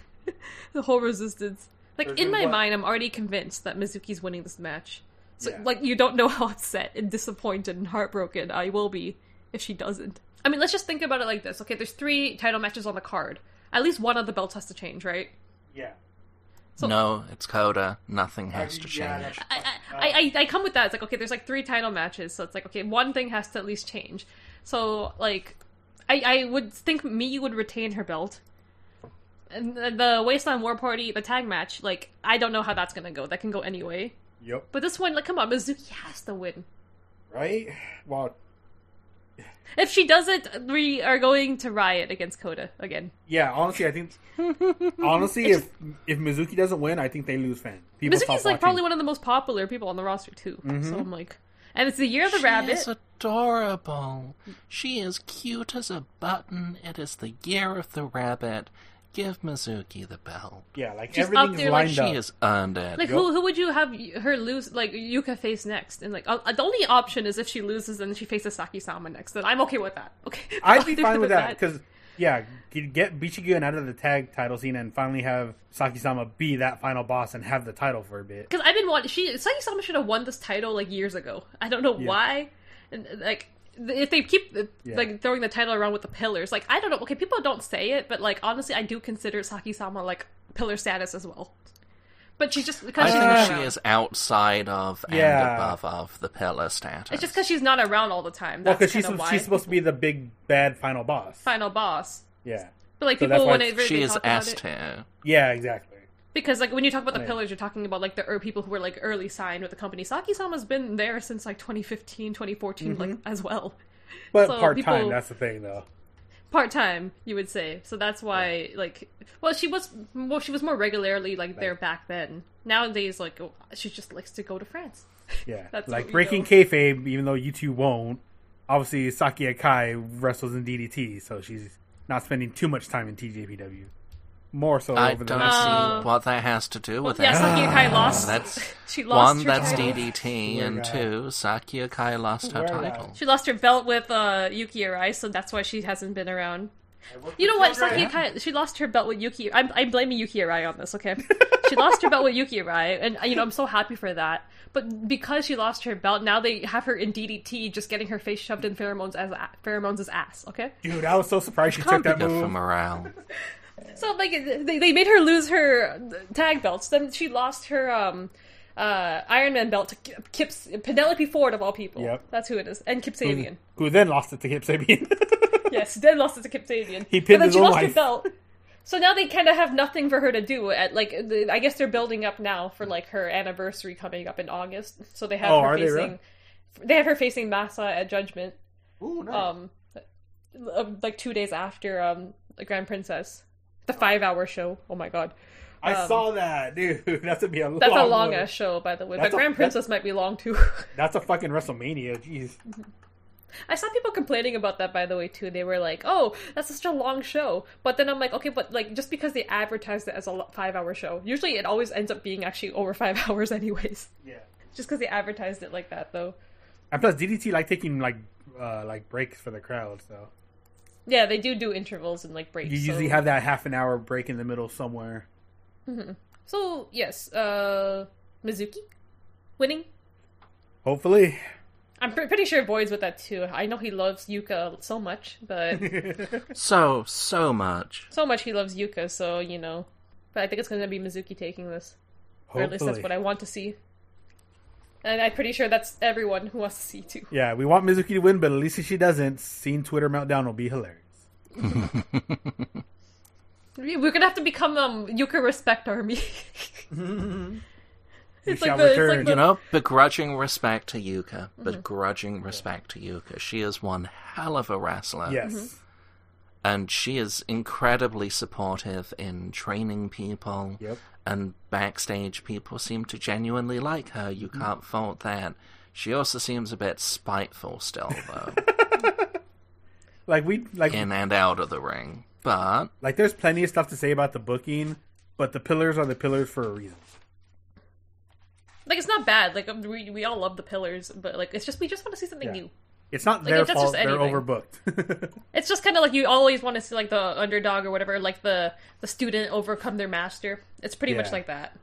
B: the whole resistance. Like
C: There's
B: in
C: no
B: my
C: what.
B: mind, I'm already convinced that Mizuki's winning this match. So
C: Yeah.
B: like you don't know [LAUGHS] how upset and disappointed and heartbroken I will be if she doesn't. I mean, let's just think about it like this. Okay, there's three title matches on the card. At least one of the belts has to change, right?
C: yeah.
B: So-
A: no, it's Coda. Nothing has to
C: Yeah,
A: change.
C: that's-
B: I, I, I, I come with that. It's like, okay, there's like three title matches, so it's like, okay, one thing has to at least change. So, like, I, I would think Miyu would retain her belt. And the, the Wasteland War Party, the tag match, like, I don't know how that's gonna go. That can go anyway.
C: Yep.
B: But this one, like, come on, Mizuki has to win.
C: Right. Well.
B: If she doesn't, we are going to riot against Coda again.
C: Yeah. Honestly, I
B: [LAUGHS]
C: think. honestly, if if Mizuki doesn't win, I think they lose fans. People stop
B: Mizuki's, like,
C: watching.
B: probably one of the most popular people on the roster, too.
C: Mm-hmm.
B: So I'm like, and it's the year of the
A: she
B: rabbit.
A: is adorable. She is cute as a button. It is the year of the rabbit. Give Mizuki the belt.
C: Yeah. Like
B: She's up
C: everything's
B: there, like,
C: lined
A: She
C: up.
A: has earned it.
B: Like who who would you have her lose like Yuka face next? And like uh, the only option is if she loses and she faces Saki Sama next. Then I'm okay with that. Okay,
C: I'd
B: [LAUGHS]
C: be fine with that because yeah, get- get Bichigun out of the tag title scene and finally have Sakisama be that final boss and have the title for a bit.
B: because I've been wanting she Saki Sama should have won this title like years ago. I don't know why. And uh, like th- if they keep uh,
C: Yeah.
B: like throwing the title around with the pillars, like I don't know. Okay, people don't say it, but like honestly, I do consider Saki Sama like pillar status as well. But she's just because
A: I
B: she's
A: think
B: not
A: she
B: around.
A: is outside of
C: Yeah.
A: and above of the pillar status.
B: It's just because she's not around all the time.
C: Well, because
B: That's
C: she's
B: kinda why.
C: she's supposed to be the big bad final boss.
B: final boss.
C: Yeah,
B: But like
C: So that's
B: people
C: why
B: want to
A: she is
B: talk about
A: S
B: it.
A: tier.
C: yeah, exactly.
B: Because like when you talk about the
C: Right.
B: pillars, you're talking about like the er, people who were like early signed with the company. Saki-sama's been there since like 2015, 2014, like
C: Mm-hmm.
B: as well,
C: But
B: So
C: part time,
B: people-
C: that's the thing though.
B: part time. You would say so. That's why like well, she was well, she was more regularly like there back then. Nowadays, like oh, she just likes to go to France.
C: Yeah,
B: That's what
C: like
B: we
C: breaking
B: know.
C: kayfabe, even though you two won't. Obviously, Saki Akai wrestles in DDT, so she's not spending too much time in TJPW. more so
A: I
C: over
A: don't
C: the
A: see
C: last
B: Uh, Um,
A: what that has to do with
B: yeah,
A: anything.
B: Sakia Kai lost.
A: That's
B: [LAUGHS] she lost
A: one,
B: her
A: that's
B: title.
A: DDT,
C: Swear
A: and
C: to God.
A: E two, Sakia Kai lost her
C: Swear to
A: title.
B: She lost her belt with uh, Yuki Arai, so that's why she hasn't been around.
C: year.
B: You know what?
A: Yeah.
B: Sakia Kai, she lost her belt with Yuki. I'm, I'm blaming Yuki Arai on this, okay? [LAUGHS] she lost her belt with Yuki Arai, and you know I'm so happy for that. But because she lost her belt, now they have her in DDT, just getting her face shoved in pheromones as a- pheromones' ass. Okay,
C: Dude, I was so surprised she took
A: Can't be
C: that
A: good for
C: move.
A: morale.
B: so like they, they made her lose her tag belts. Then she lost her um uh Iron Man belt to Ki- Kips Penelope Ford of all people.
C: Yep.
B: that's who it is, and Kip Sabian.
C: Who then lost it to Kip Sabian. [LAUGHS]
B: Yes, then lost it to Kip Sabian.
C: He pinned
B: and then
C: his
B: she
C: own
B: lost her
C: wife.
B: belt. So now they kind of have nothing for her to do. At like, the, I guess they're building up now for like her anniversary coming up in August. So they have
C: Oh,
B: her
C: are they
B: facing.
C: really?
B: They have her facing Massa at Judgment.
C: Ooh, nice.
B: Um, uh, like two days after um the Grand Princess, the five-hour show. Oh my god,
C: I
B: um,
C: saw that, dude. [LAUGHS] That's gonna be a long.
B: that's a long
C: one.
B: ass show, by the way.
C: That's
B: but
C: a-
B: Grand
C: that's-
B: Princess might be long too. [LAUGHS]
C: That's a fucking WrestleMania. Jeez.
B: I saw people complaining about that, by the way, too. They were like, "Oh, that's such a long show," but then I'm like, "Okay, but like just because they advertised it as a five-hour show, usually it always ends up being actually over [LAUGHS] five hours, anyways. [LAUGHS]
C: Yeah.
B: Just because they advertised it like that, though.
C: And plus, DDT like taking like uh like breaks for the crowd, so
B: Yeah, they do do intervals and like breaks.
C: you usually
B: so-
C: have that half an hour break in the middle somewhere.
B: So yes, uh, Mizuki winning.
C: Hopefully. [LAUGHS]
B: I'm pre- pretty sure Boyd's with that too. I know he loves Yuka so much, but
C: [LAUGHS]
A: So, so much.
B: so much he loves Yuka, so you know. But I think it's going to be Mizuki taking this. Or at least that's
C: Hopefully.
B: what I want to see. And I'm pretty sure that's everyone who wants to see too.
C: Yeah, we want Mizuki to win, but at least if she doesn't, seeing Twitter meltdown will be hilarious.
B: We're gonna have to become um Yuka Respect Army. [LAUGHS]
C: We
B: It's like
C: shall
B: the- it's
C: return.
B: like
A: You know, begrudging respect to Yuka.
B: Mm-hmm.
A: Begrudging respect to Yuka. She is one hell of a wrestler.
C: yes.
B: mm-hmm.
A: And she is incredibly supportive in training people.
C: Yep.
A: And backstage, people seem to genuinely like her. You
C: Mm.
A: can't fault that. She also seems a bit spiteful still,
C: [LAUGHS]
A: though,
C: Like we like
A: in and out of the ring. But
C: like there's plenty of stuff to say about the booking, but the pillars are the pillars for a reason.
B: like it's not bad. Like um, we we all love the pillars, but like it's just we just want to see something
C: Yeah.
B: new.
C: It's not
B: Like,
C: their
B: if that's
C: fault
B: just
C: they're
B: anything.
C: overbooked. [LAUGHS]
B: It's just kind of like you always want to see like the underdog or whatever, like the the student overcome their master. It's pretty much
C: Yeah.
B: like that.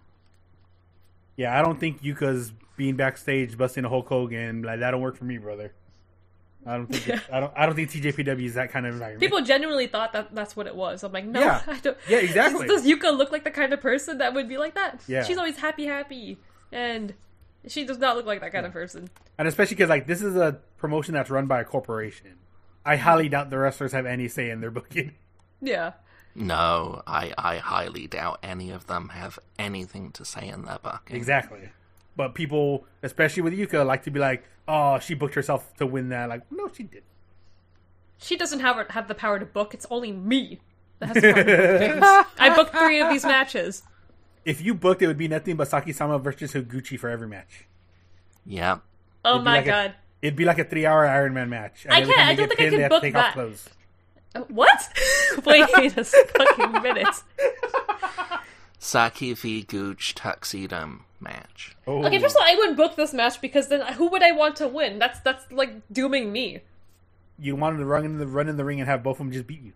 C: yeah, I don't think Yuka's being backstage busting a Hulk Hogan like that don't work for me, brother. I don't think
B: [LAUGHS]
C: it- I don't I don't think TJPW is that kind of environment.
B: People genuinely thought that that's what it was. I'm like, no,
C: Yeah.
B: [LAUGHS] I don't.
C: Yeah, exactly.
B: Does, does Yuka look like the kind of person that would be like that?
C: Yeah.
B: She's always happy, happy, and she does not look like that kind of person.
C: and especially because like this is a promotion that's run by a corporation. I highly doubt the wrestlers have any say in their booking.
B: Yeah.
A: no, I, I highly doubt any of them have anything to say in their bucket.
C: Exactly. But people, especially with Yuka, like to be like, "Oh, she booked herself to win that." Like, no, she didn't.
B: She doesn't have have the power to book. It's only me that has the power to book [LAUGHS] things. I booked three of these matches.
C: If you booked, it would be nothing but Saki-sama versus Higuchi for every match.
A: Yeah.
B: Oh
C: It'd be
B: my
C: like a-
B: god.
C: It'd be like a three-hour Iron Man match. And
B: I
C: every
B: can't-
C: time
B: I
C: they
B: don't
C: get
B: think I
C: pinned,
B: can
C: they have to
B: book
C: take
B: that.
C: Off clothes.
B: Uh, What? [LAUGHS]
C: [LAUGHS]
B: Wait a fucking minute.
A: Saki v. Gooch tuxedo match.
C: Oh.
B: Okay, first of all, I wouldn't book this match because then who would I want to win? That's that's like dooming me.
C: you wanted to run in the run in the ring and have both of them just beat you.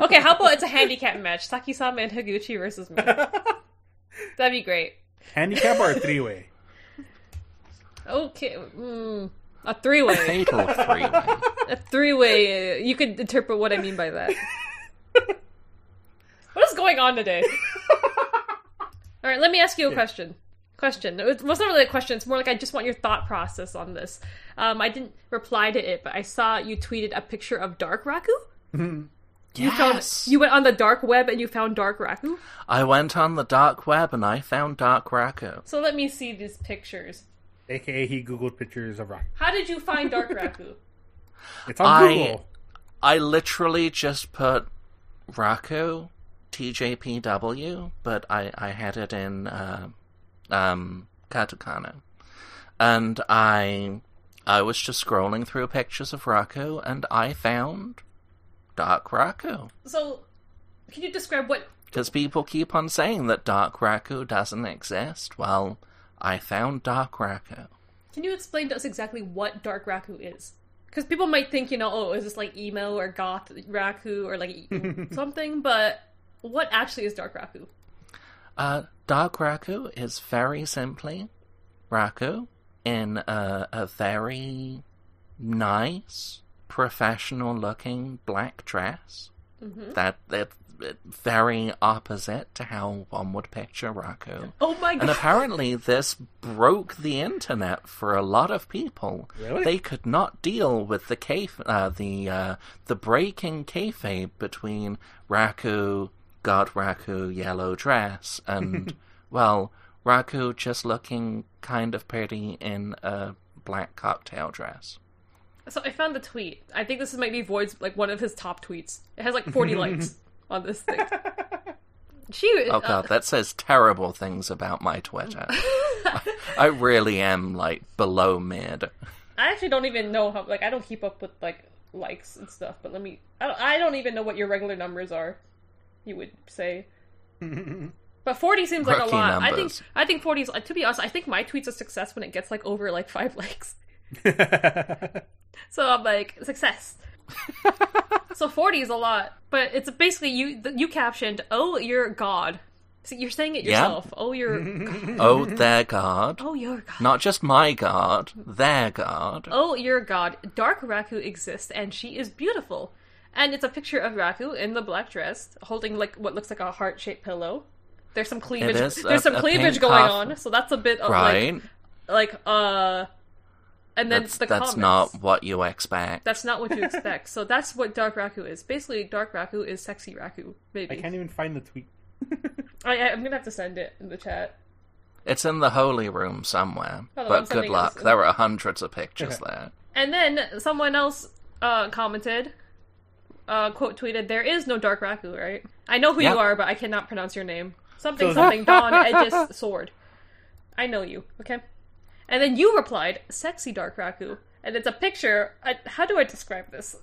B: Okay, how about it's a handicap [LAUGHS] match? Sakisama and Higuchi versus
C: [LAUGHS]
B: me. That'd be great.
C: Handicap
B: [LAUGHS]
C: or a three-way?
B: Okay, mm, a three way.
A: Fatal three way.
B: a three way. You could interpret what I mean by that. what is going on today? [LAUGHS] All right, let me ask you a question. Question. It wasn't really a question. It's more like I just want your thought process on this. Um, I didn't reply to it, but I saw you tweeted a picture of Dark Raku.
A: Yes.
B: You went on the dark web and you found Dark Raku.
A: I went on the dark web and I found Dark Raku.
B: So let me see these pictures.
C: AKA, he googled pictures of Rock.
B: How did you find Dark Raku? [LAUGHS]
C: It's on
A: I-
C: Google.
A: I literally just put Raku TJPW, but I, I had it in uh, um, katakana, and I I was just scrolling through pictures of Raku, and I found Dark Raku.
B: So, can you describe what
A: Because people keep on saying that Dark Raku doesn't exist. Well, I found Dark Raku.
B: Can you explain to us exactly what Dark Raku is? Because people might think, you know, oh, is this like emo or goth Raku or
A: [LAUGHS]
B: like e- something, but what actually is Dark Raku?
A: Uh, Dark Raku is very simply Raku in a, a very nice, professional looking black dress.
B: Mhm.
A: That, that that very opposite to how one would picture Raku.
B: Oh my
A: And
B: god!
A: apparently, this broke the internet for a lot of people.
C: Really?
A: They could not deal with the kayf- uh, the uh, the breaking kayfabe between Raku, God Raku, yellow dress, and well, Raku just looking kind of pretty in a black cocktail dress.
B: So I found the tweet. I think this might be Void's like one of his top tweets. It has
A: [LAUGHS]
B: like 40 likes on this thing. [LAUGHS] She
A: Oh God, that says terrible things about my Twitter. I really am like below mid.
B: [LAUGHS] I actually don't even know how. Like, I don't keep up with like likes and stuff. But let me. I don't. I don't even know what your regular numbers are. You would say, but forty seems like a
A: Rookie
B: lot. I think.
A: numbers.
B: I think forty is. To be honest, I think my tweet's a success when it gets like over like five [LAUGHS] likes. So I'm like
A: [LAUGHS]
B: success. so forty is a lot, but it's basically you. You captioned, "Oh, you're God." So you're saying it
A: Yeah.
B: yourself.
A: [LAUGHS]
B: Oh, you're.
A: Oh, their God.
B: Oh, you're God.
A: Not just my god, their god.
B: Oh, your god, Dark Raku exists and she is beautiful. And it's a picture of Raku in the black dress, holding like what looks like a heart shaped pillow. There's some cleavage.
A: is a-
B: There's some
A: a
B: cleavage
A: pink
B: going
A: cuff.
B: on, so that's a bit of
A: right?
B: like, like uh, and then
A: that's
B: the
A: that's
B: comments.
A: not what you expect.
B: [LAUGHS] That's not what you expect. so that's what Dark Raku is. Basically, Dark Raku is sexy Raku. Maybe
C: I can't even find the tweet.
B: I, I, I'm gonna have to send it in the chat.
A: It's in the holy room somewhere.
B: Oh, the one
A: but good
B: somebody
A: luck.
B: else-
A: There are hundreds of pictures there.
B: And then someone else uh, commented, uh, quote tweeted, "There is no Dark Raku, right? I know who
A: Yeah.
B: you are, but I cannot pronounce your name. Something,
C: So- [LAUGHS]
B: something, Dawn Edges Sword. I know you, okay?" And then you replied, "Sexy Dark Raku," and it's a picture. I, how do I describe this?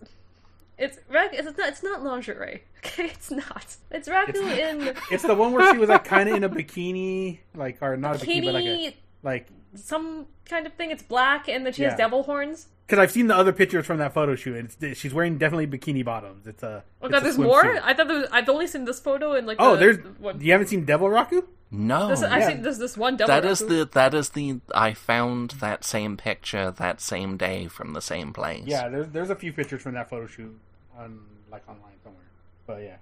B: It's Raku. It's not. It's not lingerie. [LAUGHS] Okay, it's not. It's
C: [LAUGHS]
B: Raku in
C: It's the one where she was like kind of in a bikini, like or not a bikini, but like
B: bikini,
C: a, like
B: some kind of thing. It's black, and then she
C: Yeah.
B: has devil horns.
C: because I've seen the other pictures from that photo shoot. And it's, she's wearing definitely bikini bottoms. It's a
B: Oh
C: it's
B: god,
C: a
B: there's more.
C: swimsuit.
B: I thought there was, I've only seen this photo and like
C: Oh,
B: the-
C: there's
B: the one.
C: you haven't seen Devil Raku?
A: No.
B: This, I've
C: yeah.
B: seen this this one double.
A: that is
B: Raku.
A: the that is the I found that same picture that same day from the same place.
C: Yeah, there's there's a few pictures from that photo shoot on like online somewhere. But yeah,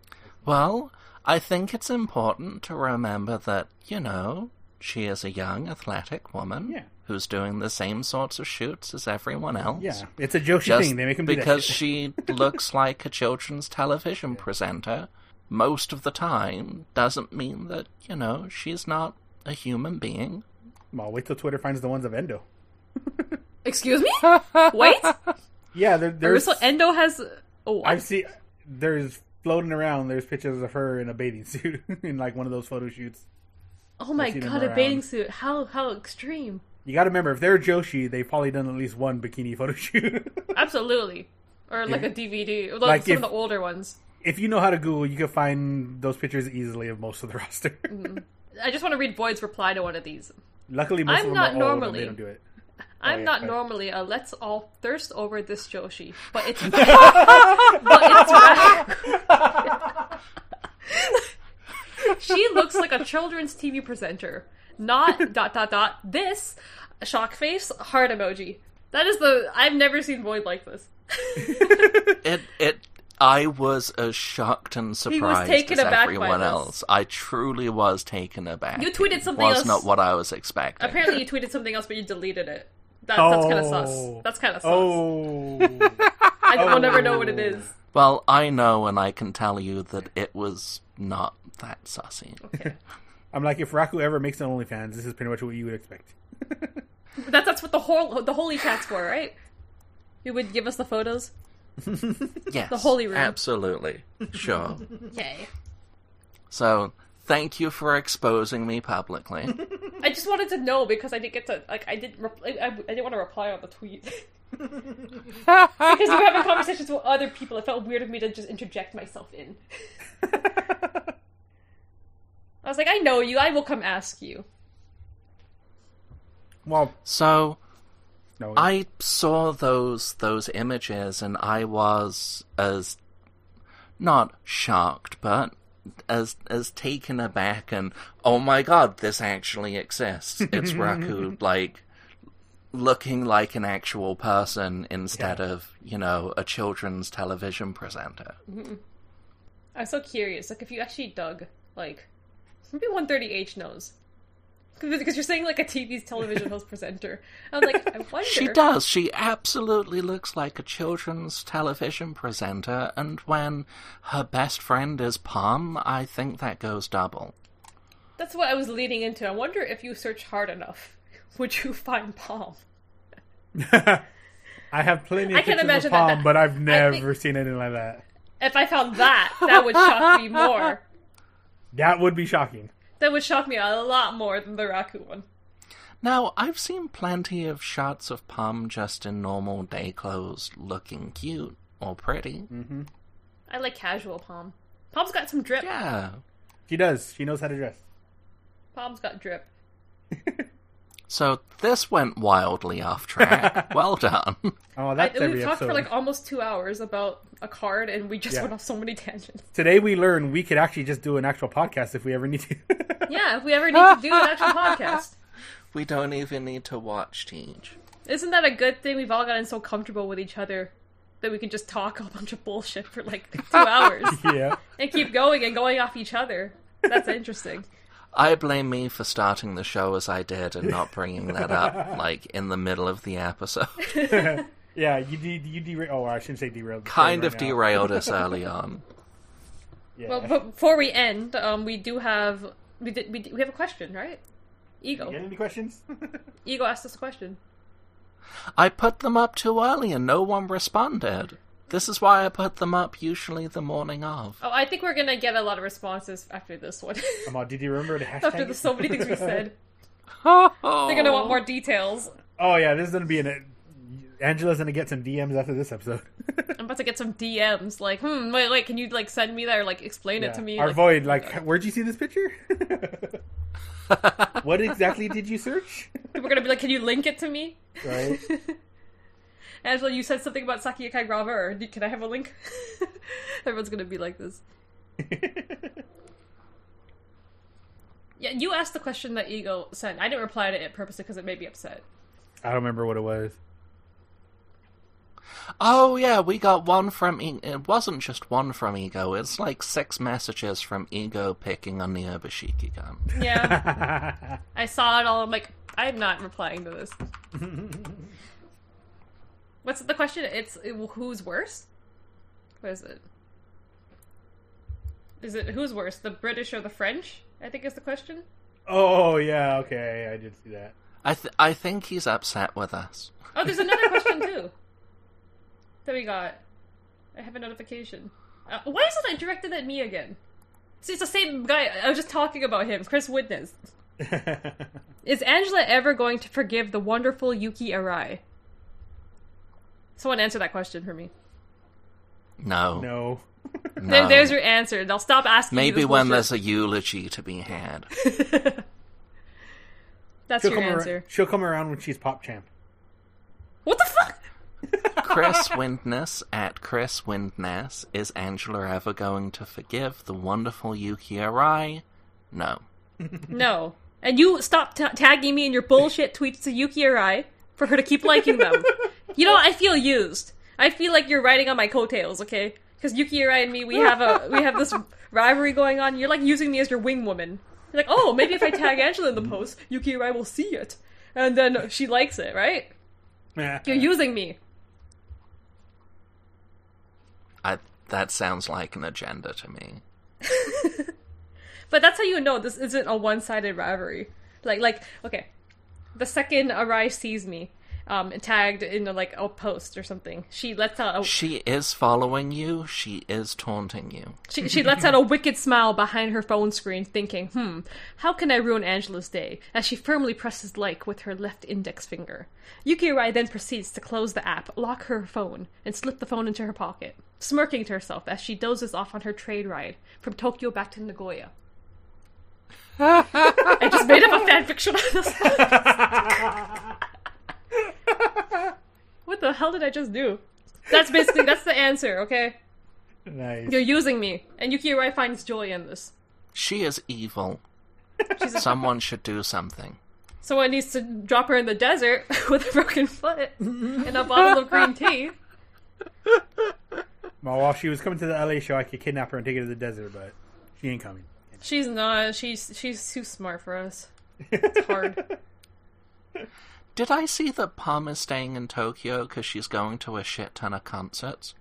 A: Well, I think it's important to remember that, you know, she is a young athletic woman
C: Yeah.
A: who's doing the same sorts of shoots as everyone else.
C: yeah, it's a Joshi
A: just
C: thing. They make him do that
A: because
C: shit.
B: [LAUGHS]
A: she looks like a children's television presenter most of the time doesn't mean that you know she's not a human being.
C: Well, wait till Twitter finds the ones of Endo.
B: Excuse me.
C: [LAUGHS]
B: Wait,
C: Yeah, there, there's.
B: Marissa Endo has. Oh,
C: I've seen there's floating around. There's pictures of her in a bathing suit [LAUGHS] in like one of those photo shoots.
B: oh my
C: I've seen
B: god,
C: them
B: a bathing
C: around.
B: suit. How how extreme.
C: You got to remember, if they're Joshi, they've probably done at least one bikini photo shoot. [LAUGHS]
B: Absolutely, or like
C: Yeah.
B: a DVD, like,
C: Like
B: some
C: if-
B: of the older ones.
C: if you know how to Google, you can find those pictures easily of most of the [LAUGHS] roster.
B: Mm-hmm. I just want to read Boyd's reply to one of these.
C: Luckily, most
B: I'm
C: of them
B: not
C: are old and
B: normally-
C: they don't do it.
B: I'm
C: yeah,
B: not
C: right.
B: normally a let's all thirst over this Joshi, but
C: [LAUGHS]
B: it's [LAUGHS] but it's Raku. [LAUGHS] she looks like a children's TV presenter.
C: [LAUGHS]
B: Not dot dot dot this shock face heart emoji. That is the I've never seen Void
C: [LAUGHS]
B: like this.
A: It it I was as shocked and surprised
B: taken
A: as
B: aback by
A: everyone
B: this.
A: else. I truly was taken aback.
B: You tweeted
A: It
B: something
A: was
B: else.
A: not what I was expecting.
B: Apparently, you tweeted something else, but you deleted it. That, That's kind of sus.
C: Oh.
B: That's kind of sus.
C: Oh,
B: [LAUGHS] I will
C: oh.
B: never know what it is.
A: Well, I know and I can tell you that it was not that sussy.
B: Okay.
C: I'm like, if Raku ever makes an OnlyFans, this is pretty much what you would
B: [LAUGHS]
C: expect.
B: That's that's what the whole the holy chats were, right? You would give us the photos.
A: Yes.
B: [LAUGHS] The holy room.
A: Absolutely.
B: [LAUGHS]
A: Sure.
B: Yay!
A: so thank you for exposing me
B: [LAUGHS]
A: publicly.
B: I just wanted to know because I didn't get to like I didn't rep- I, I I didn't want to reply on the tweet because you were having conversations with other people. It felt weird of me to just interject myself in. I was like, I know you. I will come ask you.
C: Well,
A: So
C: no.
A: I saw those those images and I was as not shocked, but as as taken aback and oh my god, this actually exists. It's Raku like looking like an actual person instead of, you know, a children's television presenter.
B: I'm so curious. Like, if you actually dug, like, maybe 130H knows. Because you're saying, like, a TV's television host presenter. I'm like, I wonder.
A: She does. She absolutely looks like a children's television presenter, and when her best friend is Palm, I think that goes double.
B: That's what I was leading into. I wonder if you search hard enough, would you find Palm?
C: [LAUGHS] I have plenty of
B: I can
C: pictures
B: imagine
C: of
B: that
C: palm,
B: that-
C: but I've
B: I
C: never
B: think-
C: seen anything like that.
B: If I found that, that would shock me more.
C: That would be shocking.
B: That would shock me a lot more than the Raku one.
A: Now, I've seen plenty of shots of Palm just in normal day clothes looking cute or pretty.
B: I like casual Palm. Palm's got some drip.
A: Yeah.
C: She does. She knows how to
B: [LAUGHS]
C: dress.
B: Palm's got drip.
A: So this went wildly off [LAUGHS] track. well done.
C: Oh,
B: I,
C: that's
B: we've
C: every
B: talked
C: episode.
B: for like almost two hours about a card, and we just
C: Yeah.
B: went off so many tangents.
C: Today we learned we could actually just do an actual podcast if we ever need to.
B: [LAUGHS]
C: [LAUGHS]
B: [LAUGHS] Yeah, if we ever need to do an actual [LAUGHS] podcast,
A: We don't even need to watch Teach.
B: isn't that a good thing? We've all gotten so comfortable with each other that we can just talk a bunch of bullshit for like [LAUGHS] two hours
C: yeah.
B: and keep going and going off each other. That's interesting.
A: I blame me for starting the show as I did and not bringing that [LAUGHS] up, like, in the middle of the episode. [LAUGHS]
C: Yeah, you de- you derail. Oh, I shouldn't say derailed.
A: Kind of
C: Right now.
A: derailed us early on.
C: Yeah.
B: Well, but before we end, um, we do have we did we, did, we have a question, right?
C: You got
B: Ego,
C: any questions? [LAUGHS]
B: ego asked us a question.
A: I put them up too early and no one responded. This is why I put them up usually the morning of.
B: Oh, I think we're gonna get a lot of responses after this one. [LAUGHS]
C: Come on, did you remember the hashtag?
B: after the so many things we said, [LAUGHS] they're gonna want
A: [LAUGHS]
B: more details.
C: [LAUGHS] Oh yeah, this is gonna be an. uh, Angela's gonna get some DMs after this episode. [LAUGHS]
B: I'm about to get some DMs like, hmm, wait, wait, can you like send me that or like explain
C: Yeah.
B: it to me?
C: Our
B: Like,
C: void, like, where'd you see this picture? [LAUGHS] what exactly did you
B: [LAUGHS]
C: search?
B: We're gonna be like, can you link it to me?
C: Right. [LAUGHS]
B: Angela, you said something about Sakiyakai Grava, or do- can I have a link? [LAUGHS] Everyone's gonna be like this. Yeah, you asked the question that Ego sent. I didn't reply to it purposely because it made me upset.
C: I don't remember what it was. [LAUGHS]
A: Oh yeah, we got one from. E- it wasn't just one from Ego. It's like six messages from Ego picking on the Obashiki gun.
C: [LAUGHS]
B: Yeah,
C: That's
B: I saw it all. I'm like, I'm not replying to this. What's the question? It's it, who's worse? What is it? Is it who's worse, the British or the French? I think is the question.
C: Oh yeah, okay, I did see that. [LAUGHS]
A: I th- I think he's upset with us.
B: Oh, there's another question too that we got. I have a notification. Uh, why is it I directed at me again? See, it's the same guy. I was just talking about him, Chris Witness. Is Angela ever going to forgive the wonderful Yuki Arai? Someone answer that question for me.
A: No, no.
C: no.
B: There, there's your answer, and I'll stop asking. you
A: Um, Maybe
B: this
A: when
B: bullshit.
A: there's a eulogy to be had.
B: [LAUGHS] that's
C: She'll
B: your
C: come,
B: answer.
C: around, she'll come around when she's pop champ.
B: What the fuck?
A: Chris Windness at Chris Windness. Is Angela ever going to forgive the wonderful Yuki Arai? No.
B: No. And you stop ta tagging me in your bullshit tweets to Yuki Arai for her to keep liking them. you know, I feel used. I feel like you're riding on my coattails, okay? Because Yuki Arai and me, we have a we have this rivalry going on. You're like using me as your wing woman. You're like, oh, maybe if I tag Angela in the post, Yuki Arai will see it, and then she likes it, right? You're [LAUGHS] using me.
A: I. That sounds like an agenda to me.
B: But that's how you know this isn't a one-sided rivalry. Like, like, okay, the second Arai sees me, um, tagged in like a post or something, she lets out a
A: She is following you. She is taunting you.
B: She, she lets out a wicked smile behind her phone screen, thinking, hmm, how can I ruin Angela's day? As she firmly presses like with her left index finger. Yuki Arai then proceeds to close the app, lock her phone, and slip the phone into her pocket, smirking to herself as she dozes off on her train ride from Tokyo back to Nagoya. I just made up a fan fiction on this. [LAUGHS] what the hell did I just do? That's basically that's the answer. Okay,
C: [LAUGHS] nice.
B: you're using me, and Yuki Arai finds joy in this.
A: She is evil. Someone should do something.
B: Someone needs to drop her in the desert [LAUGHS] with a broken foot and a bottle of green tea.
C: Well, while she was coming to the LA show, I could kidnap her and take her to the desert, but she ain't coming.
B: She's not. She's she's too smart for us. It's hard.
A: Did I see that Palmer's staying in Tokyo because she's going to a shit ton of concerts?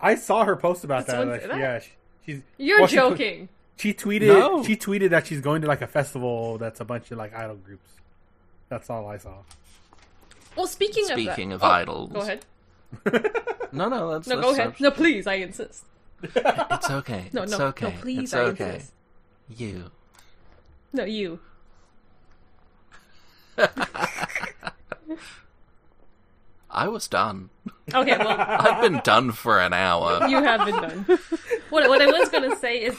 C: I saw her post about
B: That's
C: that.
B: one-
C: Like,
B: that-
C: yeah, she, she's.
B: You're
C: well, she po-
B: joking.
C: She, tweeted.
A: No.
C: She tweeted that she's going to like a festival that's a bunch of like idol groups. That's all I saw.
B: Well, speaking, of
A: Speaking
B: that,
A: of
B: Oh,
A: idols.
B: go ahead.
A: No, no, that's
B: No,
A: that's
B: go ahead.
A: abs-
B: No, please, I insist.
A: It's okay.
B: No,
A: it's
B: no,
A: okay.
B: no, please,
A: it's
B: I
A: okay.
B: insist.
A: You.
B: No, you.
A: I was done.
B: Okay, well,
A: I've been done for an hour.
B: you have been done. [LAUGHS] What, what I was gonna say is,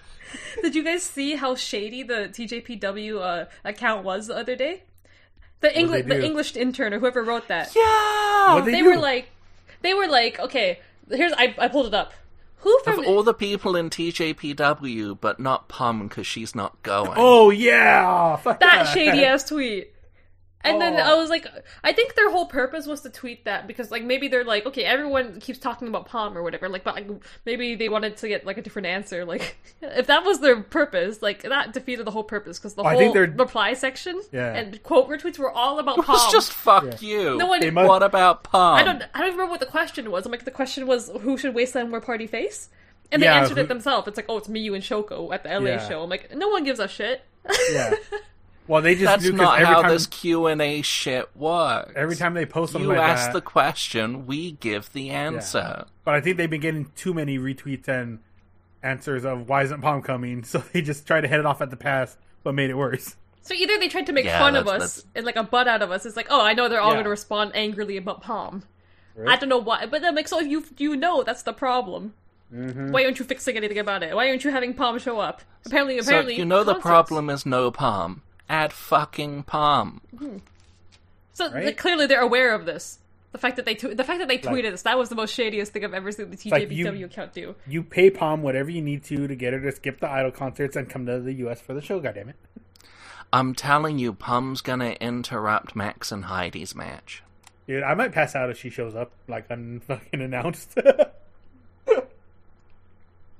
B: [LAUGHS] did you guys see how shady the TJPW uh, account was the other day? The English,
C: do?
B: the English intern or whoever wrote that.
A: Yeah.
C: What'd
B: Oh, they
C: do?
B: were like, they were like, okay, here's I, I pulled it up. Who from
A: Of all the people in TJPW, but not Pum because she's not going.
C: Oh yeah, fuck
B: that shady ass tweet. And then
C: Oh.
B: I was like, I think their whole purpose was to tweet that because, like, maybe they're like, okay, everyone keeps talking about Palm or whatever, like, but like, maybe they wanted to get like a different answer. Like, [LAUGHS] if that was their purpose, like, that defeated the whole purpose because the
C: I
B: whole
C: think they're-
B: reply section
C: Yeah.
B: and quote retweets were all about
A: It
B: Palm.
A: was just fuck you.
B: no one.
C: They must-
A: What about Pum?
B: I don't. I don't remember what the question was. I'm like, the question was, who should wasteland wear party face? And they
C: Yeah,
B: answered
C: who-
B: it themselves. It's like, oh, it's me, you, and Shoko at the LA
C: Yeah.
B: show. I'm like, no one gives a shit.
C: Yeah. Well, they just
A: That's
C: do 'cause
A: not
C: every
A: how
C: time
A: this Q and A shit works.
C: every time they post something
A: you
C: like
A: ask
C: that.
A: the question, we give the answer.
C: But I think they've been getting too many retweets and answers of why isn't Palm coming, [LAUGHS] so they just tried to head it off at the pass, but made it worse.
B: [LAUGHS] So either they tried to make
A: Yeah,
B: fun of
A: that's-
B: us and like a butt out of us. It's like, oh, I know they're all
C: Yeah.
B: going to respond angrily about Palm.
C: Right.
B: I don't know why, but then like, so you you know that's the problem.
C: Mm-hmm.
B: Why aren't you fixing anything about it? Why aren't you having Palm show up? Apparently, apparently,
A: so you know the
B: concerts-
A: problem is no Pum. Add fucking Pum.
B: So
C: right?
B: like, clearly, they're aware of this. The fact that they tw- the fact that they tweeted
C: Like-
B: us that was the most shadiest thing I've ever seen the
C: like
B: TJBW
C: you-
B: account do.
C: You pay Palm whatever you need to to get her to skip the idol concerts and come to the U.S. for the show. goddammit. it!
A: I'm telling you, Pum's gonna interrupt Max and Heidi's match.
C: dude, I might pass out if she shows up like unfucking announced. [LAUGHS]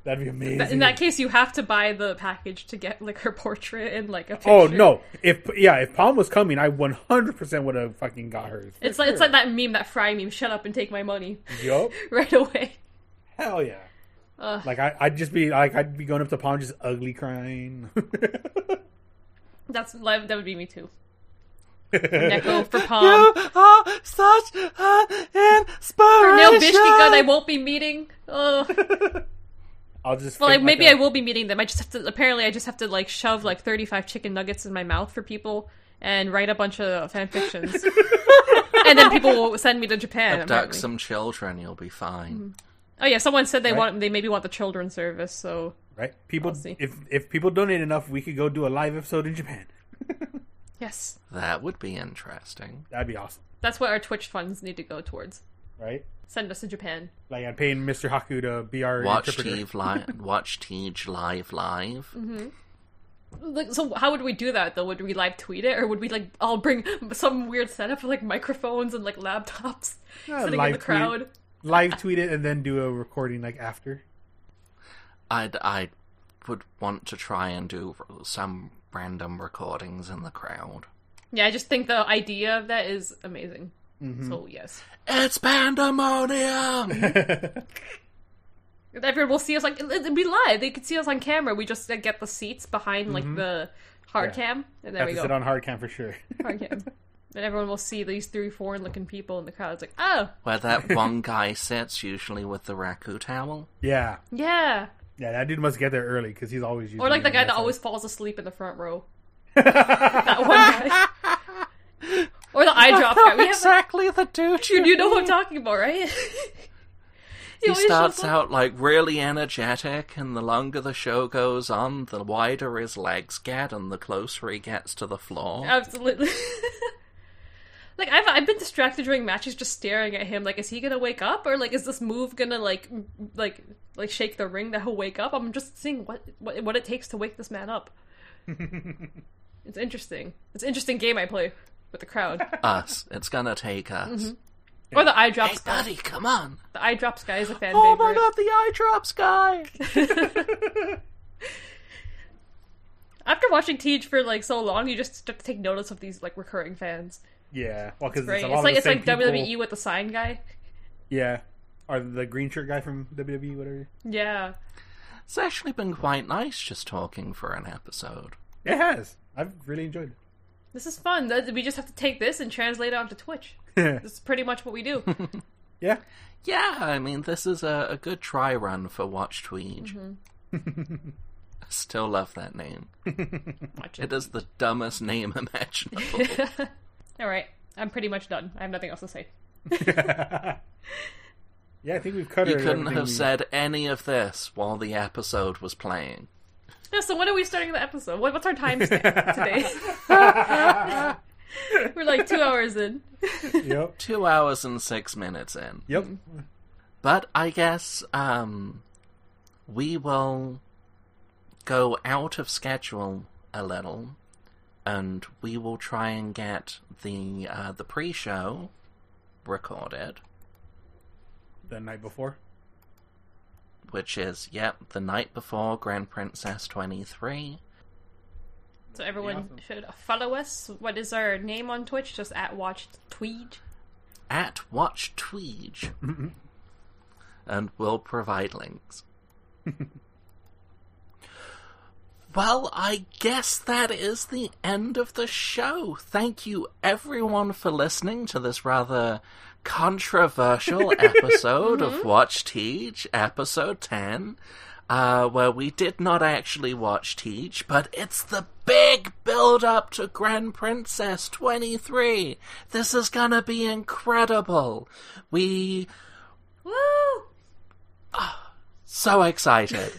C: That'd be amazing.
B: Th- in that case, you have to buy the package to get like her portrait and like a picture.
C: oh no! If yeah, if Palm was coming, I 100% would have fucking got hers.
B: [LAUGHS] It's like it's like that meme, that Fry meme. Shut up and take my money [LAUGHS]
C: yup.
B: right away.
C: Hell yeah. like I, I'd just be like I'd be going up to Palm just ugly crying. [LAUGHS]
B: That's that would be me too. Neko for Palm.
A: are such an
B: For Nail
A: inspiration.
B: Bishkika, I won't be meeting.
C: [LAUGHS]
B: Ugh.
C: I'll just
B: Well, like,
C: fake,
B: maybe
C: a-
B: I will be meeting them. I just have to. Apparently, I just have to like shove like thirty-five chicken nuggets in my mouth for people and write a bunch of
C: [LAUGHS]
B: fan fictions, and then people will send me to Japan.
A: Abduct
B: apparently.
A: some children, you'll be fine.
B: Oh yeah, someone said they
C: Right.
B: want they maybe want the children's service. So
C: right. People,
B: I'll see.
C: if if people donate enough, we could go do a live episode in Japan.
B: yes,
A: That would be interesting.
C: That'd be awesome,
B: that's what our Twitch funds need to go towards.
C: right?
B: Send us to Japan.
C: Like I'm paying Mr. Haku to be our
A: Watch
C: interpreter.
A: Teej live. Watch Teej live live.
B: Like, so how would we do that though? Would we live tweet it, or would we like all bring some weird setup for like microphones and like laptops
C: [LAUGHS] Yeah,
B: sitting in
C: live
B: the
C: tweet.
B: crowd?
C: live tweet it and then do a recording like after. [LAUGHS]
A: I'd I would want to try and do some random recordings in the crowd.
B: Yeah, I just think the idea of that is amazing.
C: Mm-hmm.
B: So yes,
A: It's pandemonium.
B: If everyone will see us like it- it'd be live. They could see us on camera. We just like, get the seats behind like the hard
C: Mm-hmm. Yeah.
B: cam, and there
C: Have
B: we
C: to
B: go.
C: sit on hard cam for sure. [LAUGHS]
B: hard cam. And everyone will see these three foreign looking people in the crowd. It's like, oh
A: Where [LAUGHS] that one guy sits, usually with the raku
B: [LAUGHS]
A: towel.
C: yeah,
B: yeah,
C: yeah. That dude must get there early because he's always
B: or like the
C: usually
B: guy
C: on
B: that
C: side.
B: always falls asleep in the front row. that [LAUGHS] one guy. Or the eye drop guy. We have,
A: exactly the dude
B: [LAUGHS] you know who I'm talking about, right?
A: He
B: always
A: starts
B: shows up-
A: out like really energetic, and the longer the show goes on, the wider his legs get, and the closer he gets to the floor.
B: Uh, Absolutely. [LAUGHS] like I've I've been distracted during matches, just staring at him. Like, is he gonna wake up, or like, is this move gonna like m- like like shake the ring that he'll wake up? I'm just seeing what what, what it takes to wake this man
A: [LAUGHS]
B: up. It's interesting. It's an interesting game I play with
A: [LAUGHS]
B: the crowd
A: Us. It's gonna take us.
B: or the eye
A: Hey,
B: drops guy.
A: buddy, come on!
B: The eye drops guy is a fan
A: Oh my
B: favorite.
A: god, the eye drops
B: [LAUGHS]
A: guy!
B: After watching Teach for like so long, you just start to take notice of these like recurring fans.
C: [LAUGHS] yeah, well, because
B: Right?
C: it's, a
B: It's,
C: lot of
B: like
C: the
B: it's
C: same
B: like E
C: people.
B: WWE with the sign guy.
C: Yeah, or the green shirt guy from WWE, whatever.
B: Yeah.
A: It's actually been quite nice just talking for an episode.
C: It has. I've really enjoyed
B: This is fun. Th- We just have to take this and translate it onto Twitch.
C: it. [LAUGHS]
B: This is pretty much what we do. [LAUGHS]
C: yeah, [LAUGHS]
A: Yeah, I mean, this is a, a good try run for Watch Tweed.
B: Mm-hmm.
A: [LAUGHS] I still love that name.
B: Watch
A: It
B: it.
A: is the dumbest name [LAUGHS] imaginable.
B: [LAUGHS] All right. I'm pretty much done. I have nothing else to say.
C: yeah. I think we've covered.
A: you couldn't
C: everything
A: have
C: we-
A: said any of this while the episode was playing.
B: No, so when are we starting the episode? What, what's our time
C: [LAUGHS]
B: today? [LAUGHS] We're like two hours in. [LAUGHS]
C: Yep.
A: Two hours and six minutes in.
C: Yep.
A: But I guess um, we will go out of schedule a little, and we will try and get the uh, the pre-show recorded,
C: The night before. [LAUGHS]
A: which is yep the night before Grand Princess twenty three.
B: So everyone
C: awesome.
B: should follow us. What is our name on Twitch? Just at Watch Tweed.
A: at Watch Tweege, and we'll provide links. [LAUGHS] well, I guess that is the end of the show. Thank you, everyone, for listening to this rather controversial episode of Watch Teach, episode 10. Uh, where we did not actually watch Teach, but it's the big build up to Grand Princess 23. This is gonna be incredible. We
B: Woo!
A: so excited.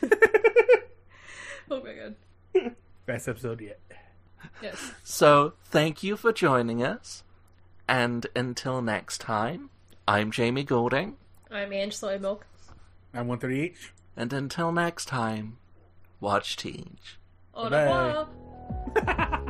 B: Oh my god.
C: Best episode yet.
B: Yes.
A: so thank you for joining us. And until next time, I'm Jamie Goulding.
B: I'm Ange Soy Milk.
C: I'm one thirty eight.
A: And until next time, watch Teach.
B: Au
C: Bye.
B: revoir.